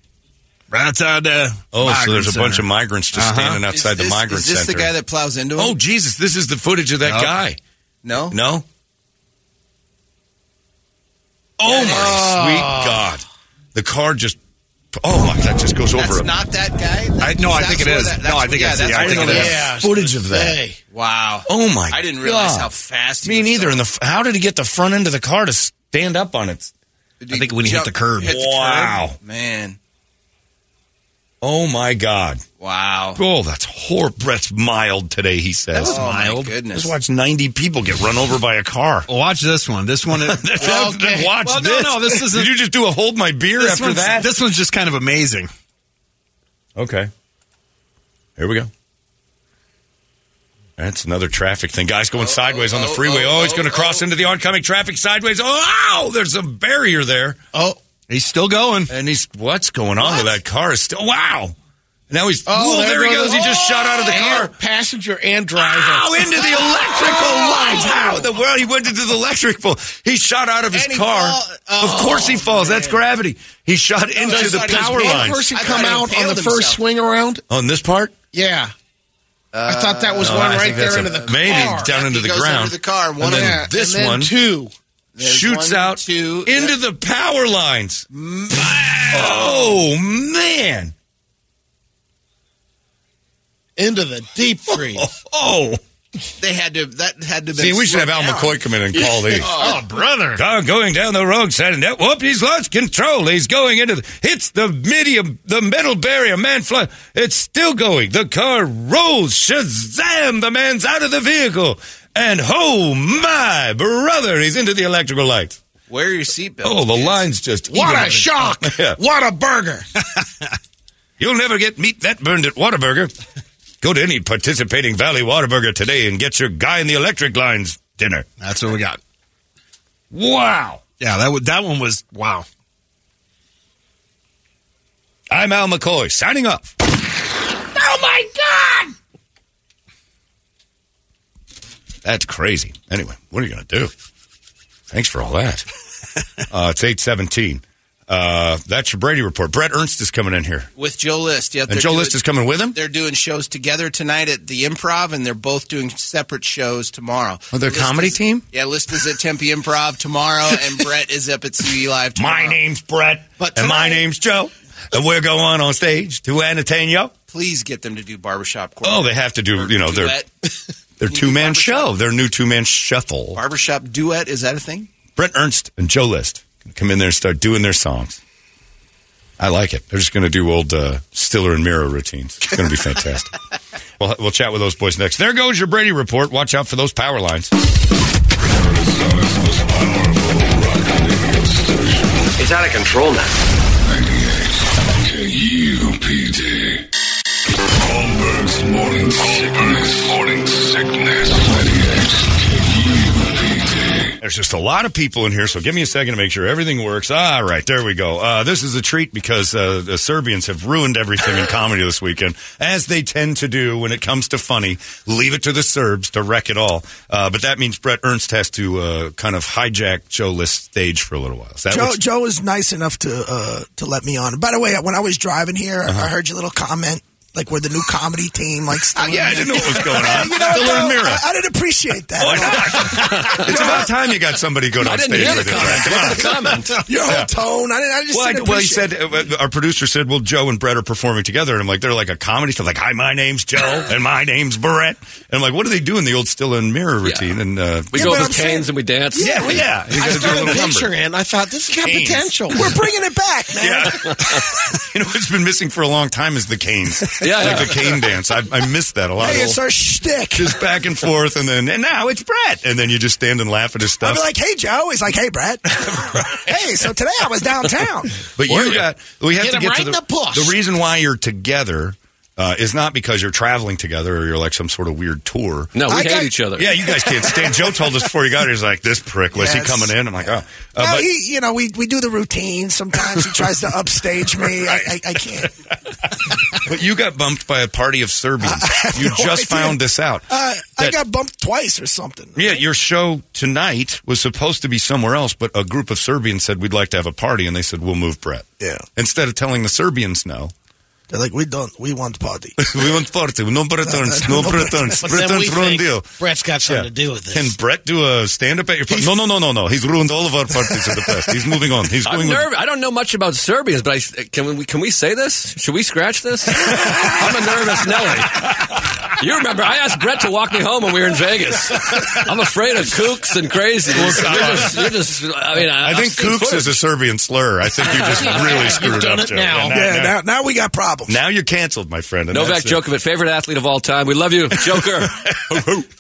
S5: right outside the.
S3: Oh, so
S5: migrant
S3: there's a bunch
S5: center.
S3: of migrants just
S5: Uh-huh.
S3: standing
S10: Is
S3: outside
S10: this-
S3: the migrant
S10: Is this
S3: center.
S10: the guy that plows into him?
S3: oh Jesus! This is the footage of that
S5: No.
S3: guy.
S10: no.
S3: No. Oh my sweet God! The car just. Oh my! That just goes
S10: That's
S3: over. a,
S10: not that guy. That-
S5: I- no, I think
S10: that's
S5: it
S10: where
S5: is.
S10: that-
S5: No,
S10: that's-
S5: I think
S10: yeah,
S5: it's- yeah,
S10: that's
S5: I
S10: where
S5: think
S10: that
S5: it
S10: is.
S5: is.
S3: footage of that.
S4: Hey.
S10: Wow.
S3: Oh my!
S10: I didn't realize
S3: God.
S10: how fast. he
S3: Me
S10: was
S3: neither.
S10: going.
S3: And the f- how did he get the front end of the car to stand up on it?
S10: Did
S5: I think when he hit
S10: jump-
S5: the curb.
S10: hit the curb?
S3: Wow.
S10: man.
S3: Oh my God!
S10: Wow.
S3: Oh, that's hor. Brett's mild today. He says.
S10: Oh, my goodness.
S3: Just watch 90 people get run over by a car.
S5: Well, watch this one. This one.
S3: Well, then watch
S5: Well, no,
S3: this.
S5: no, this isn't-
S3: Did you just do a hold my beer
S5: this
S3: after
S5: one's-
S3: that?
S5: This one's just kind of amazing.
S3: Okay. Here we go. That's another traffic thing. Guys going sideways on the
S10: oh,
S3: freeway.
S10: oh,
S3: Oh, he's
S10: oh,
S3: going to cross
S10: oh.
S3: into the oncoming traffic sideways. Oh, ow, there's a barrier there.
S4: Oh,
S5: He's still going.
S3: And he's, what's going on with that car? Is still, wow. Now he's,
S4: Oh,
S3: oh, there,
S4: there
S3: he
S4: goes-
S3: goes. He just shot out of the
S4: and
S3: car.
S4: passenger and driver.
S3: Ow,
S4: Oh.
S3: into the electrical lines. How in the world? He went into the electric pole. He shot out of his
S10: And he
S3: car.
S10: fall- oh,
S3: of course he falls. That's gravity. He shot into
S10: I
S3: the
S10: thought he was
S3: power
S10: mad
S4: One
S3: line.
S4: person
S10: I
S4: come
S10: thought he
S4: out on the
S10: impaled
S4: first
S10: himself.
S4: swing around.
S3: On this part?
S4: Yeah. I thought that was
S3: No,
S4: one
S3: I
S4: right
S3: think that's
S4: there
S3: a-
S4: into the
S3: maybe
S4: car.
S3: down into the
S10: He goes
S3: ground.
S10: under the car. One
S3: and
S10: of
S3: then
S4: yeah,
S3: this
S4: and then
S3: one
S4: two.
S10: There's
S3: shoots
S10: one,
S3: out
S10: two,
S3: into the power lines. Oh man!
S4: into the deep freeze.
S3: Oh,
S10: They had to. That had to. Been
S3: see, we should have
S10: slowed
S3: Al
S10: down.
S3: McCoy come in and call these.
S4: oh, brother!
S3: Dog going down the road, side and that. Whoop! He's lost control. He's going into the, hits the medium, the metal barrier. Man, fly. It's still going. The car rolls. Shazam! The man's out of the vehicle, and oh my brother, he's into the electrical lights.
S10: Wear your seatbelt.
S3: Oh, the
S10: kids.
S3: line's just even.
S4: What a shock!
S3: Yeah.
S4: What a burger!
S3: You'll never get meat that burned at Whataburger. Go to any participating Valley Whataburger today and get your guy in the electric lines dinner.
S5: That's what we got.
S3: Wow.
S5: Yeah, that w- that one was wow.
S3: I'm Al McCoy, signing off. Oh my God! That's crazy. Anyway, what are you going to do? Thanks for all that. uh, it's 817. Uh, that's your Brady report. Brett Ernst is coming in here.
S10: with Joe List. Yep,
S3: And Joe List is coming with him?
S10: They're doing shows together tonight at the Improv, and they're both doing separate shows tomorrow.
S3: Oh, their
S10: List
S3: comedy
S10: is-
S3: team?
S10: Yeah, List is at Tempe Improv tomorrow, and Brett is up at CB Live tomorrow.
S3: My name's Brett.
S10: But
S3: and my
S10: tonight-
S3: name's Joe. And we're going on stage to entertain you.
S10: Please get them to do barbershop.
S3: Oh, they have to do, you know, their,
S10: duet.
S3: their two man
S10: barbershop.
S3: show, their new two man shuffle.
S10: barbershop duet. Is that a thing?
S3: Brent Ernst and Joe List gonna come in there and start doing their songs. I like it. They're just going to do old uh, Stiller and Mirror routines. It's going to be fantastic. We'll, we'll chat with those boys next. There goes your Brady report. Watch out for those power lines.
S8: It's out of control now.
S2: KUPD. Holmberg's morning sickness. Morning sickness.
S3: There's just a lot of people in here, so give me a second to make sure everything works. All right, there we go. Uh, this is a treat because uh, the Serbians have ruined everything in comedy this weekend, as they tend to do when it comes to funny. Leave it to the Serbs to wreck it all. Uh, but that means Brett Ernst has to uh, kind of hijack Joe List's stage for a little while. Is that
S11: Joe,
S3: what's-
S11: Joe was nice enough to uh, to let me on. By the way, when I was driving here, I-
S3: Uh-huh.
S11: I heard your little comment, like we're the new comedy team. Like, still
S3: Uh, yeah, I didn't know what was going on.
S11: you know,
S3: Dillon
S11: Joe,
S3: Mira.
S11: I, I didn't appreciate that.
S3: it's about time you got somebody go
S11: I
S3: on
S11: didn't
S3: stage
S11: hear
S3: with
S11: the
S3: it. Brett. Come on.
S11: Your whole
S3: Yeah.
S11: tone. I, didn't, I just
S3: well,
S11: didn't
S3: I- well, he
S11: appreciate
S3: said uh, our producer said, "Well, Joe and Brett are performing together," and I'm like, "They're like a comedy stuff. Like, hi, my name's Joe, and my name's Brett." And I'm like, "What do they do in the old still in mirror routine?" And uh,
S12: We go up with canes and we dance.
S3: Yeah, well, yeah. You
S4: I
S3: gotta do a
S4: started
S3: little number.
S4: picturing it, and I thought this has got
S3: Canes.
S4: potential.
S11: We're bringing it back, man.
S3: you know what's been missing for a long time is the canes.
S11: Yeah,
S3: like
S11: yeah.
S3: the cane dance. I, I missed that a lot.
S11: Hey, it's our shtick.
S3: Just back and forth, and then and now it's Brett, and then you just stand and laugh at his
S11: I'd
S3: stuff.
S11: be like, "Hey, Joe." He's like, "Hey, Brett." hey, so today I was downtown.
S3: But you got we have
S11: Hit
S3: to
S11: him
S3: get
S11: right
S3: to
S11: in
S3: the,
S11: the puss.
S3: reason why you're together uh, is not because you're traveling together or you're like some sort of weird tour.
S12: No, we I hate got- each other.
S3: Yeah, you guys can't stand. Joe told us before he got here, he's like, "This prick was he
S11: Yes.
S3: coming in?" I'm like, "Oh, uh,
S11: no,
S3: but
S11: he, you know, we, we do the routine. Sometimes he tries to upstage me. I, I, I can't.
S3: but you got bumped by a party of Serbians. you just found this out.
S11: Uh, I
S3: That-
S11: got bumped twice or something.
S3: Yeah, your show tonight was supposed to be somewhere else, but a group of Serbians said we'd like to have a party, and they said we'll move Brett.
S11: Yeah.
S3: Instead of telling the Serbians no,
S11: They're like, we don't. We want party.
S3: we want party. No Brett Ernst. No Brett Ernst.
S4: But
S3: Brett
S4: then we
S3: Ernst ruined
S4: think
S3: deal.
S4: Brett's got something
S3: Yeah.
S4: to do with this.
S3: Can Brett do a stand up at your party? No, no, no, no, no. He's ruined all of our parties in the past. He's moving on. He's
S12: I'm
S3: going with-
S12: nervous. I don't know much about Serbians, but I, can we can we say this? Should we scratch this? I'm a nervous Nelly. You remember I asked Brett to walk me home when we were in Vegas. I'm afraid of kooks and crazies.
S3: Well, come
S12: You're
S3: on.
S12: just, you're just- I mean, I,
S3: I think kooks is a Serbian slur. I think you just really screwed up, Joe.
S11: Yeah, now, now, we got problems.
S3: now you're canceled, my friend. and
S12: Novak
S3: that's it.
S12: Djokovic, favorite athlete of all time. We love you, Joker.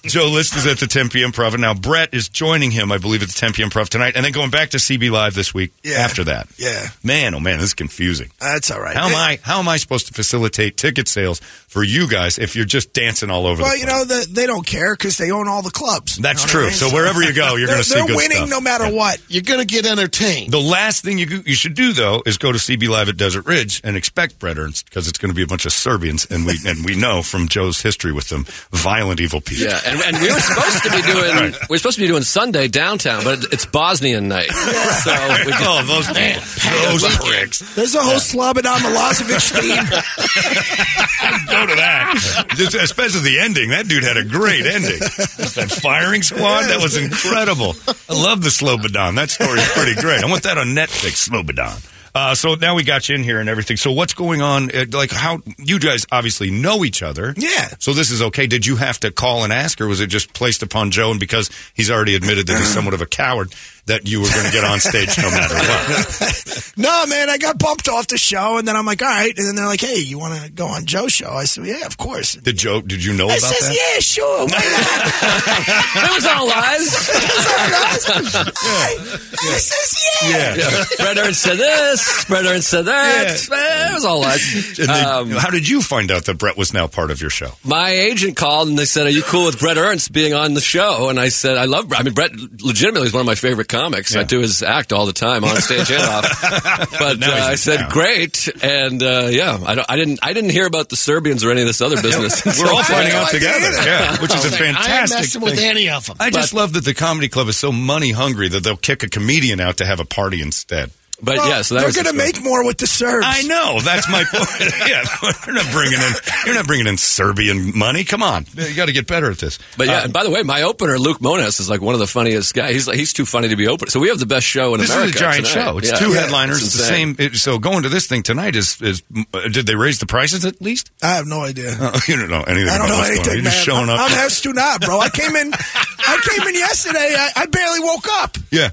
S3: Joe List is at the 10 p.m. Improv, and now Brett is joining him, I believe, at the 10 p.m. Improv tonight, and then going back to CB Live this week
S11: Yeah.
S3: after that.
S11: Yeah.
S3: Man, oh man, this is confusing.
S11: That's all right.
S3: How am I? How am I supposed to facilitate ticket sales for you guys if you're just dancing all over?
S11: Well,
S3: the
S11: you
S3: place?
S11: know, the, they don't care because they own all the clubs.
S3: That's
S11: You know what
S3: true.
S11: I mean?
S3: So wherever you go, you're
S11: They're-
S3: gonna see
S11: They're
S3: good
S11: winning
S3: stuff.
S11: no matter
S3: Yeah.
S11: what.
S4: You're going to get entertained.
S3: The last thing you you should do though is go to CB Live at Desert Ridge and expect Brett Ernst because it's going to be a bunch of Serbians, and we and we know from Joe's history with them, violent evil people.
S12: Yeah, and, and we were supposed to be doing
S3: Right.
S12: we were supposed to be doing Sunday downtown, but it, it's Bosnian night. So we just,
S3: oh, those people, those pricks.
S11: There's a whole Slobodan Milosevic team.
S3: go to that. Just- especially the ending. That dude had a great ending. That firing squad, that was incredible. I love the Slobodan. That story's pretty great. I want that on Netflix, Slobodan. Uh, so now we got you in here and everything. So what's going on? Uh, Like how you guys obviously know each other.
S11: Yeah.
S3: So this is okay. Did you have to call and ask, or was it just placed upon Joe? And because he's already admitted that he's somewhat of a coward, that you were going to get on stage no matter what.
S11: no, man, I got bumped off the show, and then I'm like, all right. And then they're like, hey, you want to go on Joe's show? I said, yeah, of course.
S3: Did Joe? Did you know
S11: I
S3: about
S11: says,
S3: that?
S11: yeah, sure. Why not?
S12: it was all lies.
S11: I says, yeah.
S12: Yeah. Brett Ernst said this. Brett Ernst said that. Eh, It was all lies.
S3: And they-
S12: Um,
S3: how did you find out that Brett was now part of your show?
S12: my agent called and they said, "Are you cool with Brett Ernst being on the show?" And I said, "I love. Brett. I mean, Brett legitimately is one of my favorite comics. I do his act all the time on stage and off." But uh,
S3: Now he's
S12: I said,
S3: down.
S12: "Great!" And uh, yeah, I, don't, I didn't. I didn't hear about the Serbians or any of this other business.
S3: We're all
S12: until
S3: finding
S12: today.
S3: out together. Yeah, which is a
S4: Like, I ain't
S3: fantastic.
S4: messing with
S3: thing.
S4: any of 'em.
S3: I just love that the comedy club is so money hungry that they'll kick a comedian out to have a party instead.
S12: But
S11: Well, they're going to make more with the Serbs.
S3: I know Oh, that's my point. yeah, you're not bringing in you're not bringing in Serbian money. Come on, you got to get better at this.
S12: But yeah, and by the way, my opener Luke Monas is like one of the funniest guys. He's like, he's too funny to be open. So we have the best show in
S3: this
S12: America.
S3: is a giant
S12: tonight.
S3: show. It's
S12: Yeah.
S3: two
S12: Yeah.
S3: headliners.
S12: It's
S3: the
S12: insane.
S3: same. It, so going to this thing tonight is is uh, did they raise the prices at least?
S11: I have no idea.
S3: Uh, you don't know anything.
S11: I don't
S3: about what's
S11: know
S3: going on.
S11: anything,
S3: You're
S11: man.
S3: just showing up.
S11: I'm asked to not, bro. I came in. I came in yesterday. I, I barely woke up.
S3: yeah.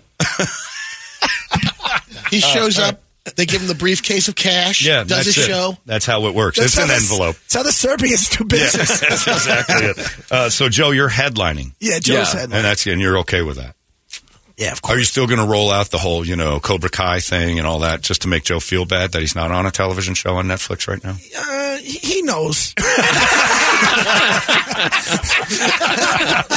S4: He shows up They give him the briefcase of cash.
S3: Yeah,
S4: does
S3: that's
S4: his
S3: it.
S4: show.
S3: That's how it works.
S4: That's
S3: it's
S4: how
S3: an
S4: this-
S3: envelope.
S11: That's how the Serbians do business.
S3: Yeah, that's exactly it. Uh, so, Joe, you're headlining.
S11: Yeah, Joe's headlining.
S3: and that's and you're okay with that.
S11: Yeah, of
S3: course. Are you still going to roll out the whole, you know, Cobra Kai thing and all that just to make Joe feel bad that he's not on a television show on Netflix right now?
S11: Uh, he- he knows. I, don't, I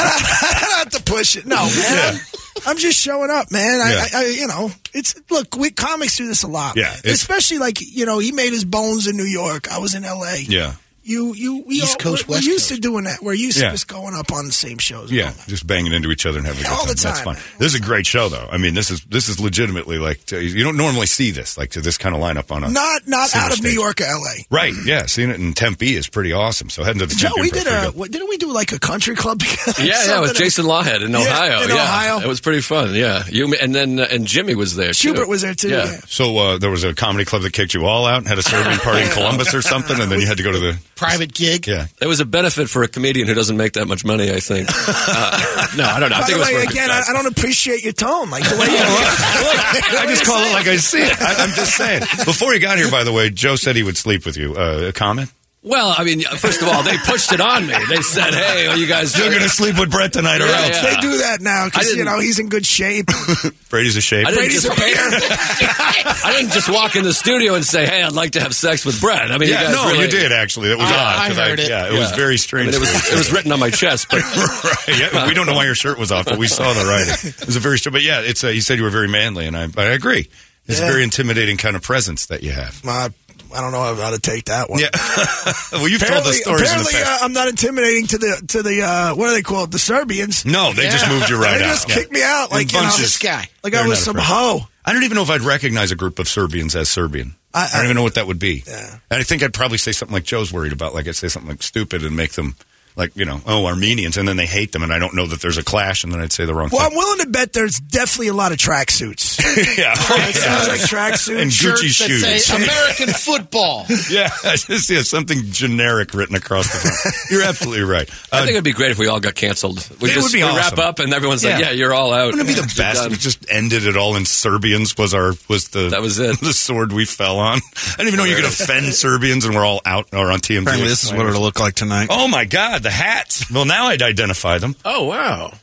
S11: don't have to push it. No, man. I'm just showing up, man. I,
S3: Yeah.
S11: I, I, you know, it's look. We comics do this a lot.
S3: Yeah,
S11: man.
S3: it's-
S11: especially like you know, he made his bones in New York. I was in L.A.
S3: Yeah.
S11: You, you, we
S4: East
S11: all,
S4: Coast,
S11: we're,
S4: West
S11: we're used to doing that. We're used
S3: Yeah.
S11: to just going up on the same shows.
S3: Yeah, just banging into each other and having a good
S11: All
S3: time.
S11: the
S3: That's
S11: time.
S3: fine. This is a great show, though. I mean, this is this is legitimately like t- you don't normally see this like to this kind of lineup on a
S11: Not, not
S3: single
S11: out of New
S3: stage.
S11: York or L.A.
S3: Right? Yeah, seeing it in Tempe is pretty awesome. So heading to the
S11: Joe,
S3: Tempe
S11: we
S3: Improv
S11: did
S3: is pretty
S11: a.
S3: dope.
S11: What, didn't we do like a country club? together?
S12: Yeah, yeah, with
S11: Something?
S12: Jason Lawhead in
S11: Yeah,
S12: Ohio.
S11: in
S12: yeah.
S11: Ohio.
S12: it was pretty fun. Yeah, you and then uh, and Jimmy was there.
S11: Schubert
S12: too.
S11: was there, too, yeah.
S3: So uh, there was a comedy club that kicked you all out and had a Serbian party in Columbus or something, and then you had to go to the
S4: private gig.
S3: Yeah,
S12: it was a benefit for a comedian who doesn't make that much money. I think. Uh, no, I don't know. I
S11: By the
S12: think it was
S11: way,
S12: worth it.
S11: again, I, I don't appreciate your tone. Like the way you
S3: I just call it like I see it. I, I'm just saying. Before you got here, by the way, Joe said he would sleep with you. Uh, a comment?
S12: Well, I mean, first of all, they pushed it on me. They said, "Hey, are you guys
S3: You're going to sleep with Brett tonight, or
S12: Yeah,
S3: else?
S12: yeah.
S11: They do that now
S12: I
S11: because you
S12: didn't-
S11: know he's in good shape.
S3: Brady's a shape.
S12: I didn't
S11: Brady's
S12: just, I didn't just walk in the studio and say, "Hey, I'd like to have sex with Brett." I mean,
S3: Yeah,
S12: you guys
S3: no,
S12: really-
S3: you did actually. That
S11: Ah,
S3: was
S12: I-
S3: odd.
S12: I
S3: 'cause
S12: heard it.
S3: Yeah, it was
S12: Yeah.
S3: very strange.
S12: I mean, it was- it was written on my chest, but
S3: right. Yeah, we don't know why your shirt was off, but we saw the writing. It was a very strange. But yeah, it's. Uh, you said you were very manly, and I, I agree. It's a
S11: Yeah.
S3: very intimidating kind of presence that you have.
S11: My, I don't know how to take that one.
S3: Yeah. well, you've told us stories in the
S11: apparently
S3: past.
S11: uh, I'm not intimidating to the to the uh, what do they call it? The Serbians.
S3: No, they just moved you right
S11: they
S3: out.
S11: just kicked me out. Like you know, Like I was some hoe.
S3: I don't even know if I'd recognize a group of Serbians as Serbian. I,
S11: I-
S3: don't even know what that would be. And I think I'd probably say something like Joe's worried about. Like I'd say something like stupid and make them like you know oh Armenians, and then they hate them, and I don't know that there's a clash, and then I'd say the wrong
S11: Well,
S3: thing.
S11: I'm willing to bet there's definitely a lot of tracksuits.
S3: yeah,
S11: It sounds Oh, like tracksuit
S3: and
S11: shirts
S3: Gucci
S11: that
S3: shoes.
S11: say
S4: American football.
S3: yeah, just yeah, something generic written across the front. You're absolutely right. Uh,
S12: I think it'd be great if we all got canceled. We
S3: It
S12: just
S3: would be
S12: we
S3: awesome.
S12: wrap up and everyone's like,
S3: Yeah.
S12: "Yeah, you're all out."
S3: Wouldn't it be the
S12: You're
S3: best?
S12: done.
S3: It just ended it all in Serbians was our was the that was it the sword we fell on. I didn't even know you could offend Serbians, and we're all out or on TMZ.
S5: Apparently, this is what it'll look like tonight.
S3: Oh my God, the hats! Well, now I'd identify them.
S12: Oh wow.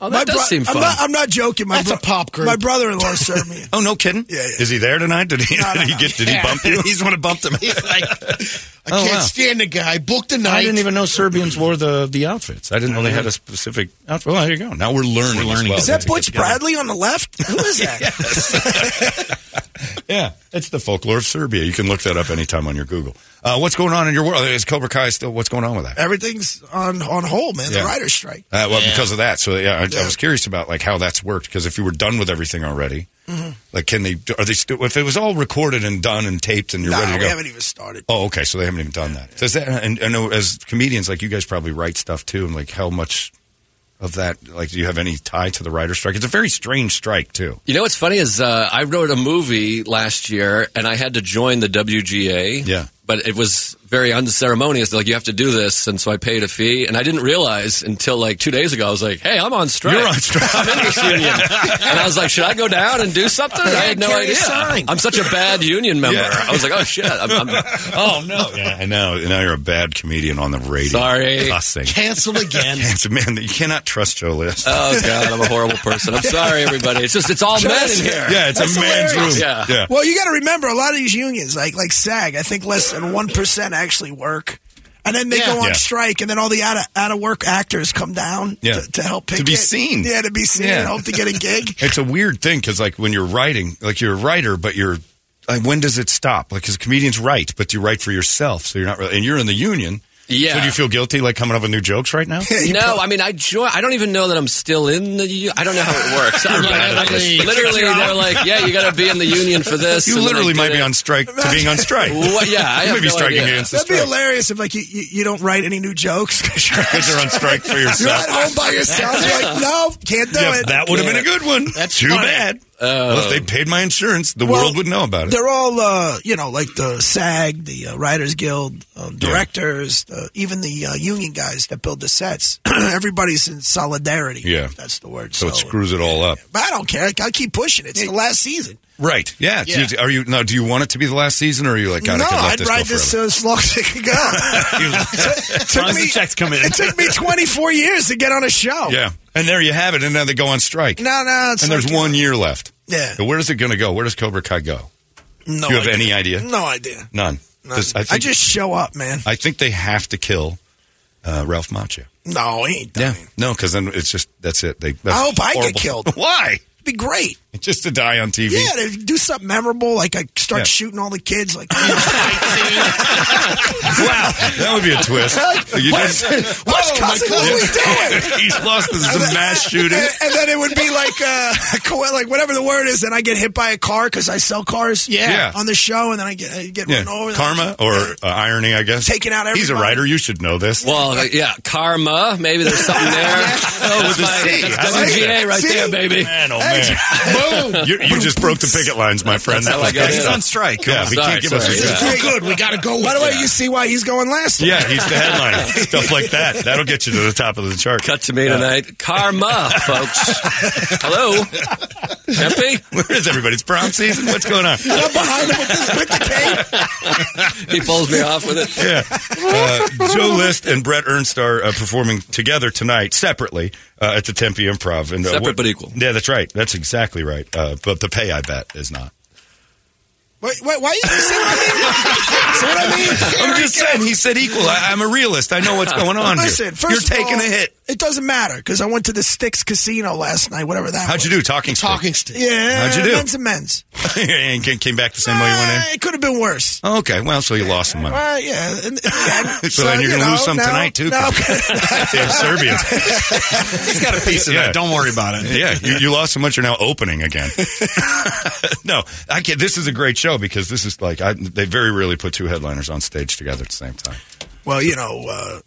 S12: Oh,
S11: My bro- I'm not, I'm not joking. My
S4: That's
S11: bro-
S4: a pop group.
S11: My brother-in-law served me.
S3: oh no, kidding!
S11: Yeah, yeah.
S3: Is he there tonight? Did he? did he get? Did he
S4: Yeah.
S3: bump you? He's the one who bumped him.
S4: like, I
S3: Oh,
S4: can't
S3: wow.
S4: stand the guy. Booked a night.
S3: I didn't even know Serbians wore the the outfits. I didn't know they had a specific outfit. Well, there you go. Now we're learning.
S5: We're learning.
S3: as well.
S11: Is that Butch
S3: Yeah.
S11: Bradley on the left? Who is that?
S3: Yeah, it's the folklore of Serbia. You can look that up anytime on your Google. Uh, what's going on in your world? Is Cobra Kai still? What's going on with that?
S11: Everything's on on hold, man.
S3: Yeah.
S11: The writer's strike.
S3: Uh, well,
S11: Yeah.
S3: because of that. So yeah, I, I was curious about like how that's worked. Because if you were done with everything already,
S11: Mm-hmm.
S3: like can they? Are they still? If it was all recorded and done and taped and you're
S11: Nah,
S3: ready to
S11: we
S3: go,
S11: haven't even started.
S3: Oh, okay. So they haven't even done that. Does that? And I know as comedians, like you guys probably write stuff too, and like how much of that? Like, do you have any tie to the writer's strike? It's a very strange strike too.
S12: You know what's funny is uh, I wrote a movie last year and I had to join the WGA.
S3: Yeah.
S12: But it was very unceremonious. They're like, you have to do this. And so I paid a fee. And I didn't realize until like two days ago, I was like, hey, I'm on strike.
S3: You're on strike.
S12: I'm in this union. and I was like, should I go down and do something? I had no
S4: Carry a
S12: idea.
S4: sign.
S12: I'm such a bad union member.
S3: Yeah.
S12: I was like, oh, shit. I'm, I'm,
S3: Oh no. Yeah, and now and now you're a bad comedian on the radio.
S12: Sorry.
S3: cussing.
S4: Cancel again.
S3: Can't- Man, you cannot trust Joe List.
S12: oh, God, I'm a horrible person. I'm sorry, everybody. It's just, it's all men in here.
S3: Yeah, it's
S11: That's
S3: a man's
S11: hilarious.
S3: room.
S12: Yeah.
S3: yeah.
S11: Well, you got to remember a lot of these unions, like like SAG, I think less than one percent actually work, and then they
S4: Yeah.
S11: go on
S3: Yeah.
S11: strike, and then all the out of out of work actors come down
S3: Yeah.
S11: to, to help
S3: To
S11: pick
S3: be
S11: it.
S3: seen.
S11: yeah, to be seen,
S3: Yeah.
S11: and hope to get a gig.
S3: It's a weird thing because, like, when you're writing, like, you're a writer, but you're like, when does it stop? Like, because comedians write, but you write for yourself, so you're not really, and you're in the union.
S12: Yeah.
S3: So do you feel guilty, like, coming up with new jokes right now?
S12: No, I mean I join. I don't even know that I'm still in the. u- I don't know how it works. I'm like,
S3: bad
S12: I
S3: at
S12: just-
S3: this.
S12: literally, they're like, yeah, you got to be in the union for this.
S3: You
S12: and then
S3: literally
S12: I did
S3: might be
S12: it.
S3: on strike to being on strike.
S12: Well, yeah, I
S3: you
S12: have
S3: may be
S12: no
S3: striking
S12: idea.
S3: against the
S11: That'd be
S3: strike
S11: hilarious if like you, you, you don't write any new jokes because you're,
S3: because you're on strike for
S11: you're
S3: yourself.
S11: at home by yourself. You're like, no, can't do
S3: Yeah,
S11: it.
S3: that would have been a good one.
S4: That's
S3: too
S4: funny.
S3: bad. well, if they paid my insurance, the
S11: Well,
S3: world would know about it.
S11: They're all, uh, you know, like the SAG, the uh, Writers Guild, um, directors, uh, even the uh, union guys that build the sets. Everybody's in solidarity.
S3: Yeah.
S11: That's the word.
S3: So it screws it all up.
S11: But I don't care. I keep pushing. It's the last season.
S3: Right. Yeah. Do you- are you now? Do you want it to be the last season, or are you like, God,
S11: no,
S3: I could let
S11: I'd
S3: this
S11: ride
S3: go
S11: this uh, as long as it could go. It took
S3: long as the checks come in.
S11: It took me 24 years to get on a show.
S3: forever. Yeah. And there you have it. And now they go on strike.
S11: No, no, it's
S3: and there's
S11: like- uh,
S3: one year left.
S11: Yeah.
S3: So where is it going to go? Where does Cobra Kai go?
S11: No
S3: Do you have
S11: idea.
S3: any idea?
S11: No idea.
S3: None.
S11: None.
S3: Does-
S11: I, just show up, man.
S3: I think they have to kill uh, Ralph Macchio.
S11: No, he ain't.
S3: Yeah. No, because then it's just that's it. They.
S11: I
S3: That's
S11: hope I get
S3: horrible.
S11: killed.
S3: Why?
S11: It'd be great.
S3: Just to die on TV.
S11: Yeah, to do something memorable, like I start
S3: Yeah.
S11: shooting all the kids. Like,
S3: wow, that would be a twist. Oh, You
S11: what's,
S3: didn't-
S11: what's cousin Louis doing?
S3: He's lost his
S11: And then-
S3: mass shooting.
S11: And, and then it would be like, uh, co- like whatever the word is, and I get hit by a car because I sell cars.
S3: Yeah.
S11: on the show, and then I get I get
S3: Yeah,
S11: run over.
S3: karma or uh, irony, I guess.
S11: Taking out
S3: He's a
S11: everybody.
S3: writer. You should know this.
S12: Well, like, yeah, karma. Maybe there's something there. oh,
S3: with a C. I
S12: That's
S3: like
S12: WGA
S3: it.
S12: right
S3: See?
S12: there, baby.
S3: Man, oh man! Boom! You, you just broke the picket lines, my friend.
S12: That's how I
S3: was
S12: got
S3: good.
S12: in.
S3: Yeah, he can't give us.
S11: This is
S3: a-
S11: pretty good. We got to go. By the way, you see why he's going last.
S3: Yeah, he's the headline. Stuff like that. That'll get you to the top of the chart.
S12: Cut to me tonight. Karma, folks. Hello. Happy?
S3: Where is everybody? It's prom season. What's going on?
S11: And I'm behind him with, this, with the cane.
S12: He pulls me off with it.
S3: Yeah. Uh, Joe List and Brett Ernst are uh, performing together tonight, separately uh, at the Tempe Improv. And, uh,
S12: Separate
S3: what-
S12: but equal.
S3: Yeah, that's right. That's exactly right. Uh, but the pay, I bet, is not.
S11: Wait, wait, why you see what I mean? see what I mean?
S3: I'm just saying. He said equal. I, I'm a realist. I know what's going on. here.
S11: Listen, first
S3: you're
S11: of
S3: taking
S11: all,
S3: a hit.
S11: It doesn't matter because I went to the Sticks Casino last night. Whatever that.
S3: How'd you do? Talking stick.
S4: Talking
S11: was. Yeah.
S3: How'd you do?
S11: Men's and men's.
S3: and ca- came back the same way you went in.
S11: It could have been worse.
S3: Oh, okay. Well, so you lost some money.
S11: Well, yeah. and- and-
S3: So, then you're
S11: you
S3: going to lose
S11: know,
S3: some
S11: now-
S3: tonight too.
S11: now-
S3: Damn Serbians.
S5: He's got a piece of
S3: Yeah.
S5: that. Don't worry about it.
S3: Yeah, you, you lost so much. You're now opening again. no, I can't. This is a great show because this is like I, they very rarely put two headliners on stage together at the same time.
S11: well, you know, uh,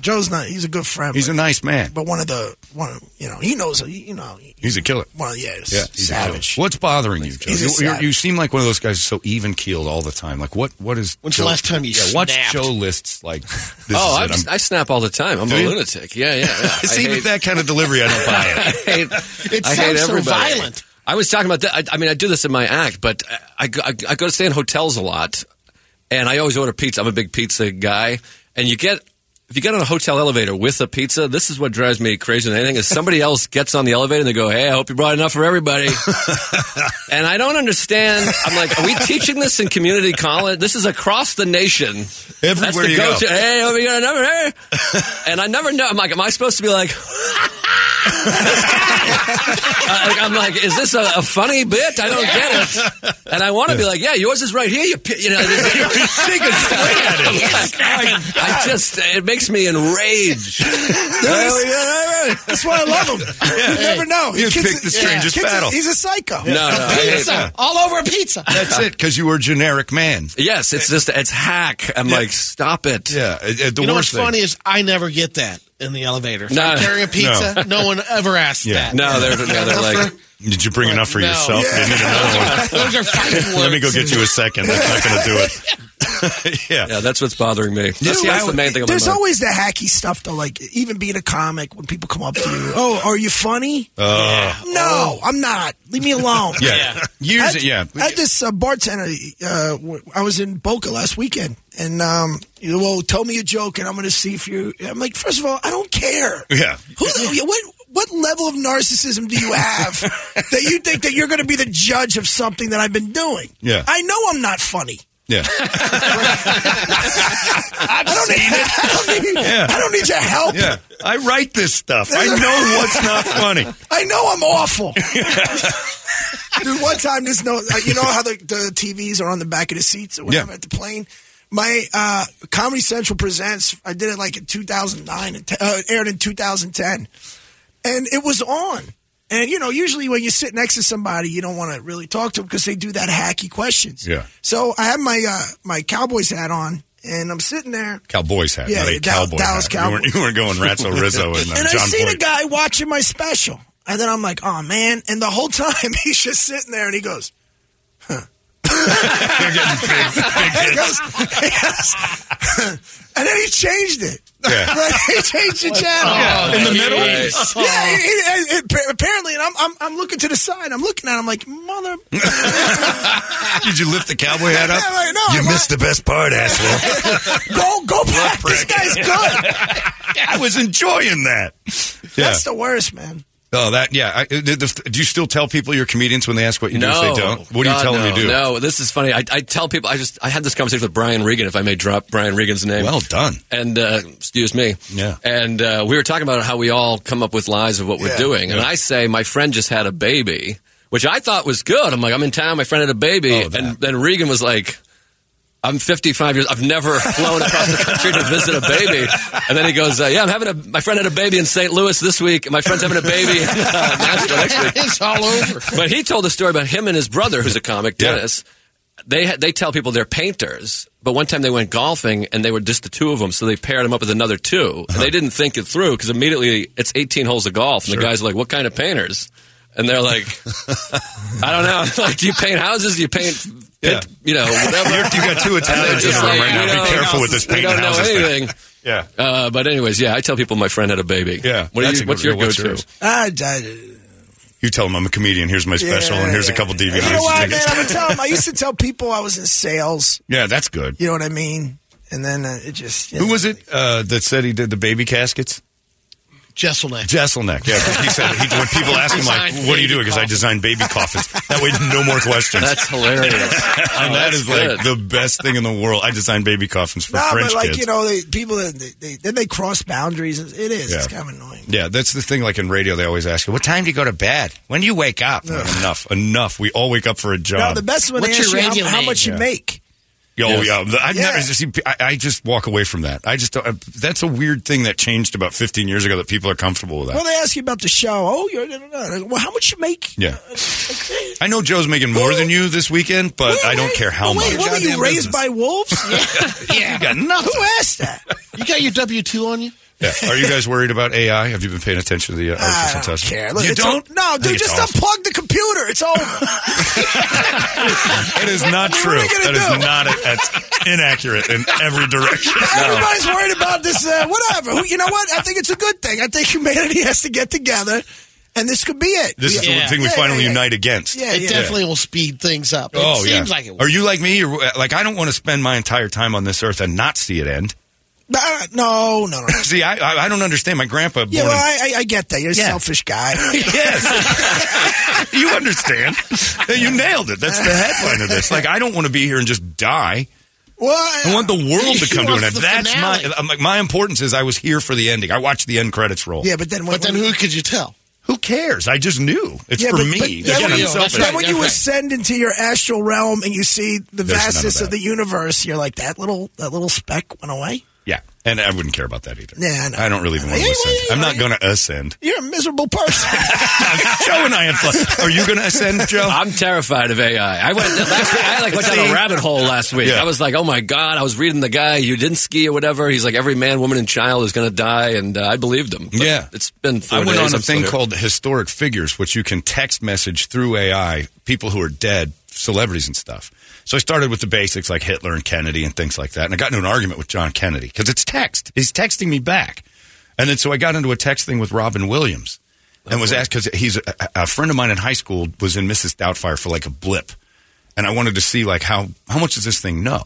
S11: Joe's not. He's a good friend.
S3: He's a nice man.
S11: But one of the one, you know, he knows. You know,
S3: He's a killer.
S11: well, yeah, it's
S3: Yeah, he's a killer.
S11: savage.
S3: What's bothering you, Joe?
S11: He's a
S3: You, you're-
S11: savage.
S3: you seem like one of those guys who's so even keeled all the time. Like what? What is?
S4: When's the last time you
S3: Yeah, what's
S4: snapped?
S3: Joe lists like? This
S12: Oh,
S3: is it.
S12: I'm,
S3: I'm-
S12: I snap all the time. I'm
S3: Do
S12: a
S3: you?
S12: lunatic. Yeah, yeah. yeah.
S3: it's
S12: I
S3: even
S12: hate-
S3: that kind of delivery. I don't buy
S12: I
S3: it.
S12: hate,
S4: It
S12: I hate
S4: sounds so
S12: everybody.
S4: violent.
S12: I was talking about that. I, I mean, I do this in my act, but I, I, go- I go to stay in hotels a lot, and I always order pizza. I'm a big pizza guy, and you get. If you get on a hotel elevator with a pizza, this is what drives me crazy than anything. Is somebody else gets on the elevator and they go, "Hey, I hope you brought enough for everybody." and I don't understand. I'm like, are we teaching this in community college? This is across the nation. That's
S3: Everywhere
S12: the
S3: you
S12: go-to.
S3: go.
S12: Hey, hope you got a number here. and I never know. I'm like, am I supposed to be like, I- like, I'm like, is this a, a funny bit? I don't get it. And I want to be like, yeah, yours is right here. You, pi- you know, you can swing at it. I just, it makes me enraged.
S11: That's why I love him. You never know.
S3: You
S11: Kid's a-
S3: picked the strangest
S11: kid's a-
S3: battle.
S11: He's a psycho.
S12: No, no, I hate that.
S4: all over a pizza.
S3: That's it because you were a generic man.
S12: Yes, it's just, it's hack. I'm like, stop it.
S3: Yeah, uh, uh, the
S4: you know what's
S3: worst thing.
S4: funny is I never get that in the elevator. If
S12: No.
S4: I carry a pizza, no. one ever asks
S3: Yeah.
S4: that.
S12: No, they're, no, they're like,
S3: Did you bring enough for
S4: No.
S3: yourself? You need another one.
S4: Those are fighting words.
S3: Let me go get you a second. That's not going to do it. yeah.
S12: yeah, that's what's bothering me. That's, that's the main thing. on my
S11: There's
S12: mind.
S11: always the hacky stuff though, like even being a comic when people come up to you, oh, are you funny?
S3: Uh,
S11: No, I'm not. Leave me alone.
S3: yeah. Years.
S11: I,
S3: yeah.
S11: I had this uh, bartender. Uh, w- I was in Boca last weekend, and um, you know, well, tell me a joke, and I'm going to see if you. I'm like, first of all, I don't care.
S3: Yeah.
S11: Who, the- what what level of narcissism do you have that you think that you're going to be the judge of something that I've been doing?
S3: Yeah.
S11: I know I'm not funny.
S3: Yeah.
S11: I don't need I don't need,
S3: Yeah.
S11: I don't need your help.
S3: Yeah. I write this stuff. I know what's not funny.
S11: I know I'm awful. Dude, one time, this no, uh, you know how the, the TVs are on the back of the seats or whatever
S3: Yeah.
S11: at the plane. My uh, Comedy Central presents. I did it like in 2009 and te- uh, aired in 2010, and it was on. And you know, usually when you sit next to somebody, you don't want to really talk to them because they do that hacky questions.
S3: Yeah.
S11: So I have my uh, my Cowboys hat on, and I'm sitting there.
S3: Cowboys hat.
S11: Yeah,
S3: not a
S11: yeah, Dal-
S3: cowboy
S11: Dallas
S3: hat. You, weren't, you weren't going Ratso Rizzo and, uh,
S11: and
S3: John
S11: I seen
S3: Boyd.
S11: a guy watching my special, and then I'm like, "Oh man!" And the whole time he's just sitting there, and he goes, "Huh."
S3: They're getting big, big
S11: He
S3: hits.
S11: goes- he goes- and then he changed it.
S3: Yeah.
S11: Right? he changed the channel
S3: Yeah. In the middle?
S11: Yeah,
S3: Oh.
S11: he- he- he- apparently, and I'm, I'm I'm looking to the side. I'm looking at. him, I'm like, mother.
S3: Did you lift the cowboy hat up?
S11: Yeah, like, no,
S3: you
S11: I'm
S3: missed the best part, asshole.
S11: go go back. This
S3: prick.
S11: guy's good.
S3: I was enjoying that. Yeah.
S11: That's the worst, man.
S3: Oh, that yeah. I, the, the, do you still tell people you're comedians when they ask what you do?
S12: no,
S3: If they don't, what do you
S12: God,
S3: tell
S12: no,
S3: them you do?
S12: No, this is funny. I, I tell people. I just I had this conversation with Brian Regan. If I may drop Brian Regan's name,
S3: Well done.
S12: And uh, excuse me. Yeah. And uh, we were talking about how we all come up with lies of what we're
S9: Yeah.
S12: doing, and
S9: Yeah.
S12: I say my friend just had a baby, which I thought was good. I'm like, I'm in town. My friend had a baby,
S3: Oh,
S12: and then Regan was like. I'm 55 years. I've never flown across the country to visit a baby. And then he goes, uh, "Yeah, I'm having a. My friend had a baby in St. Louis this week. and My friend's having a baby in uh, Nashville next week.
S4: it's all over.
S12: But he told a story about him and his brother, who's a comic, Dennis. They ha- they tell people they're painters, but one time they went golfing and they were just the two of them, so they paired them up with another 2 and
S3: Uh-huh.
S12: they didn't think it through because immediately it's eighteen holes of golf, and the guys are like, "What kind of painters?" And they're like, "I don't know. like, do you paint houses? Do you paint?" pit- you know, whatever.
S3: You're- you got two
S12: And they're
S3: Italians in
S12: just
S3: the room
S12: like,
S3: right now.
S12: we
S3: Be
S12: don't-
S3: careful with this
S12: we don't
S3: painting
S12: know
S3: houses thing.
S12: anything.
S3: Yeah.
S12: Uh, but anyways, yeah, I tell people my friend had a baby. Yeah. What do
S3: that's
S12: you,
S3: a
S12: what's
S3: good-
S12: your
S3: what's
S12: go-to?
S3: yours?
S11: I died.
S3: You tell them I'm a comedian. Here's my special, and here's a couple DVDs.
S11: You know what,
S3: and
S11: man?
S3: tickets.
S11: I would tell him. I used to tell people I was in sales.
S3: yeah, that's good.
S11: You know what I mean? And then uh, it just.
S3: Who was it uh, that said he did the baby caskets?
S4: Jesselneck.
S3: Jesselneck. Yeah, 'cause he said he, when people ask him like,
S4: Designed
S3: "What do you
S4: baby
S3: do?" Because I design baby coffins. That way, no more questions.
S12: That's
S3: and
S12: hilarious. Oh,
S3: that
S12: that's
S3: is like
S12: good.
S3: the best thing in the world. I design baby coffins for
S11: No,
S3: French
S11: but like
S3: kids.
S11: you know, they, people that they, they then they cross boundaries. It is. It's
S3: Yeah.
S11: kind of annoying.
S3: Yeah, that's the thing. Like in radio, they always ask you, "What time do you go to bed? When do you wake up?" Like, enough, enough. We all wake up for a
S11: Now
S3: job.
S11: the best one
S4: What's
S11: is
S4: your radio
S11: how, how
S4: name?
S11: much
S3: Yeah.
S11: you make.
S3: Oh
S11: Yes.
S3: yeah, I've
S11: Yeah.
S3: never see. I, I just walk away from that. I just don't, I, that's a weird thing that changed about 15 years ago that people are comfortable with that.
S11: Well, they ask you about the show. Oh, you're da, da, da. well. How much you make?
S3: yeah, I know Joe's making more than you this weekend, but I don't care how
S11: Wait,
S3: much.
S11: what were you raised by wolves?
S4: yeah.
S3: You got nothing.
S11: Who asked that?
S4: You got your W two on you?
S3: Yeah. Are you guys worried about AI? Have you been paying attention to the uh,
S11: I
S3: artificial
S11: don't
S3: intelligence?
S11: care. Look,
S3: you
S11: it's
S3: don't?
S11: o- no,
S3: I think
S11: dude,
S3: it's
S11: just
S3: awful.
S11: unplug the computer. It's over.
S3: It is not
S11: What are
S3: true.
S11: we gonna
S3: That is
S11: do?
S3: not. A, that's inaccurate in every direction.
S11: Everybody's worried about this. Uh, whatever. Who- You know what? I think it's a good thing. I think humanity has to get together, and this could be it.
S3: This is the
S4: Yeah.
S3: thing we
S4: Yeah,
S3: finally
S4: yeah, yeah.
S3: unite against.
S11: Yeah,
S4: it
S11: yeah.
S4: definitely will speed things up. It
S3: oh
S4: seems
S3: yeah.
S4: like it will.
S3: Are you like me? Or, uh, like I don't want to spend my entire time on this earth and not see it end.
S11: Uh, no, no, no. no.
S3: See, I I, I don't understand. My grandpa.
S11: Yeah,
S3: born
S11: well,
S3: in-
S11: I, I, I get that. You're a selfish guy.
S3: yes. you understand. You nailed it. That's the headline of this. Like, I don't want to be here and just die.
S11: Well,
S3: I want the world to
S4: He
S3: come to an
S4: wants
S3: end.
S4: the
S3: That's
S4: finale.
S3: my, my my importance is I was here for the ending. I watched the end credits roll.
S11: Yeah, but then when,
S4: But then who could you tell?
S3: Who cares? I just knew. It's
S11: yeah,
S3: for
S11: but,
S3: me.
S11: But
S3: That's
S11: then
S3: what
S11: when,
S3: I'm
S11: you,
S3: selfish.
S11: then when you ascend into your astral realm and you see the
S3: There's none of
S11: vastness of,
S3: that.
S11: the universe, you're like that little that little speck went away.
S3: Yeah, and I wouldn't care about that either.
S11: Yeah, I know.
S3: don't really even want to
S11: Yeah,
S3: ascend.
S11: yeah, yeah,
S3: I'm not
S11: yeah.
S3: going to ascend.
S11: You're a miserable person.
S3: Joe and I have fun. Are you going to ascend, Joe?
S12: I'm terrified of AI. I went last week, I like went down
S3: See?
S12: a rabbit hole last week.
S3: Yeah.
S12: I was like, oh my god! I was reading the guy Udinsky or whatever. He's like, every man, woman, and child is going to die, and uh, I believed him. But
S3: Yeah.
S12: it's been.
S3: I
S12: Four
S3: went
S12: days,
S3: on a
S12: I'm still
S3: thing
S12: here.
S3: called historic figures, which you can text message through AI people who are dead, celebrities and stuff. So I started with the basics like Hitler and Kennedy and things like that. And I got into an argument with John Kennedy because it's text. He's texting me back. And then so I got into a text thing with Robin Williams and was asked because he's a, a friend of mine in high school was in Mrs. Doubtfire for like a blip. And I wanted to see like how, how much does this thing know?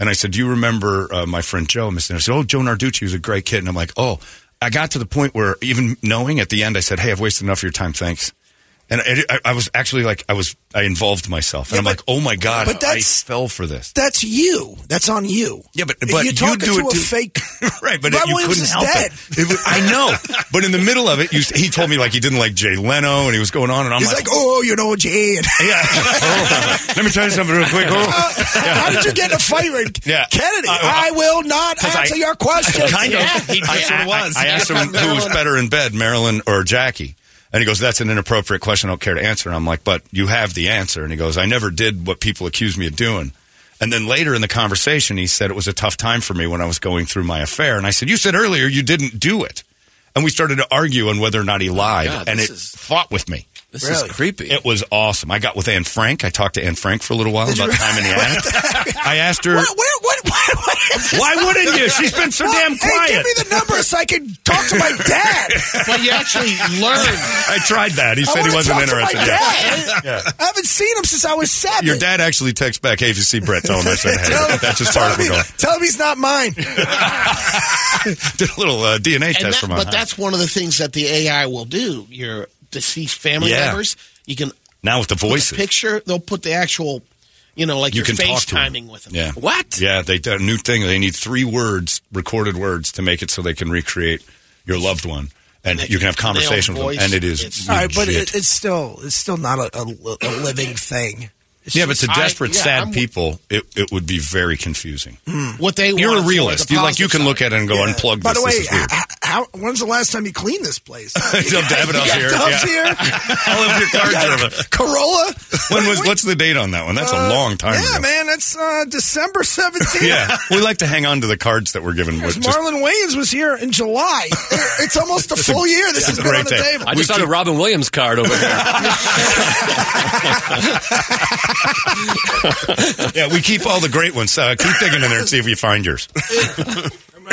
S3: And I said, "Do you remember uh, my friend Joe?" And I said, "Oh, Joe Narducci was a great kid." And I'm like, "Oh." I got to the point where even knowing at the end, I said, "Hey, I've wasted enough of your time. Thanks." And I, I- I was actually like, I was, I involved myself, and I'm like, "Oh my god,
S11: but
S3: I
S11: that's-
S3: fell for this."
S11: That's you. That's on you.
S3: Yeah, but
S11: If
S3: but
S11: you're talking
S3: you do
S11: to
S3: it
S11: a
S3: to-
S11: fake.
S3: right, but
S11: Rob
S3: you
S11: Williams
S3: couldn't
S11: is
S3: help
S11: dead.
S3: it. It was- I know, but in the middle of it, you, he told me like he didn't like Jay Leno, and he was going on, and I'm
S11: He's like, oh, you know, Jade.
S3: yeah. Oh, let me tell you something real quick. Oh.
S11: Uh, How did you get in a fight with
S3: Yeah.
S11: Kennedy?
S3: Uh,
S11: I will not
S3: 'cause I-
S11: answer your question.
S3: Kind of. I, I- I, asked him who was better in bed, Marilyn or Jackie. And he goes, that's an inappropriate question. I don't care to answer. And I'm like, but you have the answer. And he goes, I never did what people accuse me of doing. And then later in the conversation, he said it was a tough time for me when I was going through my affair. And I said, you said earlier you didn't do it. And we started to argue on whether or not he lied.
S12: God,
S3: and it
S12: this is-
S3: fought with me.
S12: This is creepy.
S3: It was awesome. I got with Anne Frank. I talked to Anne Frank for a little while about time in the attic. I asked her. Why wouldn't you? She's been so damn
S11: Hey, give
S3: quiet.
S11: me the number so I can talk to my dad.
S3: But you actually learned. I tried that. He
S11: I
S3: said he
S11: wanna
S3: wasn't
S11: talk to my
S3: interested.
S11: dad.
S3: Yeah.
S11: I haven't seen him since I was seven.
S3: Your dad actually texts back, "Hey, if you see Brett, tell him I said
S11: Tell
S3: hey."
S11: him-
S3: That's as far as
S11: tell
S3: we're going.
S11: him- Tell him he's not mine.
S3: Did a little uh, DNA
S4: And
S3: test
S4: that-
S3: from
S4: but that's one of the things that the AI will do. Your deceased family
S3: Yeah.
S4: members, you can
S3: now with the
S4: put a
S3: voices.
S4: picture. They'll put the actual, you know, like
S3: you
S4: your
S3: can talk to
S4: FaceTiming with them.
S3: Yeah.
S4: What?
S3: Yeah, they did a new thing. They need three words, recorded words, to make it so they can recreate your loved one, and you can have conversation with them. And it is
S11: all right, but
S3: legit.
S11: it, it's still it's still not a, a, li- a living thing. It's
S3: yeah, but
S11: just-
S3: to desperate, sad
S11: I'm-
S3: people, it, it would be very confusing.
S4: What Mm. they
S3: You're a
S4: want is, like,
S3: realist.
S4: the
S3: you like you
S4: positive
S3: can look at it and go
S11: Yeah.
S3: unplug.
S11: Mm. By
S3: this.
S11: the way,
S3: this is weird.
S11: h- h- how, when's the last time you cleaned this place?
S3: Dub Davidoff's here.
S11: Dub's
S3: Yeah.
S11: here.
S3: All of your cards are over.
S11: Corolla. Uh,
S3: When was what's the date on that one? That's a long time
S11: Yeah,
S3: ago.
S11: man, that's uh, December seventeenth.
S3: yeah, we like to hang on to the cards that we're given. We're
S11: Because
S3: just-
S11: Marlon Williams was here in July. It's almost a
S3: It's a-
S11: full year. This
S3: yeah,
S11: has
S3: it's a
S11: been on
S3: great
S11: the
S3: day.
S11: table.
S12: I just found a Robin Williams card over here.
S3: yeah, we keep all the great ones. Uh, keep digging in there and see if you find yours.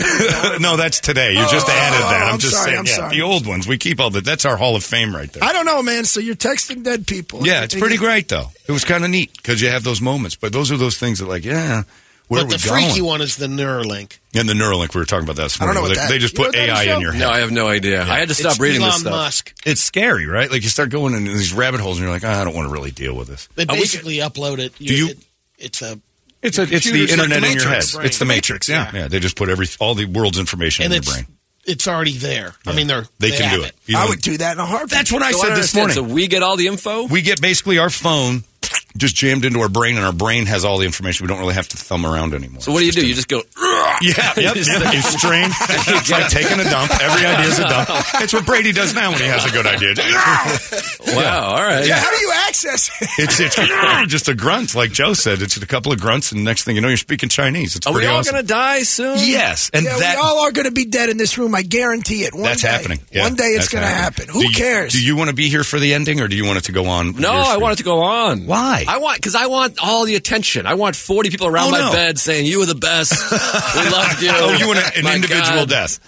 S3: no, that's today. You just
S11: Oh,
S3: added that. I'm,
S11: I'm
S3: just
S11: sorry,
S3: saying.
S11: I'm
S3: yeah,
S11: sorry.
S3: the old ones. We keep all that. That's our Hall of Fame right there.
S11: I don't know, man. So you're texting dead people.
S3: yeah, it's pretty great though. It was kind of neat because you have those moments. But those are those things that, like, yeah, where
S4: but
S3: are we
S4: the
S3: going?
S4: freaky one is the Neuralink.
S3: and the Neuralink, we were talking about that this
S4: I don't
S3: morning. where
S4: know what
S3: they, they
S4: that-
S3: just
S4: you know
S3: put
S4: what that is,
S3: AI in
S4: Joe?
S3: your head.
S12: No, I have no idea. I had to stop
S4: It's
S12: reading
S4: Elon
S12: this stuff.
S4: Musk.
S3: It's scary, right? Like you start going into these rabbit holes, and you're like, "Ah, I don't want to really deal with this.
S4: They
S3: Uh, we-
S4: basically upload it.
S3: do you?
S4: it- it's a.
S3: It's a, it's the
S4: computer's like
S3: internet
S4: the
S3: in your head.
S4: Matrix. Right.
S3: It's the matrix. Yeah. yeah, They just put every all the world's information
S4: and
S3: in
S4: it's
S3: your brain.
S4: it's already there. I
S3: Yeah.
S4: mean, they're
S3: They can
S4: have
S3: do it. You know-
S11: do that in a heartbeat.
S3: That's what I
S12: So
S3: said
S12: don't
S3: this
S12: understand.
S3: morning.
S12: So we get all the info.
S3: We get basically our phone just jammed into our brain, and our brain has all the information. We don't really have to thumb around anymore.
S12: So what do you do? You just go. "Ugh."
S3: Yeah, yep,
S12: Just-
S3: yep. You strain. It's like taking a dump. Every idea is a dump. It's what Brady does now when he has a good idea.
S12: Wow. All right.
S11: Yeah, how do you access it?
S3: It's, it's just a grunt, like Joe said. It's just a couple of grunts, and next thing you know, you're speaking Chinese. It's
S12: Are we
S3: pretty
S12: all
S3: awesome.
S12: going to die soon?
S3: Yes, and
S11: yeah,
S3: that
S11: we all are going to be dead in this room. I guarantee it. One
S3: that's
S11: day.
S3: happening. Yeah,
S11: One day it's
S3: that's
S11: going to happen.
S3: happening.
S11: Who
S3: Do you-
S11: cares?
S3: Do you want to be here for the ending, or do you want it to go on?
S12: No,
S3: years
S12: I
S3: from
S12: want it to go on.
S3: Why?
S12: I want because I want all the attention. I want forty people around
S3: Oh,
S12: my
S3: no.
S12: bed saying you were the best. we loved you.
S3: Oh, you want a- an
S12: My
S3: individual
S12: God.
S3: death.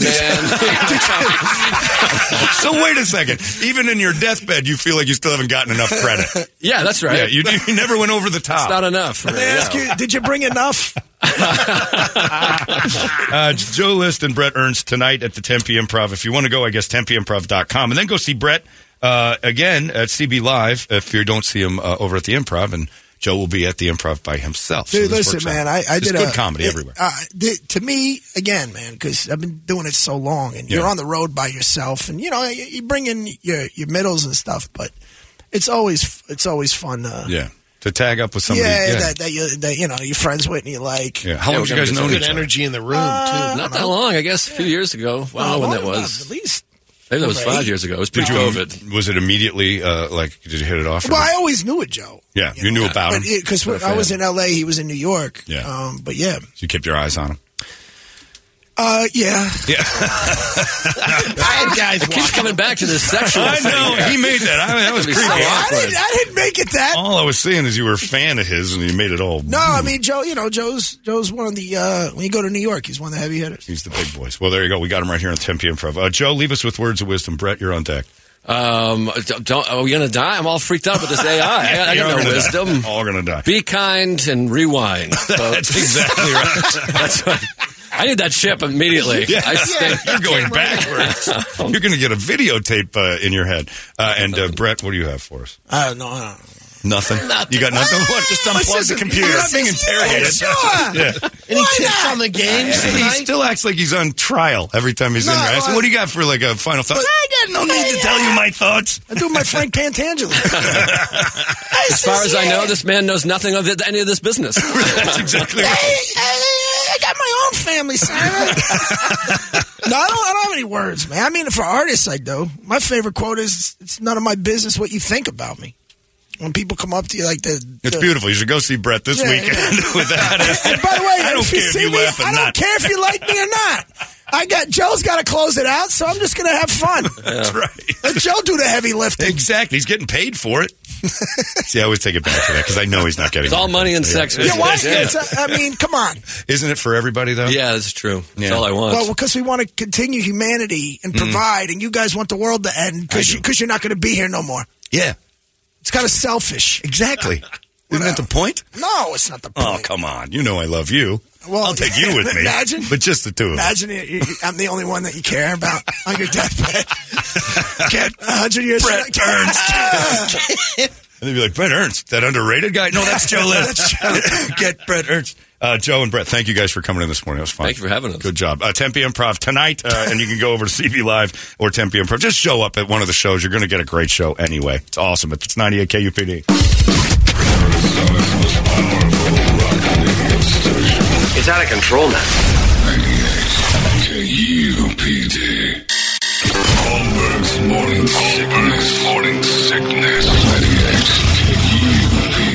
S12: man.
S3: so wait a second. Even in your deathbed, you feel like you still haven't gotten enough credit.
S12: yeah, that's right.
S3: Yeah, you, you never went over the
S12: it's
S3: top.
S12: not enough.
S11: They ask
S12: Yeah.
S11: you, did you bring enough?
S3: Uh, it's Joe List and Brett Ernst tonight at the Tempe Improv. If you want to go, I guess TempeImprov.com. And then go see Brett uh, again at CB Live if you don't see him uh, over at the Improv. And Joe will be at the Improv by himself. So
S11: Dude,
S3: this
S11: listen,
S3: works out.
S11: man. I, I
S3: Just
S11: did
S3: good
S11: a,
S3: comedy
S11: it-
S3: everywhere.
S11: Uh, th- to me, again, man, because I've been doing it so long, and you're
S3: Yeah.
S11: on the road by yourself, and you know you, you bring in your your middles and stuff, but it's always it's always fun. Uh,
S3: yeah. To tag up with
S11: yeah,
S3: somebody. Yeah.
S11: That, that you that you know you're friends with and you like. Uh,
S3: Yeah. How long have you guys known
S4: good
S3: each other?
S4: energy in the room too.
S12: Uh, Not that long, I guess. A few years ago. I don't know when that was.
S11: At least.
S12: Maybe that was
S11: over
S12: five
S11: eight.
S12: years ago. It was
S3: Did you,
S12: pre-COVID.
S3: was it immediately, uh, like, did you hit it off? or-
S11: Well, I always knew it, Joe.
S3: yeah, you knew about him.
S11: Because
S3: You're a
S11: I was
S3: fan.
S11: in L.A., he was in New York.
S3: Yeah.
S11: Um, but yeah,
S3: So you kept your eyes on him.
S11: uh, yeah.
S4: I had guys
S12: It keeps coming back to this sexual.
S3: I
S12: thing.
S3: know. He made that. I mean, that was
S12: That'd be so
S3: creepy.
S11: Oh, I,
S12: awkward.
S11: didn't, I didn't make it that.
S3: All I was saying is you were a fan of his and you made it all.
S11: No, I mean Joe. You know Joe's Joe's one of the uh, when you go to New York, he's one of the heavy hitters.
S3: He's the big boys. Well, there you go. We got him right here on 10 p.m. Improv. Uh, Joe, leave us with words of wisdom. Brett, you're on deck.
S12: Um, don't, don't- are we gonna die? I'm all freaked out with this AI. I, I
S3: You're all
S12: got no
S3: gonna die.
S12: wisdom.
S3: All gonna die.
S12: Be kind and rewind.
S3: That's exactly right.
S12: That's what, I need that chip immediately.
S3: Yeah.
S12: I stink.
S3: You're going backwards. You're going to get a videotape uh, in your head. Uh, and uh, Brett, what do you have for us?
S11: I don't know. I don't know.
S3: Nothing. You got nothing. What? Just unplug the computer.
S11: This
S3: being
S11: is-
S3: interrogated.
S11: Sure.
S3: Yeah.
S4: Any
S11: Why
S4: tips
S11: not?
S4: on the games
S3: And he
S4: tonight?
S3: still acts like he's on trial every time he's
S11: No,
S3: in there. I said,
S11: I-
S3: what do you got for like a final thought?
S11: But-
S3: I got no need to tell you my thoughts.
S11: I do my Frank Pantangelo.
S12: As far as I know, this man knows nothing of it- any of this business.
S3: That's exactly
S11: Hey,
S3: right.
S11: I, I got my own family, Simon. no, I don't, I don't have any words, man. I mean, for artists, I do. My favorite quote is, "It's none of my business what you think about me." When people come up to you like the,
S3: It's
S11: the-
S3: beautiful. You should go see Brett this
S11: Yeah,
S3: weekend with that.
S11: And by the way,
S3: I don't
S11: if
S3: care
S11: you
S3: if
S11: see
S3: you
S11: me,
S3: laugh or
S11: I don't
S3: not.
S11: care if you like me or not. I got Joe's got to close it out, so I'm just going to have fun.
S3: That's right.
S11: Let Joe do the heavy lifting.
S3: Exactly. He's getting paid for it. See, I always take it back for that because I know he's not getting
S12: It's all money and sex.
S11: Yeah, why? It's a- I mean, come on.
S3: Isn't it for everybody, though?
S12: Yeah, that's true. That's all I want.
S11: Well, because we want to continue humanity
S3: Mm.
S11: and provide, and you guys want the world to end because you, 'cause you're not going to be here no more.
S3: Yeah.
S11: It's kind of selfish.
S3: Exactly. Isn't that the point?
S11: No, it's not the.
S3: Oh, come on. You know I love you.
S11: Well,
S3: I'll take you with me.
S11: Imagine.
S3: But just the two of us.
S11: Imagine it, you- I'm the only one that you care about on your deathbed. Get a hundred years.
S3: Brett And they'd be like, Brett Ernst, that underrated guy? No, that's Joe List. Get Brett Ernst. Uh, Joe and Brett, thank you guys for coming in this morning. It was fun. Thank you for having us. Good job. Uh, 10 p.m. Improv tonight, uh, and you can go over to CB Live or 10 p.m. Improv. Just show up at one of the shows. You're going to get a great show anyway. It's awesome. It's 98 KUPD.
S8: It's out of control now.
S2: KUPD. Holmberg's morning sickness. Morning sickness. 98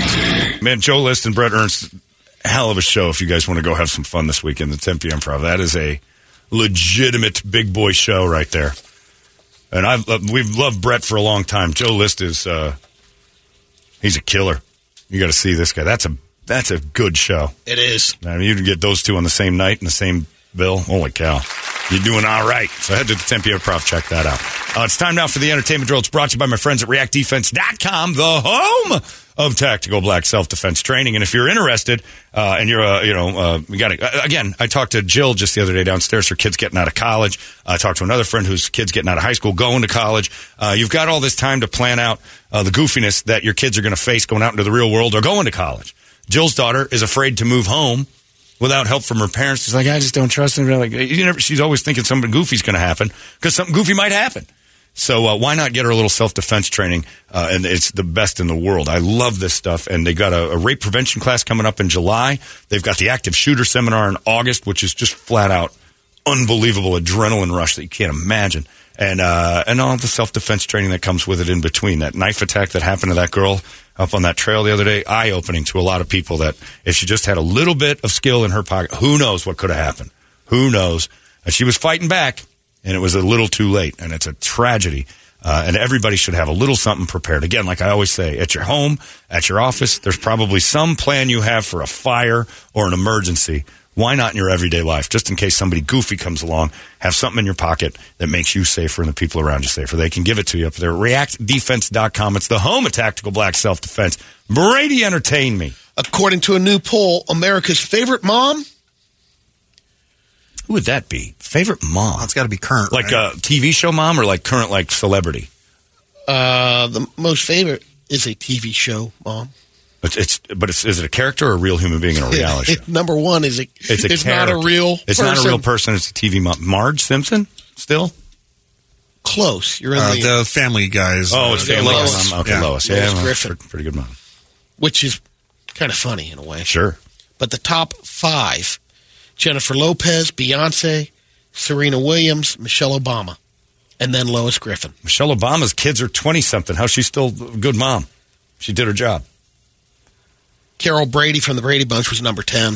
S2: KUPD.
S3: Man, Joe List and Brett Ernst, hell of a show if you guys want to go have some fun this weekend, the 10 p.m. Improv. That is a legitimate big boy show right there. And I've, uh, we've loved Brett for a long time. Joe List is, uh, he's a killer. You got to see this guy. That's a, that's a good show.
S4: It is.
S3: I mean, you can get those two on the same night and the same bill. Holy cow. You're doing all right. So head to the Tempe Prof. Check that out. Uh, it's time now for the entertainment drill. It's brought to you by my friends at reactdefense.com, the home of tactical black self-defense training. And if you're interested, uh, and you're, uh, you know, uh, we got to, again, I talked to Jill just the other day downstairs. Her kid's getting out of college. I talked to another friend whose kid's getting out of high school, going to college. Uh, you've got all this time to plan out uh, the goofiness that your kids are going to face going out into the real world or going to college. Jill's daughter is afraid to move home without help from her parents. She's like, I just don't trust him. Like, you never, she's always thinking something goofy's going to happen because something goofy might happen. So uh, why not get her a little self defense training? Uh, and it's the best in the world. I love this stuff. And they got a, a rape prevention class coming up in July. They've got the active shooter seminar in August, which is just flat out unbelievable adrenaline rush that you can't imagine. And uh, and all the self defense training that comes with it in between that knife attack that happened to that girl up on that trail the other day, eye opening to a lot of people that if she just had a little bit of skill in her pocket, who knows what could have happened? Who knows? And she was fighting back, and it was a little too late, and it's a tragedy. Uh, and everybody should have a little something prepared. Again, like I always say, at your home, at your office, there's probably some plan you have for a fire or an emergency. Why not in your everyday life? Just in case somebody goofy comes along, have something in your pocket that makes you safer and the people around you safer. They can give it to you up there. ReactDefense.com. It's the home of tactical black self defense. Brady, entertain me.
S4: According to a new poll, America's favorite mom.
S3: Who would that be? Favorite mom?
S5: it's got to be current.
S3: Like a TV show mom or like current, like celebrity?
S4: Uh, the most favorite is a TV show mom.
S3: It's, it's but it's, is it a character or a real human being in a reality show?
S4: Number one is a.
S3: It's a
S4: not a
S3: character.
S4: real.
S3: It's
S4: person.
S3: not a real person. It's a TV mom. Marge Simpson still.
S4: Close. You're in
S5: Uh,
S4: the,
S5: the Family Guys.
S3: Oh, it's
S5: uh,
S3: Family
S5: Lois.
S3: Guy mom. Okay, Lois. Yeah,
S4: Lois
S3: well,
S4: Griffin.
S3: pretty- pretty good mom.
S4: which is kind of funny in a way.
S3: Sure.
S4: But the top five: Jennifer Lopez, Beyonce, Serena Williams, Michelle Obama, and then Lois Griffin.
S3: Michelle Obama's kids are twenty something. How's she still a good mom? She did her job.
S4: Carol Brady from the Brady Bunch was number ten.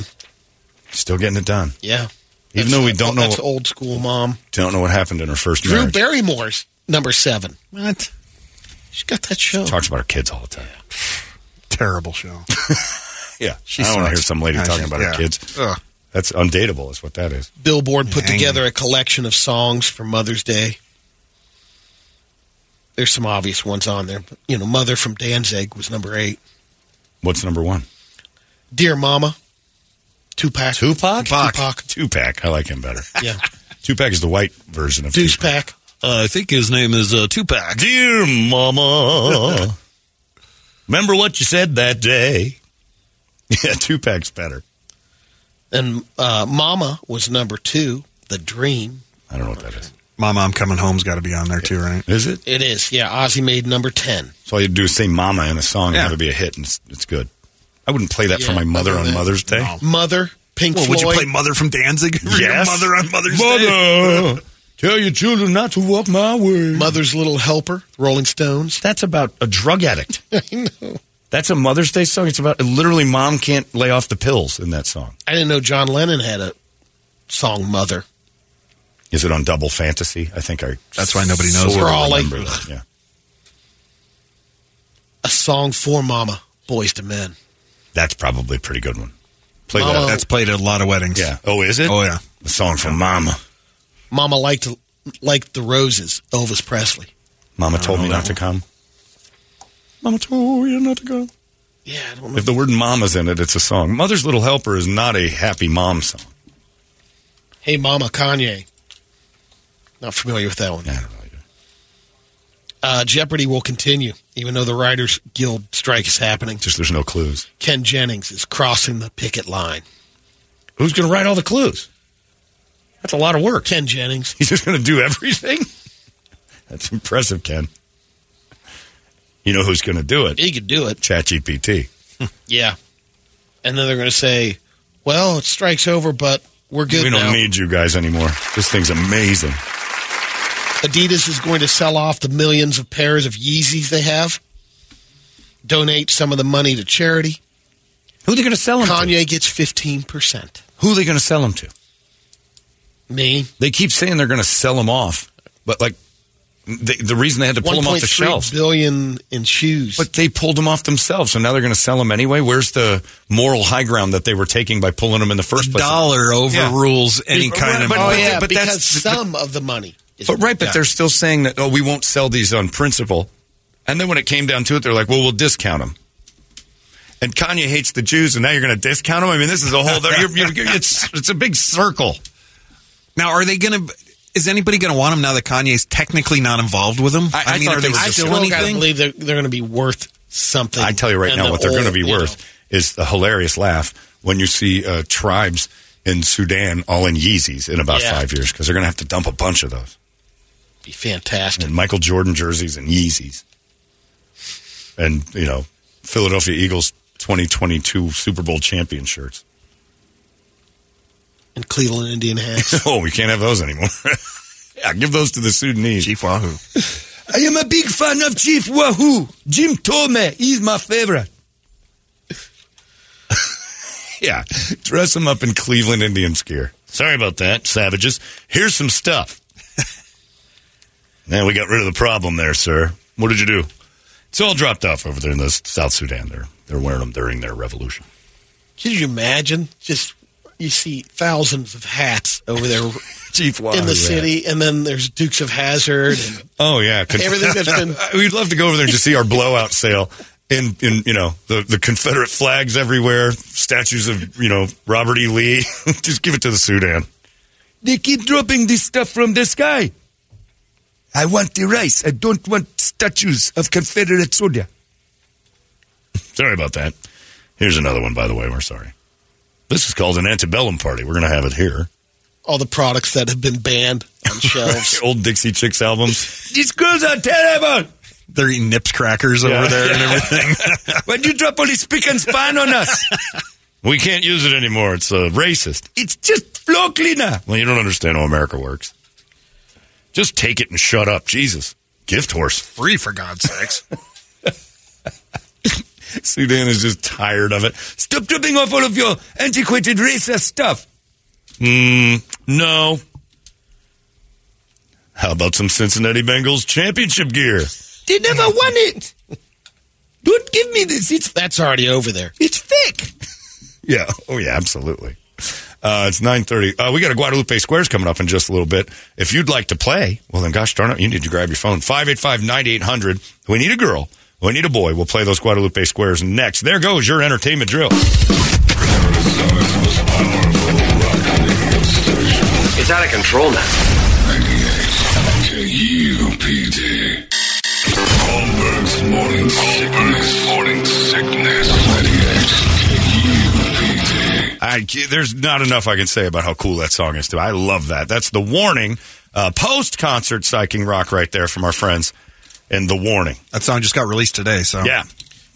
S3: Still getting it done.
S4: Yeah.
S3: Even though we don't know
S4: That's old school mom.
S3: don't know what happened in her first
S4: Drew
S3: marriage.
S4: Barrymore's number seven.
S5: What?
S4: She's got that show.
S3: Talks about her kids all the time.
S5: Terrible show.
S3: Yeah,
S5: She
S3: I don't want to
S5: sucks.
S3: hear some lady
S5: I
S3: talking
S5: think-
S3: about her
S5: yeah.
S3: kids.
S4: Ugh.
S3: That's undateable. Is what that is.
S4: Billboard put
S5: Dang.
S4: together a collection of songs for Mother's Day. There's some obvious ones on there. But, you know, Mother from Danzig was number eight.
S3: What's number one?
S4: Dear Mama, Tupac.
S3: Tupac.
S4: Tupac.
S3: Tupac. I like him better.
S4: Yeah.
S3: Tupac is the white version of
S4: Deuce
S3: Tupac.
S4: Pack.
S5: Uh, I think his name is uh, Tupac.
S3: Dear Mama, remember what you said that day? Yeah, Tupac's better.
S4: And uh, Mama was number two, The Dream.
S3: I don't know what that is.
S5: Mama, I'm coming home's got to be on there too, right?
S3: Is it?
S4: It is. Yeah, Ozzy made number 10.
S3: So all you do is say "Mama" in a song and
S5: Yeah.
S3: have it be a hit, and it's, it's good. I wouldn't play that for
S4: Yeah,
S3: my mother
S4: other
S3: on
S4: than-
S3: Mother's Day.
S4: Mother, Pink
S5: Well,
S4: Floyd.
S5: would you play Mother from Danzig? Your
S3: Yes.
S5: Mother on Mother's Day.
S3: Mother, tell your children not to walk my way.
S4: Mother's Little Helper, Rolling Stones.
S3: That's about a drug addict.
S4: I know.
S3: That's a Mother's Day song. It's about literally mom can't lay off the pills in that song.
S4: I didn't know John Lennon had a song, Mother.
S3: Is it on Double Fantasy? I think I.
S5: That's why nobody knows.
S3: sorta
S4: We're all like-
S3: remember that, Yeah.
S4: A song for Mama, Boys to Men.
S3: That's probably a pretty good one.
S4: Play that. Mama-
S5: That's played at a lot of weddings.
S3: Yeah. Oh, is it?
S5: Oh, yeah.
S3: The song from Mama.
S4: Mama liked liked the roses, Elvis Presley.
S3: Mama told me not to come. Mama told you not to go.
S4: Yeah, I don't know.
S3: If the word mama's in it, it's a song. Mother's Little Helper is not a happy mom song.
S4: Hey Mama, Kanye. Not familiar with that one. Uh, Jeopardy will continue, even though the Writers Guild strike is happening.
S3: Just there's no clues.
S4: Ken Jennings is crossing the picket line.
S3: Who's going to write all the clues? That's a lot of work.
S4: Ken Jennings.
S3: He's just going to do everything? That's impressive, Ken. You know who's going to do it?
S4: He could do it.
S3: ChatGPT.
S4: Yeah. And then they're going to say, well, it strike's over, but we're good
S3: We don't
S4: now.
S3: need you guys anymore. This thing's amazing.
S4: Adidas is going to sell off the millions of pairs of Yeezys they have, donate some of the money to charity.
S3: Who are they going to sell them
S4: Kanye gets 15%.
S3: Who are they going to sell them to?
S4: Me.
S3: They keep saying they're going to sell them off, but like they, the reason they had to pull them off the
S4: 1.3
S3: shelves.
S4: billion in shoes.
S3: But they pulled them off themselves, so now they're going to sell them anyway. Where's the moral high ground that they were taking by pulling them in the first place?
S5: dollar overrules any
S3: But-
S5: kind of
S3: But,
S4: oh,
S3: but-
S4: yeah,
S3: but
S4: because
S3: that's
S4: some of the money. is-
S3: But right, but
S4: Yeah.
S3: they're still saying that oh, we won't sell these on principle. And then when it came down to it, they're like, well, we'll discount them. And Kanye hates the Jews, and now you're going to discount them. I mean, this is a whole. You're, you're, it's it's a big circle.
S5: Now, are they going to? Is anybody going to want them now that Kanye's technically not involved with them?
S3: I
S5: mean,
S3: thought
S5: are
S3: they
S5: they
S3: were just-
S5: still
S3: Well,
S4: I
S5: anything?
S4: believe they're, they're going to be worth something.
S3: I tell you right
S4: And
S3: now,
S4: the
S3: what they're
S4: oil,
S3: going to be
S4: you
S3: worth
S4: know.
S3: is the hilarious laugh when you see uh, tribes in Sudan all in Yeezys in about
S4: Yeah.
S3: five years because they're going to have to dump a bunch of those
S4: be fantastic.
S3: and Michael Jordan jerseys and Yeezys, and you know Philadelphia Eagles 2022 Super Bowl champion shirts.
S4: And Cleveland Indian hats.
S3: oh, we can't have those anymore. yeah, give those to the Sudanese. Chief Wahoo.
S9: I am a big fan of Chief Wahoo. Jim Tome, he's my favorite.
S3: Yeah, dress them up in Cleveland Indians gear. Sorry about that, savages. Here's some stuff. now we got rid of the problem there, sir. What did you do? It's all dropped off over there in the South Sudan. They're they're wearing them during their revolution.
S4: Can you imagine? Just you see thousands of hats over there
S3: Chief
S4: in
S3: Wahoo
S4: the
S3: hat.
S4: city, and then there's Dukes of Hazard. And
S3: Oh yeah,
S4: Everything that's been-
S3: We'd love to go over there and just see our blowout sale. In, in you know the, the Confederate flags everywhere, statues of you know Robert E. Lee. just give it to the Sudan.
S9: They keep dropping this stuff from the sky. I want the rice. I don't want statues of Confederate soldier.
S3: Sorry about that. Here's another one, by the way. We're sorry. This is called an antebellum party. We're going to have it here.
S4: all the products that have been banned on
S5: Oh.
S4: shelves.
S3: Old Dixie Chicks albums.
S9: These girls are terrible.
S5: They're eating nips crackers over
S3: Yeah.
S5: there and everything.
S9: When you drop all this pick and span on us,
S3: We can't use it anymore. It's uh, racist.
S9: it's just floor cleaner.
S3: Well, you don't understand how America works. Just take it and shut up. Jesus. Gift horse.
S5: Free for God's sakes.
S3: Sudan is just tired of it.
S9: Stop dropping off all of your antiquated racist stuff.
S3: Mm, no. How about some Cincinnati Bengals championship gear?
S9: They never won it. Don't give me this. It's
S4: That's already over there.
S9: it's fake.
S3: Yeah. Oh, yeah. Absolutely. Uh, it's nine thirty. Uh, we got a Guadalupe Squares coming up in just a little bit. If you'd like to play, well then, gosh darn it, you need to grab your phone 585-9800. We need a girl. We need a boy. We'll play those Guadalupe Squares next. There goes your entertainment drill.
S8: It's out of control now.
S2: K-U-P-D. Holmberg's morning sickness. Morning sickness. 98. K-U-P-D.
S3: I, there's not enough I can say about how cool that song is, too. I love that. That's the warning, uh, post concert psyching rock right there from our friends, and the warning.
S5: That song just got released today, so
S3: Yeah.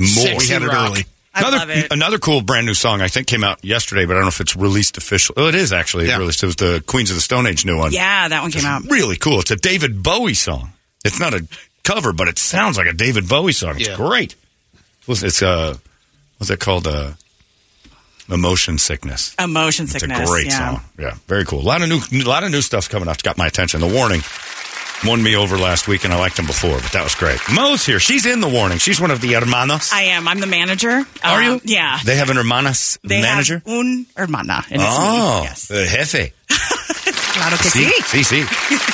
S5: Sexy We had it rock. early.
S13: I
S3: another,
S13: love it.
S3: another cool brand new song I think came out yesterday, but I don't know if it's released officially. Oh, it is actually
S5: Yeah.
S3: released. It was the Queens of the Stone Age new one.
S13: Yeah, that one came out.
S3: Really cool. It's a David Bowie song. It's not a cover, but it sounds like a David Bowie song. It's
S4: Yeah.
S3: great. Listen, It's uh what's that called? Uh Emotion sickness.
S14: Emotion
S3: It's a
S14: sickness.
S3: great
S14: yeah.
S3: song. Yeah, very cool. A lot of new, a lot of new stuff coming up. Got my attention. The warning won me over last week, and I liked them before, but that was great. Mo's here. She's in the warning. She's one of the hermanas.
S14: I am. I'm the manager. Are you? Yeah.
S3: They have an hermanas
S14: Ah. They
S3: manager.
S14: Have un hermana. And it's
S3: oh,
S14: me.
S3: the jefe.
S14: Claro que
S3: See,
S14: sí.
S3: see, see.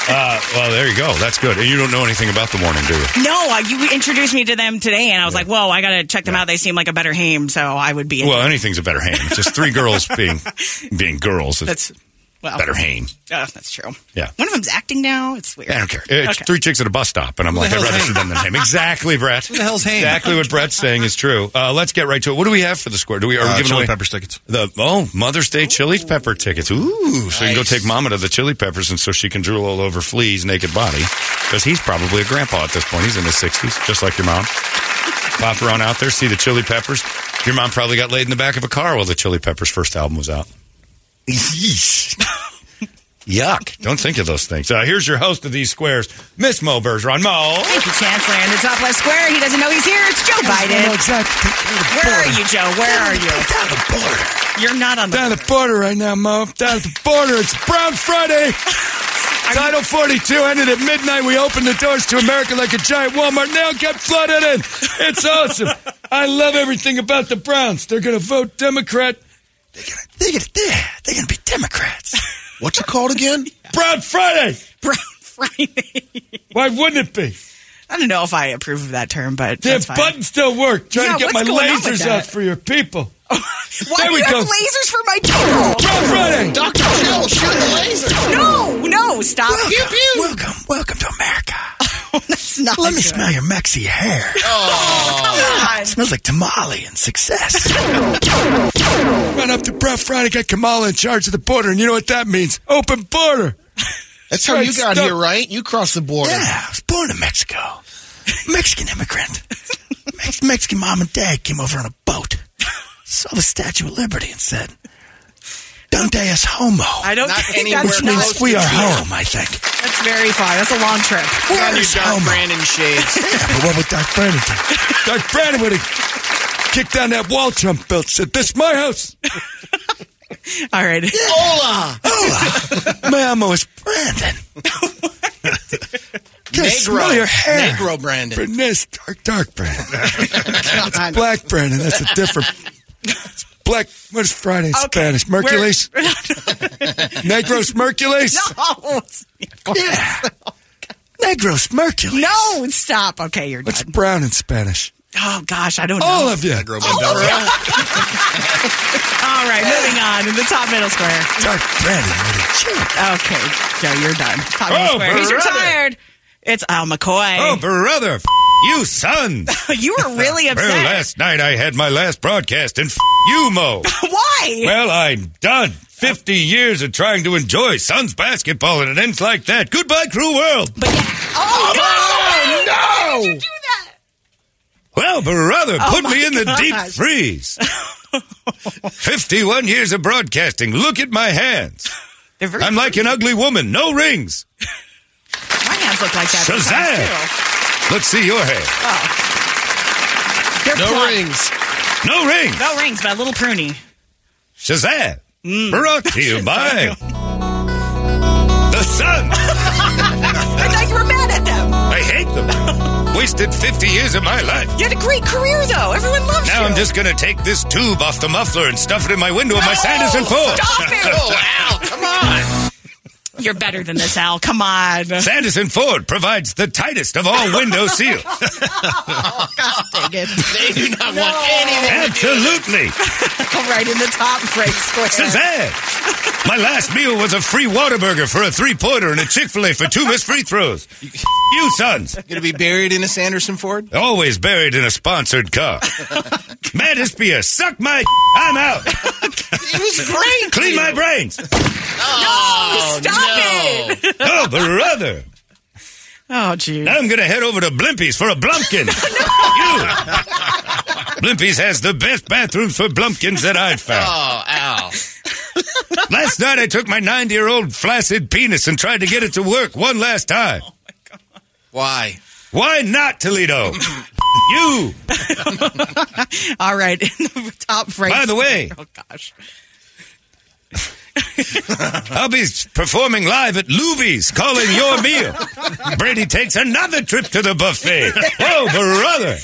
S3: Uh, well, there you go. That's good. And you don't know anything about the warning, do you?
S14: No, uh, you introduced me to them today, and I was like, "Whoa, I gotta check them out. They seem like a better hame, so I would be."
S3: Well, anything's a better hang. It's just three girls being being girls. is
S14: That's- well,
S3: better hang.
S15: Oh,
S14: Uh, that's true.
S3: Yeah.
S14: One of them's acting now. It's weird.
S3: I don't care. It's
S14: Okay.
S3: three chicks at a bus stop, and I'm like, I'd rather see them than him. Exactly, Brett.
S14: Who the hell's Haim?
S3: Exactly what Brett's saying is true. Uh, let's get right to it. What do we have for the square? Do we are we
S16: Uh,
S3: giving
S16: Chili
S3: away
S16: Peppers tickets.
S3: The oh Mother's Day Chili Pepper tickets. Ooh, so you can go take Mama to the Chili Peppers, and so she can drool all over Flea's naked body because he's probably a grandpa at this point. He's in his sixties, just like your mom. Pop around out there, see the Chili Peppers. Your mom probably got laid in the back of a car while the Chili Peppers' first album was out. Yeesh. Yuck. Don't think of those things. Uh, here's your host of these squares, Miss Mo Bergeron. Mo.
S14: Thank you, Chancellor. In the top left square, he doesn't know he's here. It's Joe Biden. Where are you, Joe? Where are you? Down the border. You're not on the
S15: Down the border right now, Mo. Down at the border. It's Brown Friday. Title 42 ended at midnight. We opened the doors to America like a giant Walmart. Now got flooded in. It's awesome. I love everything about the Browns. They're going to vote Democrat. They're going to they're gonna, they're gonna be Democrats. What's it called again? Brown Friday.
S14: Brown Friday.
S15: Why wouldn't it be?
S14: I don't know if I approve of that term, but
S15: Their
S14: that's fine.
S15: buttons still work. Trying
S14: Yeah,
S15: to get my
S14: what's going on with
S15: lasers
S14: that?
S15: out for your people.
S14: Why
S15: There
S14: do
S15: we
S14: you
S15: go.
S14: have lasers for my people?
S15: Brown Friday.
S14: Dr. Chill, shoot the laser. No, no, stop. Pew, pew.
S15: Welcome, welcome to America.
S14: That's not
S15: Let me smell your mexi hair.
S14: Oh, come on.
S15: smells like tamale and success. Run up to Brett Friday, got Kamala in charge of the border, and you know what that means? Open border.
S6: That's how you got here, right? You crossed the border.
S15: Yeah, I was born in Mexico. Mexican immigrant. Mex- Mexican mom and dad came over on a boat, saw the Statue of Liberty, and said, Donde es homo?
S14: I don't Not think anywhere that's
S15: Which means
S14: close
S15: we
S14: to
S15: are
S14: true.
S15: home, I think.
S14: That's very far. That's a long trip.
S15: Where is homo? Yeah, but what would Doc Brandon do? Doc Brandon would have kicked down that wall Trump built, said, This my house.
S14: All right.
S15: Hola. Hola. My amo is Brandon. Can I
S17: Negro.
S15: smell your hair.
S17: Negro Brandon.
S15: Brandon's dark, dark Brandon. It's black Brandon. That's a different. it's Black, what is Friday in Spanish? Mercules? Negros Mercules?
S14: No.
S15: Yeah. Negros Mercules.
S14: No, stop. Okay, you're
S15: What's
S14: done.
S15: brown in Spanish?
S14: Oh, gosh, I don't know.
S15: All of you.
S14: All of you. All right, moving on. In the top middle square.
S15: Dark
S14: Okay, Joe, you're done. Top middle
S3: Oh,
S14: square. He's
S3: brother.
S14: retired. It's Al McCoy.
S3: Oh, brother, f- you son.
S14: you were really upset.
S3: Well, last night I had my last broadcast, and f- you, Mo.
S14: Oh, Why?
S3: well, I'm done. 50 years of trying to enjoy Suns basketball, and it ends like that. Goodbye, cruel world.
S14: oh, no!
S3: no! Well, brother,
S14: Oh,
S3: put
S14: my
S3: me in the deep
S14: gosh.
S3: freeze. 51 years of broadcasting. Look at my hands.
S14: very
S3: I'm like an ugly woman. No rings.
S14: My hands look like that. sometimes, too.
S3: Shazam! Let's see your hair.
S14: They're plump.
S3: No ring.
S14: No rings, but a little pruny.
S3: Shazam!
S14: Mm.
S3: Brought to you by the sun.
S14: I thought you were mad at them.
S3: I hate them. Wasted 50 years of my life.
S14: You had a great career, though. Oh, Everyone loves
S3: Now
S14: you.
S3: I'm just going to take this tube off the muffler and stuff it in my window of my Sanderson Ford.
S14: Stop it! Oh, Al, come on. You're better than this, Al. Come on.
S3: Sanderson Ford provides the tightest of all window seals.
S14: God dang it.
S6: They do not
S14: want anything.
S3: Absolutely.
S14: All right, in the top right square.
S3: Shazam! My last meal was a free Whataburger for a three-pointer and a Chick-fil-A for two missed free throws. You sons.
S17: Gonna be buried in a Sanderson Ford?
S3: Always buried in a sponsored car. Mattis Beer, suck my I'm out.
S17: It was great.
S3: Clean my brains.
S14: Oh, stop it.
S3: Oh, brother.
S14: Oh, geez.
S3: Now I'm going to head over to Blimpies for a Blumpkin. You. Blimpies has the best bathrooms for Blumpkins that I've found.
S18: Oh, ow.
S14: Oh.
S3: Last night I took my 90 year old flaccid penis and tried to get it
S14: Oh,
S3: to work one last time.
S17: Why?
S3: Why not, Toledo?
S19: You.
S14: All right. In the top right.
S15: By the way.
S14: Oh, gosh.
S15: I'll be performing live at Luby's, calling your meal. Brady takes another trip to the buffet. Oh, brother!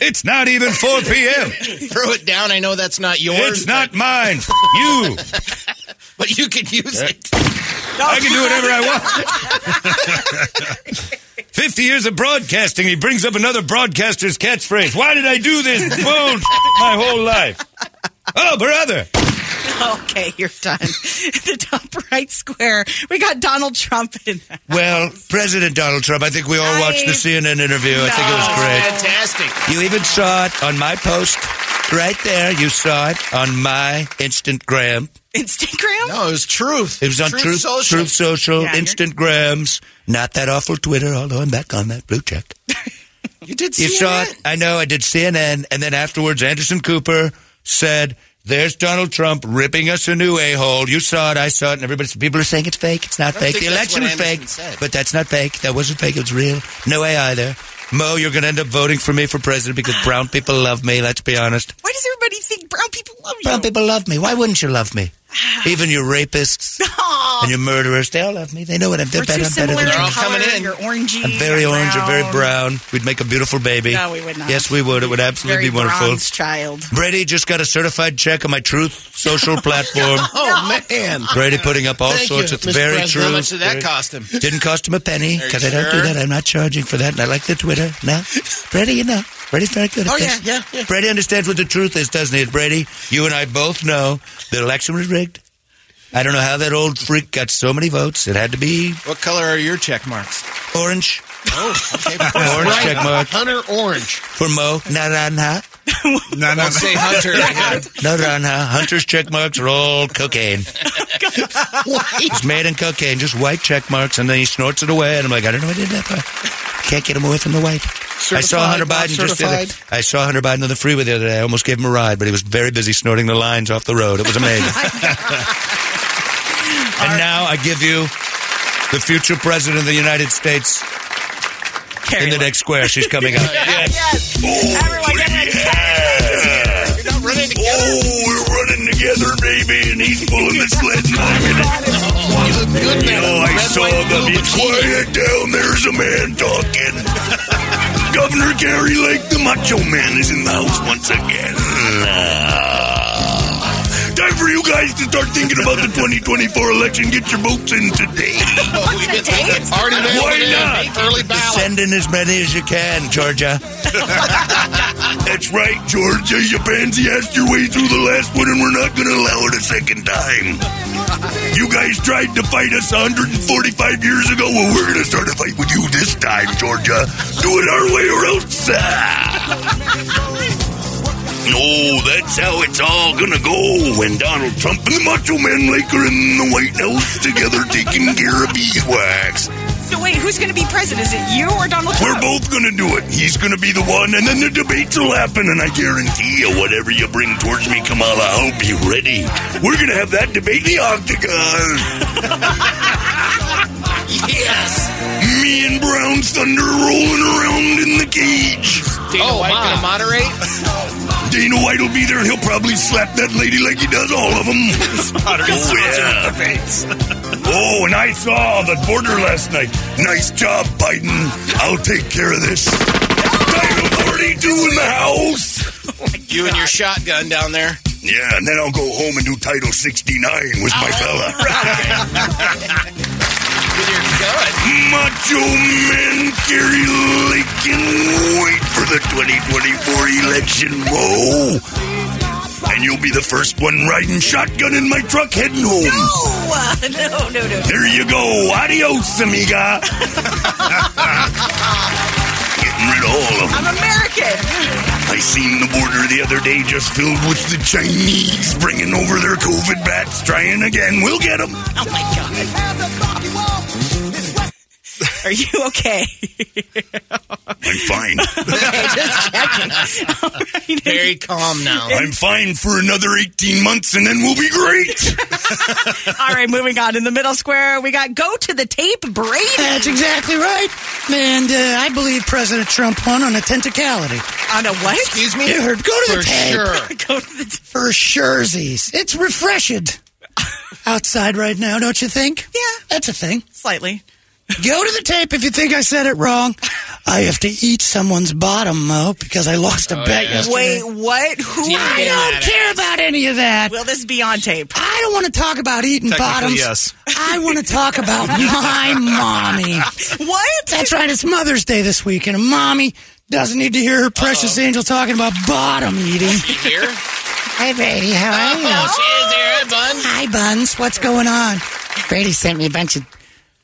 S15: It's not even 4 p.m.
S10: Throw it down. I know that's not yours.
S15: It's not mine. You. Uh,
S10: But you can use it.
S15: I can do whatever I want. 50 years of broadcasting, he brings up another broadcaster's catchphrase. Why did I do this bull my whole life? Oh, brother.
S14: Okay, you're done. the top right square. We got Donald Trump in that.
S20: Well, President Donald Trump, I think we all watched the
S14: I-
S20: CNN interview. I think it was great.
S10: Fantastic.
S20: You even saw it on my post right there. You saw it on my Instantgram.
S14: Instagram?
S10: No, it was truth.
S20: It was on
S10: Truth
S20: Truth, Truth
S10: Social.
S20: Social,
S10: Yeah, you're-
S20: Instagrams. Not that awful Twitter, although I'm back on that blue check.
S10: You did
S20: You saw
S10: CNN?
S20: it? I know. I did CNN. And then afterwards, Anderson Cooper said, there's Donald Trump ripping us a new a-hole. You saw it. I saw it. And everybody, people are saying it's fake. It's not
S10: I don't
S20: fake.
S10: think
S20: The
S10: that's
S20: election
S10: what
S20: is
S10: Anderson
S20: fake.
S10: said.
S20: But that's not fake. That wasn't fake. It was real. No AI there. Mo, you're going to end up voting for me for president because brown people love me. Let's be honest.
S14: Why does everybody think brown people love you?
S20: Brown people love me. Why wouldn't you love me? Even your rapists
S14: Aw.
S20: and your murderers, they all love me. They know what I'm
S14: We're
S20: doing.
S14: too
S20: I'm better
S14: similar
S20: than
S14: in
S20: them.
S14: color. You're orangey.
S20: I'm very
S14: you're
S20: orange or very
S14: brown.
S20: brown. We'd make a beautiful baby.
S14: No, we would not.
S20: Yes, we would. It would absolutely
S14: Very
S20: be wonderful.
S14: bronze child.
S20: Brady just got a certified check on my Truth social platform.
S10: Oh, man.
S20: Brady putting up all sorts of very true.
S10: How much did that
S20: very-
S10: cost him?
S20: Didn't cost him a penny
S10: Are you
S20: because I don't do
S10: sure?
S20: that. I'm not charging for that. And I like the Twitter. No, Brady, you know, Brady's very good. At
S10: Oh, yeah,
S20: this.
S10: yeah, yeah.
S20: Brady understands what the truth is, doesn't he? And Brady, you and I both know the election was rigged. I don't know how that old freak got so many votes. It had to be
S10: What color are your check marks?
S20: orange.
S10: Oh, okay.
S20: Orange check mark.
S10: Hunter Orange.
S20: for Mo. Na na na.
S21: No,
S10: Don't say Hunter.
S20: No, no, no. Hunter's check marks are all cocaine. It's made in cocaine, just white check marks, and then he snorts it away. And I'm like, I don't know what I did that part. Can't get him away from the white. I saw
S6: Certified,
S20: Hunter
S6: not
S20: Biden just the other,
S6: certified.
S20: I saw Hunter Biden on the freeway the other day. I almost gave him a ride, but he was very busy snorting the lines off the road. It was amazing. and now I give you the future president of the United States in the next square. She's coming up.
S14: Yes. Everyone get it.
S2: You're not running together. Oh, we're running together, baby, and he's pulling the sled and I'm in it. You look good, man. know, I saw them. It's quiet down. There's a man talking. Governor Gary Lake, the macho man, is in the house once again. Time for you guys to start thinking about the 2024 election. Get your votes in today.
S4: Already mailed
S2: Why
S4: it in.
S2: not?
S4: Early ballot.
S20: Send in as many as you can, Georgia.
S2: That's right, Georgia. You pansy asked your way through the last one, and we're not going to allow it a second time. You guys tried to fight us 145 years ago. Well, we're going to start a fight with you this time, Georgia. Do it our way or else. No, that's how it's all gonna go when Donald Trump and the Macho Man Lake are in the White House together taking care of beeswax.
S14: So wait, who's going to be president? Is it you or Donald Trump?
S2: We're both going to do it. He's going to be the one, and then the debates will happen, and I guarantee you, whatever you bring towards me, Kamala, I'll be ready. We're going to have that debate in the octagon.
S10: Yes.
S2: Me and Brown Thunder rolling around in the cage.
S10: Dana White going to moderate?
S2: Dana White will be there, and he'll probably slap that lady like he does all of them. oh, yeah. Oh, and I saw the border last night. Nice job, Biden. I'll take care of this. Title 42 in the house.
S10: You and your shotgun down there.
S2: Yeah, and then I'll go home and do Title 69 with
S10: Oh,
S2: my fella. Macho Man Gary Lakin, wait for the 2024 election, whoa! And you'll be the first one riding shotgun in my truck heading home.
S14: Oh, uh, no, no, no.
S2: There you go. Adios, amiga. Getting rid of all of them.
S14: I'm American.
S2: I seen the border the other day just filled with the Chinese bringing over their COVID
S13: Oh
S2: bats. Trying again. We'll get them.
S14: Oh my god.
S13: Are you okay?
S2: I'm fine.
S13: okay, just checking.
S2: Very calm now. I'm fine for another 18 months and then we'll be great.
S13: All right, moving on. In the middle square, we got go to the tape, Brady.
S6: That's exactly right. And uh, I believe President Trump won on a tentacality.
S13: On a what? Excuse
S6: me? You heard. Go to
S13: For
S6: the tape.
S13: sure. go to the
S6: For surezies. It's refreshing outside right now, don't you think? Yeah. That's a thing.
S13: Slightly.
S6: Go to the tape if you think I said it wrong. I have to eat someone's bottom, Mo, because I lost a bet
S13: Wait,
S6: yesterday.
S13: what? Who?
S6: Yeah, I don't care about any of that.
S13: Will this be on tape?
S6: I don't want to talk about eating
S13: Technically,
S6: bottoms.
S13: yes.
S6: I want to talk about my mommy.
S13: What?
S6: That's right. It's Mother's Day this week, and mommy doesn't need to hear her precious angel talking about bottom eating.
S22: Here?
S6: Hey, Brady, how are you?
S22: Oh, she is there. Hi, Buns.
S6: Hi, Buns. What's going on? Brady sent me a bunch of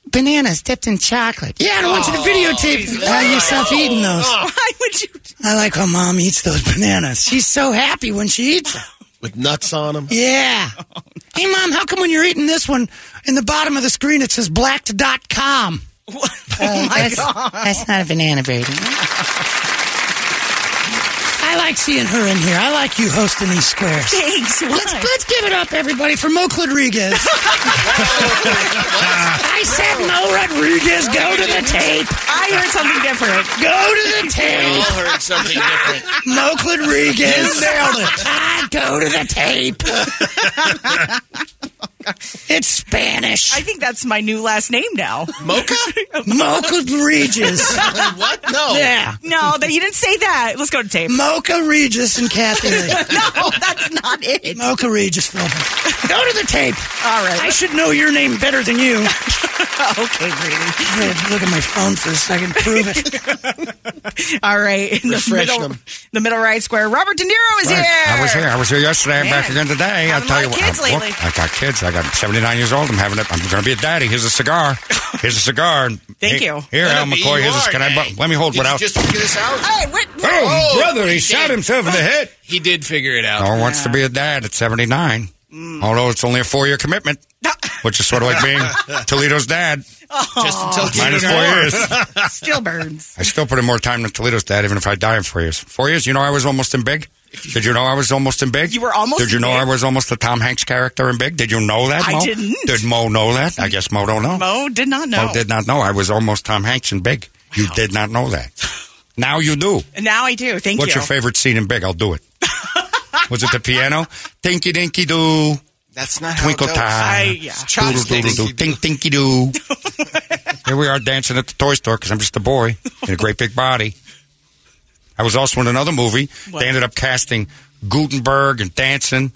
S6: bananas dipped in chocolate. Yeah, I don't want you to
S22: Oh,
S6: videotape
S22: he's
S6: uh, yourself
S22: lying.
S6: eating those.
S22: Oh.
S13: Why would you?
S6: I like how mom eats those bananas. She's so happy when she eats them.
S4: with nuts on them.
S6: Yeah.
S22: Oh,
S6: Hey, mom, how come when you're eating this one, in the bottom of the screen it says blacked.com?
S22: Oh, my
S6: Uh, that's,
S22: God.
S6: that's not a banana, Brady. I like seeing her in here. I like you hosting these squares.
S13: Thanks.
S6: Let's, let's give it up, everybody, for Mo Rodriguez. I said Mo Rodriguez, go to the tape.
S13: I heard something different.
S6: Go to the
S22: We
S6: tape.
S22: all heard something different.
S6: Mo Rodriguez.
S22: You nailed it.
S6: Ah, go to the tape. it's Spanish.
S13: I think that's my new last name now.
S6: Mocha? Mocha Regis.
S13: what?
S6: No. Yeah.
S13: No, that you didn't say that. Let's go to tape.
S6: Mocha Regis and Kathy Lee.
S13: no, that's not it.
S6: Mocha Regis Philbin. Go to the tape.
S13: All right.
S6: I should know your name better than you.
S13: okay, Brady.
S6: Look at my phone for a second. Prove it.
S13: All right. In the
S6: Refresh
S13: middle,
S6: them.
S13: the middle right square, Robert De Niro is
S23: Right.
S13: here.
S23: I was here. I was here yesterday. I'm
S13: Man,
S23: back again today. I'll
S13: having a
S23: tell
S13: lot
S23: you
S13: of
S23: what.
S13: kids
S23: I've worked-
S13: lately.
S23: I got kids. I got 79 years old. I'm having it. I'm going to be a daddy. Here's a cigar. Here's a cigar.
S13: Thank
S23: Hey,
S13: you.
S23: Here,
S13: Let
S23: Al
S13: it be.
S23: McCoy.
S13: You
S23: Here's
S13: are
S23: a, can I? bu- Let me hold
S22: Did
S23: one
S22: you
S23: out.
S22: just figure this out?
S13: Hey, what?
S23: Oh, brother, he shot
S22: did.
S23: himself in the head.
S22: He did figure it out.
S23: Or wants to be a dad at 79.
S13: Mm.
S23: Although it's only a four year commitment, which is sort of like being Toledo's dad.
S22: Just until two
S23: Minus
S22: more.
S23: four years.
S13: Oh. Still burns.
S23: I still put in more time than Toledo's dad, even if I die in four years. Four years, you know I was almost in Big? Did you know I was almost in Big? You were
S13: almost
S23: Did you
S13: in
S23: know
S13: Big?
S23: I was almost the Tom Hanks character in Big? Did you know that,
S13: I
S23: Mo?
S13: didn't.
S23: Did Mo know that? I guess Mo don't know.
S13: Mo did not know.
S23: Mo did not know I was almost Tom Hanks in Big. You did not know that. Now you do.
S13: Now I do. Thank
S23: What's
S13: you.
S23: your favorite scene in Big? I'll do it. was it the piano? Tinky dinky doo.
S10: That's not
S23: Twinkle
S10: how it goes.
S23: time. Doodle doodle doo. Tink tinky doo. Here we are dancing at the toy store because I'm just a boy in a great big body. I was also in another movie. They ended up casting Gutenberg and Danson.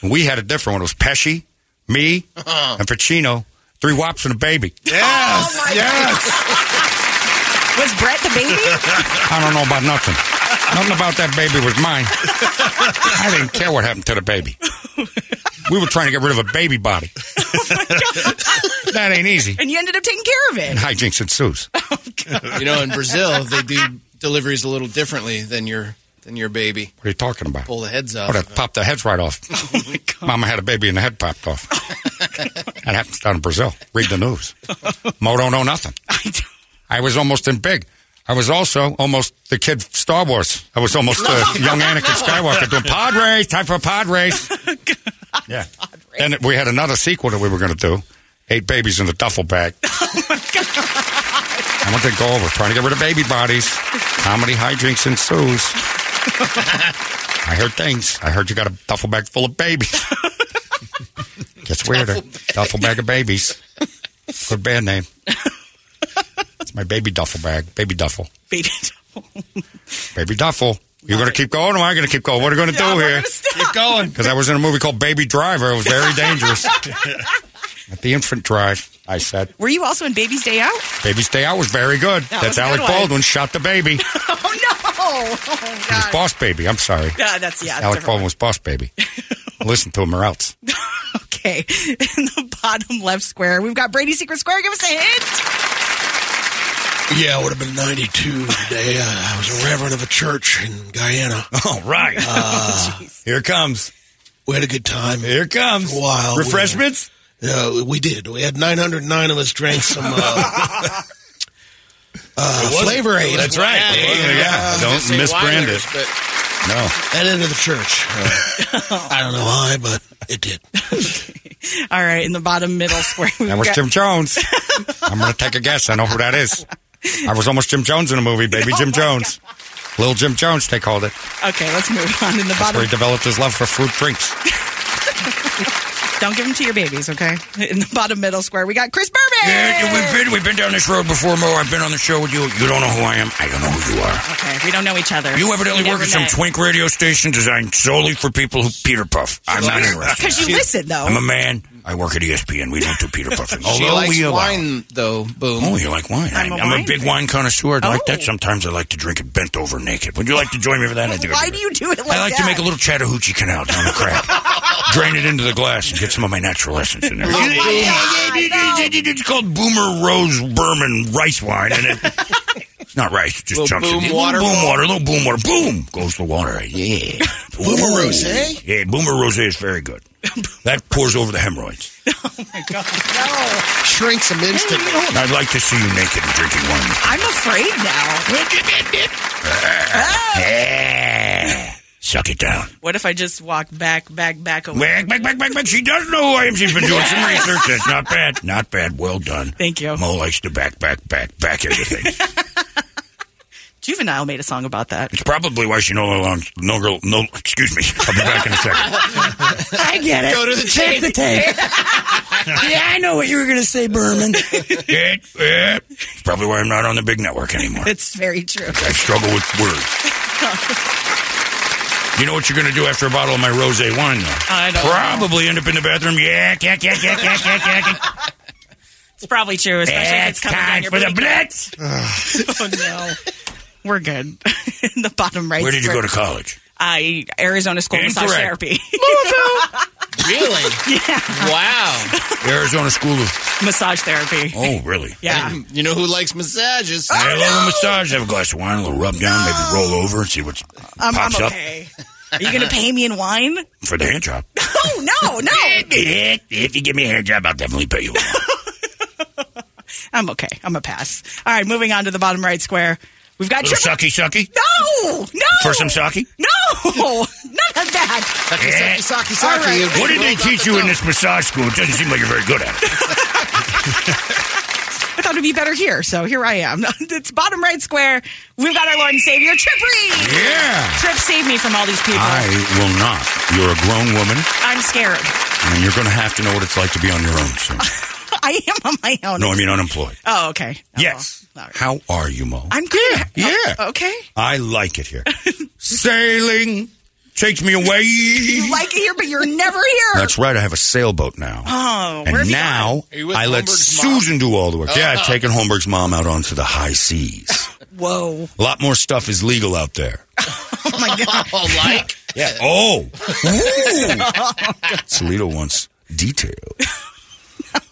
S23: And we had a different one. It was Pesci, me, and Pacino. Three wops and a baby.
S22: Yes. yes.
S13: Oh, Was Brett the baby?
S23: I don't know about nothing. Nothing about that baby was mine. I didn't care what happened to the baby. We were trying to get rid of a baby body. that ain't easy.
S13: and you ended up taking care of
S23: And
S13: it.
S23: hijinks ensues.
S10: You know, in Brazil, they do deliveries a little differently than your than your baby.
S23: What are you talking about?
S10: Pull the heads off.
S23: Would have popped the heads right off. Mama had a Oh, baby and the head popped off. that happens down in Brazil. Read the news. Mo don't know nothing. I, was almost in big. I was also almost the kid Star Wars. I was almost uh, young Anakin Skywalker doing pod race. Time for a pod race. yeah. And we had another sequel that we were going to do. Eight babies in the duffel bag. I want to go over trying to get rid of baby bodies. Comedy hijinks ensues.
S10: Oh,
S23: I heard things. I heard you got a duffel bag full of babies. Gets weirder. Duffel bag of babies. Good band name. It's my baby duffel bag. Baby duffel.
S13: Baby.
S23: Baby duffel. You're going to keep going, or am I going to keep going? What are we going to do here?
S13: Keep
S23: going. Because I was in a movie called Baby Driver. It was very dangerous. At the infant drive, I said,
S13: Were you also in Baby's Day Out?
S23: Baby's Day Out was very good.
S13: That
S23: That's
S13: was a good
S23: Alec
S13: one.
S23: Baldwin shot the baby.
S13: Oh no! Oh
S23: It was
S13: god!
S23: Boss Baby. I'm sorry.
S13: Yeah, that's yeah.
S23: Alec
S13: different.
S23: Baldwin was Boss Baby. Listen to him or else.
S13: Okay, in the bottom left square, we've got Brady Secret Square. Give us a hint.
S4: Yeah, I would have been 92 today. Uh, I was a reverend of a church in Guyana.
S23: All right. Here comes.
S4: We had a good time.
S23: Here comes.
S4: For a while.
S22: Refreshments?
S4: We, uh, we did. We had 909 of us drank some uh, uh,
S3: It wasn't-
S4: Flavor Aid.
S3: That's right.
S4: Yeah,
S3: It wasn't-
S4: yeah,
S3: yeah.
S4: yeah. I was
S3: Don't
S4: gonna say
S3: misbrand
S4: Weiler's,
S3: it.
S4: but-
S3: No.
S4: That ended the church. Uh, I don't know why, but it did.
S14: All right, in the bottom middle square. we've
S23: That was
S14: got-
S23: Jim Jones. I'm going to take a guess. I know who that is. I was almost Jim Jones in a movie, baby Jim Jones. Little Jim Jones, they called it.
S14: Okay, let's move on. In the
S23: That's
S14: bottom.
S23: where he developed his love for fruit drinks.
S14: Don't give them to your babies, okay? In the bottom middle square, we got Chris Burbank.
S7: Yeah, we've been we've been down this road before, Mo. I've been on the show with you. You don't know who I am. I don't know who you are.
S14: Okay, we don't know each other.
S7: You evidently
S14: We
S7: work at
S14: never
S7: some
S14: met.
S7: twink radio station designed solely for people who Peter Puff. I'm not interested.
S14: 'Cause you listen, though.
S7: I'm a man. I work at E ESPN. We don't do Peter Puffing.
S10: She
S7: Although
S10: likes
S7: we allow-
S10: wine, though. Boom.
S7: Oh, you like wine?
S10: I'm
S7: I'm
S10: a
S7: a,
S10: wine
S7: big wine connoisseur. I like that. Sometimes I like to drink it bent over naked. Would you like to join me for that? I think I'd
S14: Why
S7: be-
S14: do you do it like
S7: I like
S14: that?
S7: to make a little Chattahoochee canal down the crack, drain it into the glass, and get some of my natural essence in there. It's called Boomer Rose Berman rice wine, and it, it's not rice; it just
S22: Little
S7: jumps
S22: boom
S7: in.
S22: water.
S7: boom water, little boom water, boom goes the water. Yeah,
S22: Boomer
S7: Ooh.
S22: rosé?
S7: Yeah, Boomer Rose is very good. That pours over the hemorrhoids.
S4: Shrinks them instantly.
S7: And I'd like to see you naked and drinking wine.
S14: I'm afraid now.
S7: Yeah. Suck it down.
S14: what if I just walk back, back, back away?
S7: Back, back, back, back, back. She doesn't know who I am. She's been doing some research. That's not bad. Not bad. Well done.
S14: Thank you.
S7: Mo likes to back, back, back, back everything.
S14: Juvenile made a song about that.
S7: it's probably why she no longer, no, girl- no, excuse me. I'll be back in a second.
S6: I get it.
S7: Go to the tape.
S6: Take the tape. yeah, I know what you were going to say, Berman.
S7: Yeah, yeah. It's probably why I'm not on the big network anymore.
S14: It's very true.
S7: I struggle with words. You know what you're going to do after a bottle of my rosé wine, though?
S14: I don't know.
S7: Probably end up in the bathroom. Yeah, yeah, yeah, yeah, yeah, yeah, yeah.
S14: It's probably true, especially if it's
S7: It's
S14: coming down
S7: time
S14: your
S7: for the
S14: bleeding-
S7: blitz.
S14: oh no, we're good. In the bottom right.
S7: Where did you
S14: square.
S7: go to college?
S14: I Arizona School of Massage
S7: Incorrect.
S14: Therapy.
S7: Really?
S14: yeah.
S10: Wow.
S7: Arizona School of.
S14: Massage therapy.
S7: Oh, really? Ah!
S14: Yeah.
S10: And you know who likes massages?
S7: I love a massage. Have a glass of wine, a little rub down, maybe roll over and see what
S14: I'm, I'm
S7: pops up
S14: okay. Are you going to pay me in wine?
S7: for the hand job.
S14: Oh no, no.
S7: If you give me a hand job, I'll definitely pay you.
S14: I'm okay. I'm a pass. All right, moving on to the bottom right square. We've got
S7: Little
S14: triple.
S7: sucky sucky
S14: No, no.
S7: for some sake.
S14: No, none of that.
S7: Eh.
S14: All right.
S7: What did they teach you in this massage school? It doesn't seem like you're very good at it.
S14: I thought it'd be better here, so here I am. it's bottom right square. We've got our Lord and Savior, Trip Reed.
S7: Yeah.
S14: Trip, save me from all these people.
S7: I will not. You're a grown woman,
S14: I'm scared.
S7: and you're going to have to know what it's like to be on your own soon.
S14: I am on my own.
S7: No, I mean unemployed.
S14: Oh, okay.
S7: Yes. How are you, Mo?
S14: I'm good.
S7: Yeah.
S14: Oh, okay.
S7: I like it here. Sailing takes me away.
S14: You like it here, but you're never here.
S23: That's right. I have a sailboat now.
S14: Oh, where have
S23: And
S14: you
S23: now
S14: gone? Are you with
S23: I let
S14: Holmberg's mom?
S23: Susan do all the work. Yeah,
S14: Oh.
S23: I've taken Holmberg's mom out onto the high seas.
S6: Oh.
S14: Whoa.
S23: A lot more stuff is legal out there.
S14: Oh my god.
S10: like.
S23: Yeah. Oh.
S6: Mm.
S13: Oh,
S23: Toledo wants detail.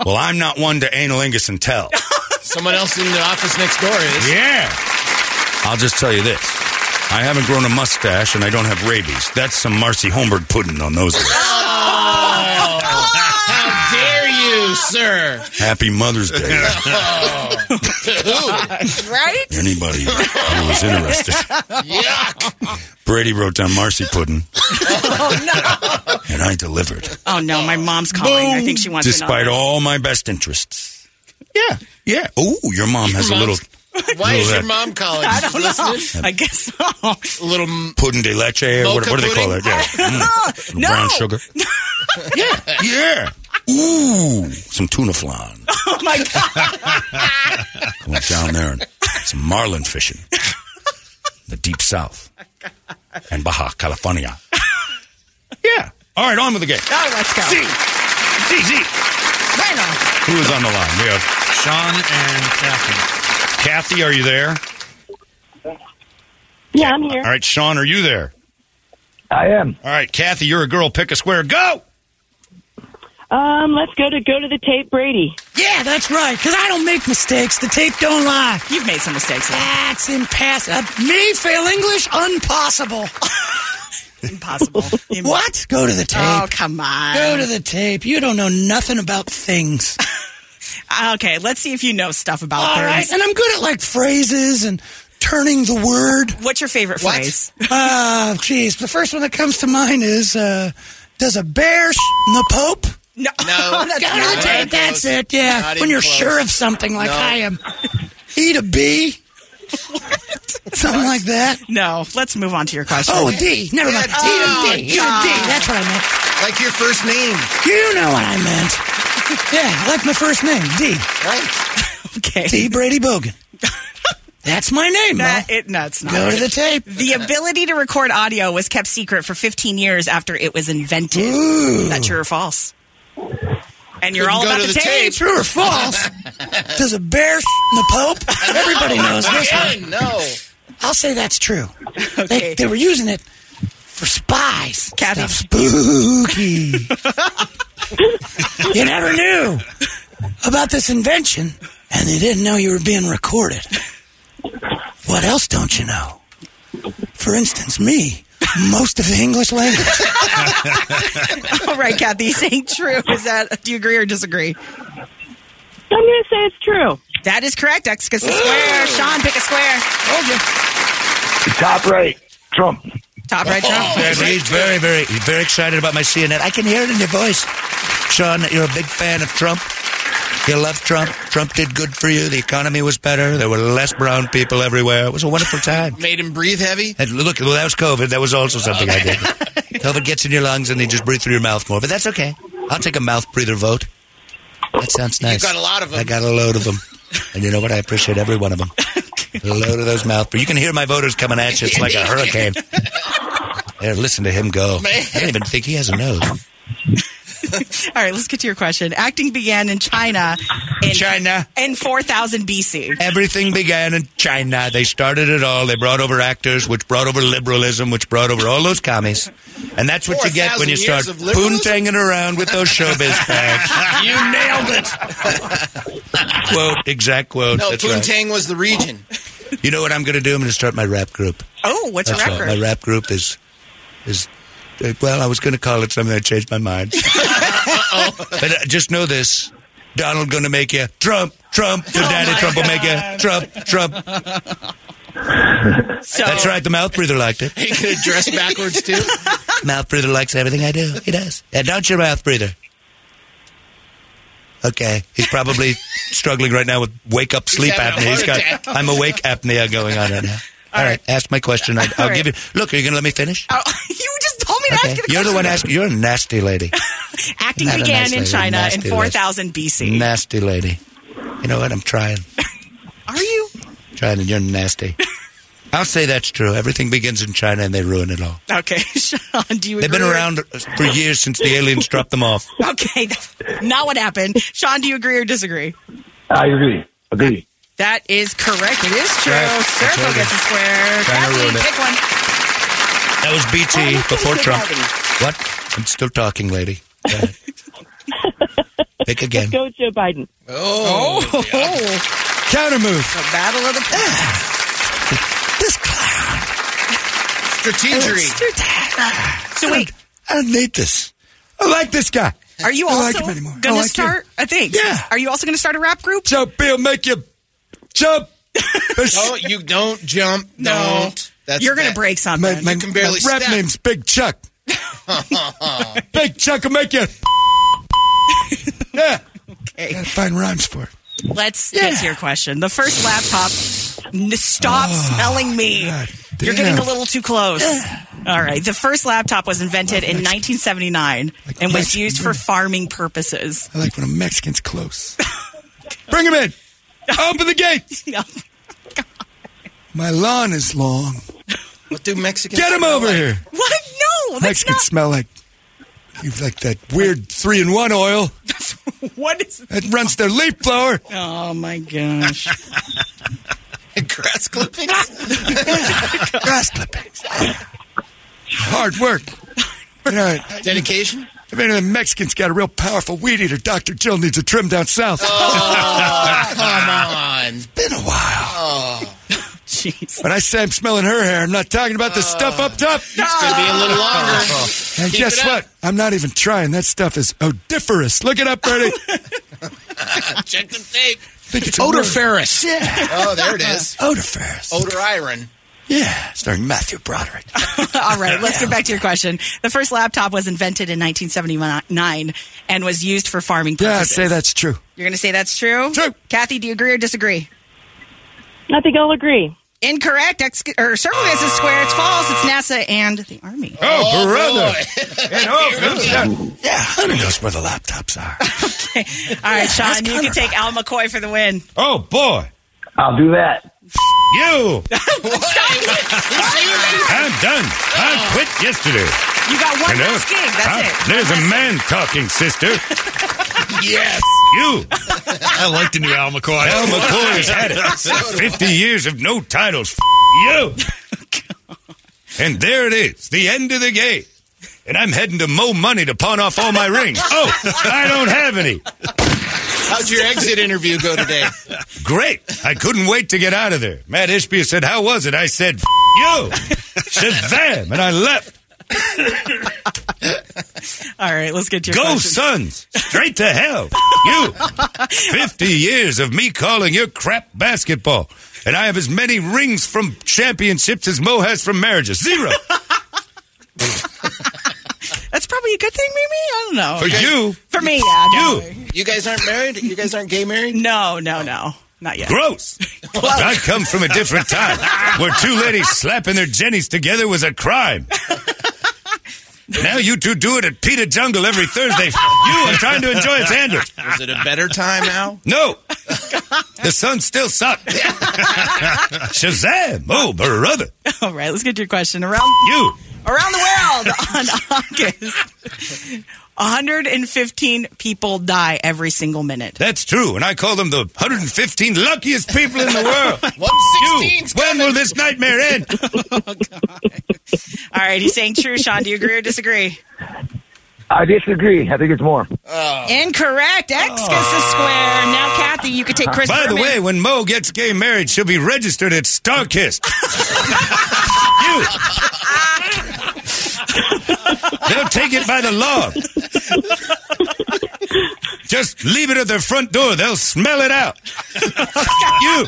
S23: Well, I'm not one to analingus and tell.
S10: Someone else in the office next door is.
S23: Yeah. I'll just tell you this. I haven't grown a mustache and I don't have rabies. That's some Marcy Holmberg pudding on those.
S10: Oh, how dare you, sir?
S23: Happy Mother's Day.
S14: right?
S23: Anybody who was interested. Brady wrote down Marcy Puddin,
S14: Oh no.
S23: and I delivered.
S14: Oh no, my mom's calling. I think she wants to
S23: Despite
S14: know.
S23: all my best interests. Yeah. Yeah. Oh, your mom has a little.
S10: Why
S23: little uh,
S10: is your
S23: that
S10: mom calling?
S14: I don't know.
S10: Listening?
S14: I guess so.
S10: A little. m-
S23: Puddin de leche, or what,
S10: Mocha
S23: what do they call
S10: pudding?
S23: it? Yeah. Mm. Little Brown sugar. yeah. Yeah. Ooh, some tuna flan.
S14: Oh my god.
S23: Going down there and some marlin fishing. The deep south. And Baja California. Yeah. All right, on with the game.
S14: All right, let's go.
S23: See. See, see. Who is on the line? We have Sean and Kathy. Kathy, are you there?
S24: Yeah, I'm
S23: All right, Sean, are you there?
S24: I am.
S23: All right, Kathy, you're a girl. Pick a square. Go.
S24: Um, let's go to go to the tape, Brady.
S6: Yeah, that's right. Because I don't make mistakes. The tape don't lie.
S14: You've made some mistakes.
S6: That's impassible. uh, me fail English? Impossible.
S14: Impossible.
S6: what? Go to the tape.
S14: Oh, come on.
S6: Go to the tape. You don't know nothing about things.
S14: Oh, Okay, let's see if you know stuff about
S6: All
S14: things.
S6: right, and I'm good at like phrases and turning the word.
S14: What's your favorite
S6: What?
S14: phrase?
S6: Uh, jeez, the first one that comes to mind is, uh, does a bear sh- in the Pope?
S14: No,
S6: God,
S25: that's not
S6: I
S25: even
S6: take- that's
S25: close.
S6: it. Yeah,
S25: Not
S6: when
S25: even
S6: you're
S25: close.
S6: sure of something like
S25: No.
S6: I am, eat a bee. Something like that.
S14: No, let's move on to your question.
S6: Oh, a D. Never mind.
S14: Yeah,
S6: Eat a
S14: D.
S6: D. Eat a D. That's what I meant.
S15: Like your first name.
S6: You know what I meant. Yeah, like my first name, D.
S14: Right. Okay.
S6: D. Brady Bogan. That's my name,
S14: That-
S6: Mel.
S14: it, no, it's not.
S6: Go to the tape.
S14: The ability to record audio was kept secret for 15 years after it was invented. That's true or false? And you're all
S6: Couldn't
S14: about
S6: go
S14: the,
S6: to the
S14: tape.
S6: tape. True or false? Does a bear in the Pope? Everybody knows this one.
S15: No.
S6: I'll say that's true. They, they were using it for spies. Stuff spooky. you never knew about this invention, and they didn't know you were being recorded. What else don't you know? For instance, me, most of the English language.
S14: all right, Kathy, saying true. Is that? Do you agree or disagree?
S7: I'm going to say it's true.
S14: That is correct. X gets the square. Sean, pick a square.
S20: Top right, Trump.
S14: Top right, Trump.
S20: he's very, very, he's very excited about my CNN. I can hear it in your voice, Sean. That you're a big fan of Trump. You love Trump. Trump did good for you. The economy was better. There were less brown people everywhere. It was a wonderful time.
S15: Made him breathe heavy.
S20: And look, well, that was COVID. That was also something I did. COVID gets in your lungs and you just breathe through your mouth more. But that's okay. I'll take a mouth breather vote. That sounds nice.
S15: got a lot of 'em.
S20: I got a load of them. And you know what? I appreciate every one of them. A load of those mouth. But you can hear my voters coming at you. It's like a hurricane. There, listen to him go. I don't even think he has a nose.
S14: All right, let's get to your question. Acting began in China. In, China. In 4000 BC.
S20: Everything began in China. They started it all. They brought over actors, which brought over liberalism, which brought over all those commies. And that's what you get when
S15: 4,000
S20: you start
S15: years of liberalism?
S20: poontanging around with those showbiz fags.
S15: you nailed it.
S20: quote, exact quote.
S15: No,
S20: Oh, That's
S15: Poontang was the region.
S20: right. You know what I'm going to do? I'm going to start my rap group.
S14: Oh, what's your
S20: That's right.
S14: record?
S20: My rap group is is uh, well, I was going to call it something. I changed my mind. but uh, just know this: Donald going to make you Trump, Trump.
S14: Oh
S20: Your daddy Trump will make you Trump, Trump. That's right. The mouth breather liked it.
S15: He could dress backwards too.
S20: Mouth breather likes everything I do. He does. Yeah, don't you, mouth breather? Okay, he's probably struggling right now with wake up sleep
S25: having a
S20: apnea. He's
S25: heart
S20: got
S25: attack.
S20: I'm awake apnea going on right now. All right, ask my question. I, I'll
S14: All right.
S20: give you. Look, are you going to let me finish?
S14: Oh, You just told me to ask you the
S20: You're the
S14: question.
S20: one asking. You're a nasty lady.
S14: Acting
S20: Not a
S14: began
S20: nice
S14: in
S20: lady,
S14: China in
S20: nasty lady.
S14: 4000 BC.
S20: Nasty lady. You know what? I'm trying.
S14: Are you?
S20: Trying, and you're nasty. I'll say that's true. Everything begins in China, and they ruin it all.
S14: Okay, Sean, do you
S20: They've
S14: agree?
S20: been around for years since the aliens dropped them off.
S14: Okay, that's not what happened. Sean, do you agree or disagree?
S20: I agree. Agree.
S14: That is correct. It is true.
S20: Right.
S14: Circle
S20: Okay.
S14: gets a square.
S20: China
S14: Kathleen,
S20: ruined it.
S14: pick one.
S20: That was BT before
S14: good
S20: Trump.
S14: already.
S20: What? I'm still talking, lady. Go ahead. Pick again.
S7: Go Joe Biden.
S15: Oh.
S20: Counter move.
S14: The battle of the
S6: Ah,
S20: This clown.
S15: Strategery.
S14: So wait,
S20: I don't need this. I like this guy.
S14: are you
S20: I don't
S14: also
S20: like him anymore. I
S14: going to
S20: like you.
S14: start? I think. Yeah. Are you also going to start a rap group?
S20: So Bill, make you jump.
S15: Oh, you don't jump. Don't. That's
S14: You're going to
S15: bad.
S14: break something.
S15: my- You can barely
S20: my rap
S15: step.
S20: name's Big Chuck. Big Chuck will make you. yeah.
S14: Okay.
S20: Gotta find rhymes for it.
S14: Let's get to your question. The first laptop. N- stop
S20: Oh,
S14: smelling me. You're getting
S25: damn.
S14: a little too close. All right. The first laptop was invented in 1979 and was
S25: Mexican
S14: used for farming purposes.
S20: I like when a Mexican's close. Bring him in. Open the gate.
S14: No.
S20: My lawn is long.
S15: What do Mexicans?
S20: Get him
S15: smell
S20: over
S15: like?
S20: here.
S14: What? No. That's
S20: Mexicans smell like you like that weird three in one oil
S14: not. What is.
S20: that runs their leaf blower.
S14: Oh, my gosh.
S15: Grass clippings.
S20: Grass clippings. Hard work. You know,
S15: Dedication.
S20: if any of the Mexicans got a real powerful weed eater, Dr. Jill needs a trim down south.
S15: Oh, come on. It's
S20: been a while.
S15: Oh.
S14: Jeez.
S20: When I say I'm smelling her hair, I'm not talking about the stuff up top.
S15: It's going to be a little longer.
S20: And
S15: Keep
S20: guess
S15: it up.
S20: what? I'm not even trying. That stuff is odiferous. Look it up, Bertie.
S10: Check the tape.
S26: Think it's a Odor word. Ferris. Yeah.
S10: Oh, there it is.
S26: Odor Ferris.
S10: Odor Iron.
S26: Yeah, starring Matthew Broderick.
S14: All right, let's get back to your question. The first laptop was invented in 1979 and was used for farming
S6: Yeah,
S14: purposes.
S6: say that's true.
S14: You're going to say that's true? True. Kathy, do you agree or disagree?
S27: I think I'll agree.
S14: Incorrect. Ex- or circle isn't square. It's false. It's NASA and the Army.
S6: Oh,
S14: Oh,
S6: brother.
S14: And oh,
S6: yeah, Hunter knows where the laptops are.
S14: All right, Sean, you can take Al McCoy for the win.
S6: Oh, boy.
S28: I'll do that.
S15: I'm
S6: You.
S15: done.
S3: Oh.
S15: I quit yesterday.
S14: You got one
S15: Hello?
S14: last gig. That's
S15: Huh?
S14: it.
S15: There's a man talking, sister.
S6: yes.
S15: You.
S3: I like the new Al McCoy.
S15: Al McCoy has had it. 50 years of no titles. F- you. And there it is, the end of the game. And I'm heading to Mo Money to pawn off all my rings. Oh, I don't have any.
S10: How'd your exit interview go today?
S15: Great. I couldn't wait to get out of there. Matt Ishbia said, How was it? I said, F- you. Shazam. And I left.
S14: All right, let's get to your
S15: Go,
S14: question.
S15: sons. Straight to hell. F- you. 50 years of me calling your crap basketball. And I have as many rings from championships as Mo has from marriages. Zero.
S14: That's probably a good thing, maybe? I don't know.
S15: For you.
S14: For me, yeah.
S15: You.
S14: You guys aren't married? You guys aren't gay married? No, no, no. Not yet.
S15: Gross. I come from a different time where two ladies slapping their jennies together was a crime. Now you two do it at Peter Jungle every Thursday. You are trying to enjoy its handles.
S10: Was it a better time, Al?
S15: No. The sun still sucked. Shazam. Oh, brother.
S14: All right, let's get to your question. Around
S15: you.
S14: Around the world on August. 115 people die every single minute.
S15: That's true. And I call them the 115 luckiest people in the world.
S14: 116's
S15: You, when will this nightmare end?
S14: Oh, All right, he's saying true, Sean. Do you agree or disagree?
S28: I disagree. I think it's more.
S14: Oh. Incorrect. X gets the square. Now, Kathy, you could take Chris.
S15: Oh. By the
S14: Berman.
S15: way, when Mo gets gay married, she'll be registered at Starkist. you. They'll take it by the law. Just leave it at their front door. They'll smell it out. you.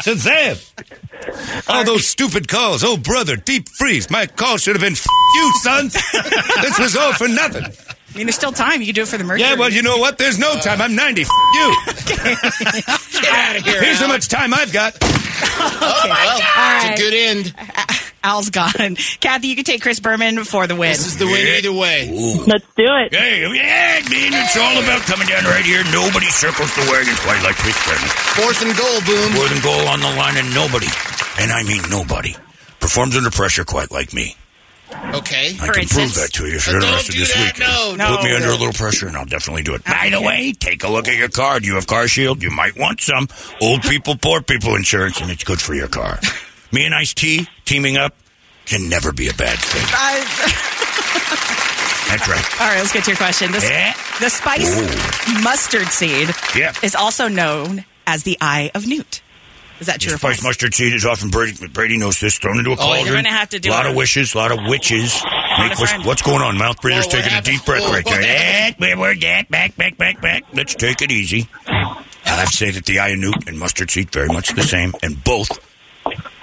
S15: Shazam. All those stupid calls. Oh, brother, deep freeze. My call should have been F- you, sons. this was all for nothing.
S14: I mean, there's still time. You can do it for the Mercury.
S15: Yeah, well, you know what? There's no time. I'm 90. F- you.
S14: Get out of
S15: Here's how much time I've got.
S14: okay.
S10: well, it's a good
S14: end. Al's gone. Kathy, you can take Chris Berman for the win. This is
S10: the win either
S14: way.
S27: Let's do it.
S7: Hey, yeah, man, it's all about coming down right here. Nobody circles the wagon quite like Chris Berman.
S10: Fourth and goal, boom.
S7: Fourth and goal on the line, and nobody, and I mean nobody, performs under pressure quite like me.
S10: Okay.
S7: I can prove that to you if you're interested this week.
S10: No,
S7: Put me
S10: no.
S7: under a little pressure, and I'll definitely do it. By the way, take a look at your card. You have Car Shield. You might want some. Old people, poor people insurance, and it's good for your car. me and Ice T teaming up can never be a bad thing. That's right.
S14: All right, let's get to your question. The,
S7: Yeah.
S14: the spice mustard seed
S7: Yeah.
S14: is also known as the eye of Newt. Is that
S7: The
S14: true? or
S7: spice mustard seed is often Brady, Brady knows this thrown into a
S14: Oh, you're
S7: cauldron.
S14: gonna have to do
S7: a lot
S14: it.
S7: of wishes, a lot of witches. Make what's, what's going on? Mouth breathers taking a deep breath right there. Eh, we're- we're back, back, back, back, back. Let's take it easy. I have to say that the Ionute and mustard seed very much the same, and both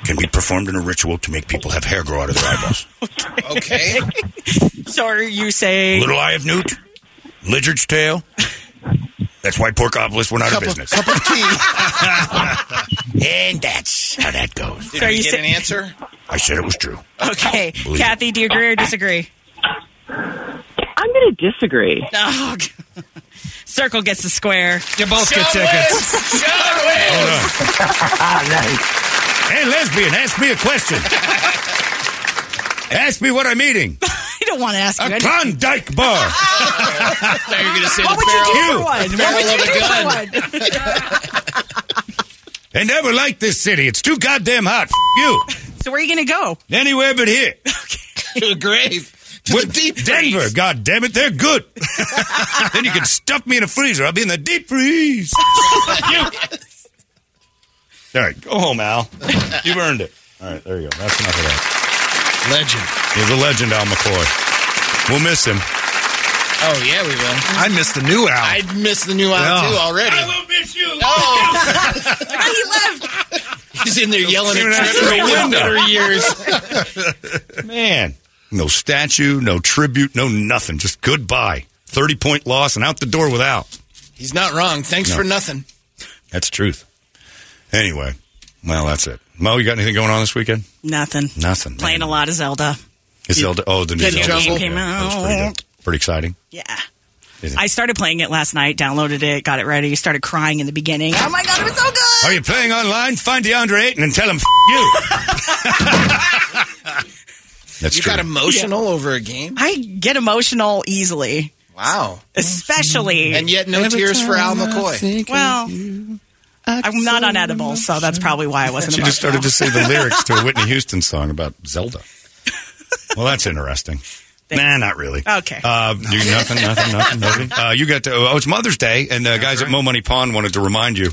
S7: can be performed in a ritual to make people have hair grow out of their eyeballs.
S10: Okay.
S14: so are you saying
S7: Little eye of newt, lizard's tail. That's why Porkopolis went out of business.
S10: Cup of tea.
S7: And that's how that goes.
S10: Did we get an answer?
S7: I said it was true.
S14: Okay.
S7: Believe it.
S14: Kathy, do you agree or disagree?
S27: I'm going to disagree.
S14: Oh, g- Circle gets the square. You both
S27: get Sean tickets. wins! Sean
S15: Hey, lesbian, ask me a question. ask me what I'm eating.
S14: I don't want to ask you.
S15: A
S14: anything.
S15: Klondike bar.
S10: you were going to say
S14: What
S10: the
S14: would you do
S10: barrel.
S14: for one?
S10: The
S14: What
S10: barrel
S14: would you
S10: of a
S14: do for
S10: gun.
S14: one?
S15: They never liked this city. It's too goddamn hot. F- you.
S14: So where are you going to go?
S15: Anywhere but here.
S10: to a grave.
S15: With Denver, God damn it, they're good. then you can stuff me in a freezer. I'll be in the deep freeze. All right, go home, Al. You've earned it. All right, there you go. That's enough of that. Legend. He's a legend, Al McCoy. We'll miss him.
S5: Oh yeah, we will. I missed the new Al. I missed the new
S24: Al, too,
S5: already.
S24: I will miss you. Oh, he left.
S4: He's in there yelling
S23: Even
S4: at
S23: out
S4: Trevor
S23: the
S4: in
S23: window.
S4: better years.
S3: Man, no statue, no tribute, no nothing. Just goodbye. 30 point loss and out the door without.
S10: He's not wrong. Thanks
S3: No.
S10: for nothing.
S3: That's truth. Anyway, well, that's it. Mo, you got anything going on this weekend?
S14: Nothing.
S3: Nothing.
S14: Playing a lot of Zelda.
S3: Is Zelda, oh, the new
S14: Video
S3: Zelda.
S14: game came
S3: Yeah, that was pretty,
S14: out.
S3: good. pretty exciting.
S14: Yeah.
S3: Is it?
S14: I started playing it last night, downloaded it, got it ready, started crying in the beginning. Oh my god, it was so good.
S23: Are you playing online? Find DeAndre Ayton and tell him F- you.
S3: That's
S10: you got emotional over a game?
S14: I get emotional easily.
S10: Wow.
S14: Especially
S10: And yet no Every tears for time Al I McCoy. think of
S14: Well, I'm not on edibles, so that's probably why I wasn't
S3: She
S14: emotional.
S3: just started to say the lyrics to a Whitney Houston song about Zelda. Well, that's interesting. Nah, not really.
S14: Okay.
S3: Uh, you, nothing, nothing, nothing, nothing. Uh, you got to, oh, it's Mother's Day, and uh, guys at Mo Money Pond wanted to remind you.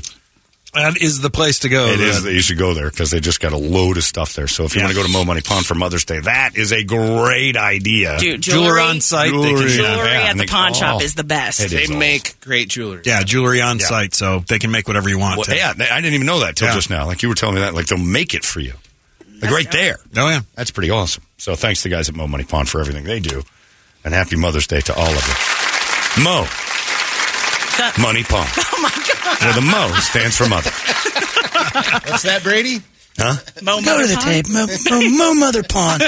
S5: That is the place to go. uh,
S3: It is
S5: That-
S3: that you should go there because they just got a load of stuff there. So if you want to go to Mo Money Pond for Mother's Day, that is a great idea.
S14: Dude, jewelry- Jeweler on site, they can-
S3: Jewelry,
S14: Jewelry
S3: yeah,
S14: at
S3: and
S14: the
S3: they-
S14: pawn shop
S3: oh.
S14: is the best.
S3: It is awesome.
S10: great jewelry.
S5: Yeah, jewelry on site, so they can make whatever you want.
S3: Well, yeah, they- I didn't even know that till just now. Like you were telling me that, like they'll make it for you, like right there.
S5: Oh yeah,
S3: that's pretty awesome. So thanks to the guys at Mo Money Pond for everything they do, and happy Mother's Day to all of you. Mo Money Pond,
S14: Oh my god.
S3: where the Mo stands for mother,
S10: What's that, Brady?
S3: huh?
S6: Go to the tape. Mo, Mo, Mo Mother Pond.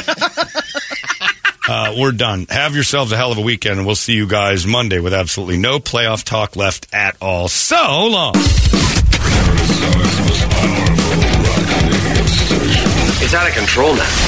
S3: Uh, we're done. Have yourselves a hell of a weekend, and we'll see you guys Monday with absolutely no playoff talk left at all. So long.
S8: It's out of control now.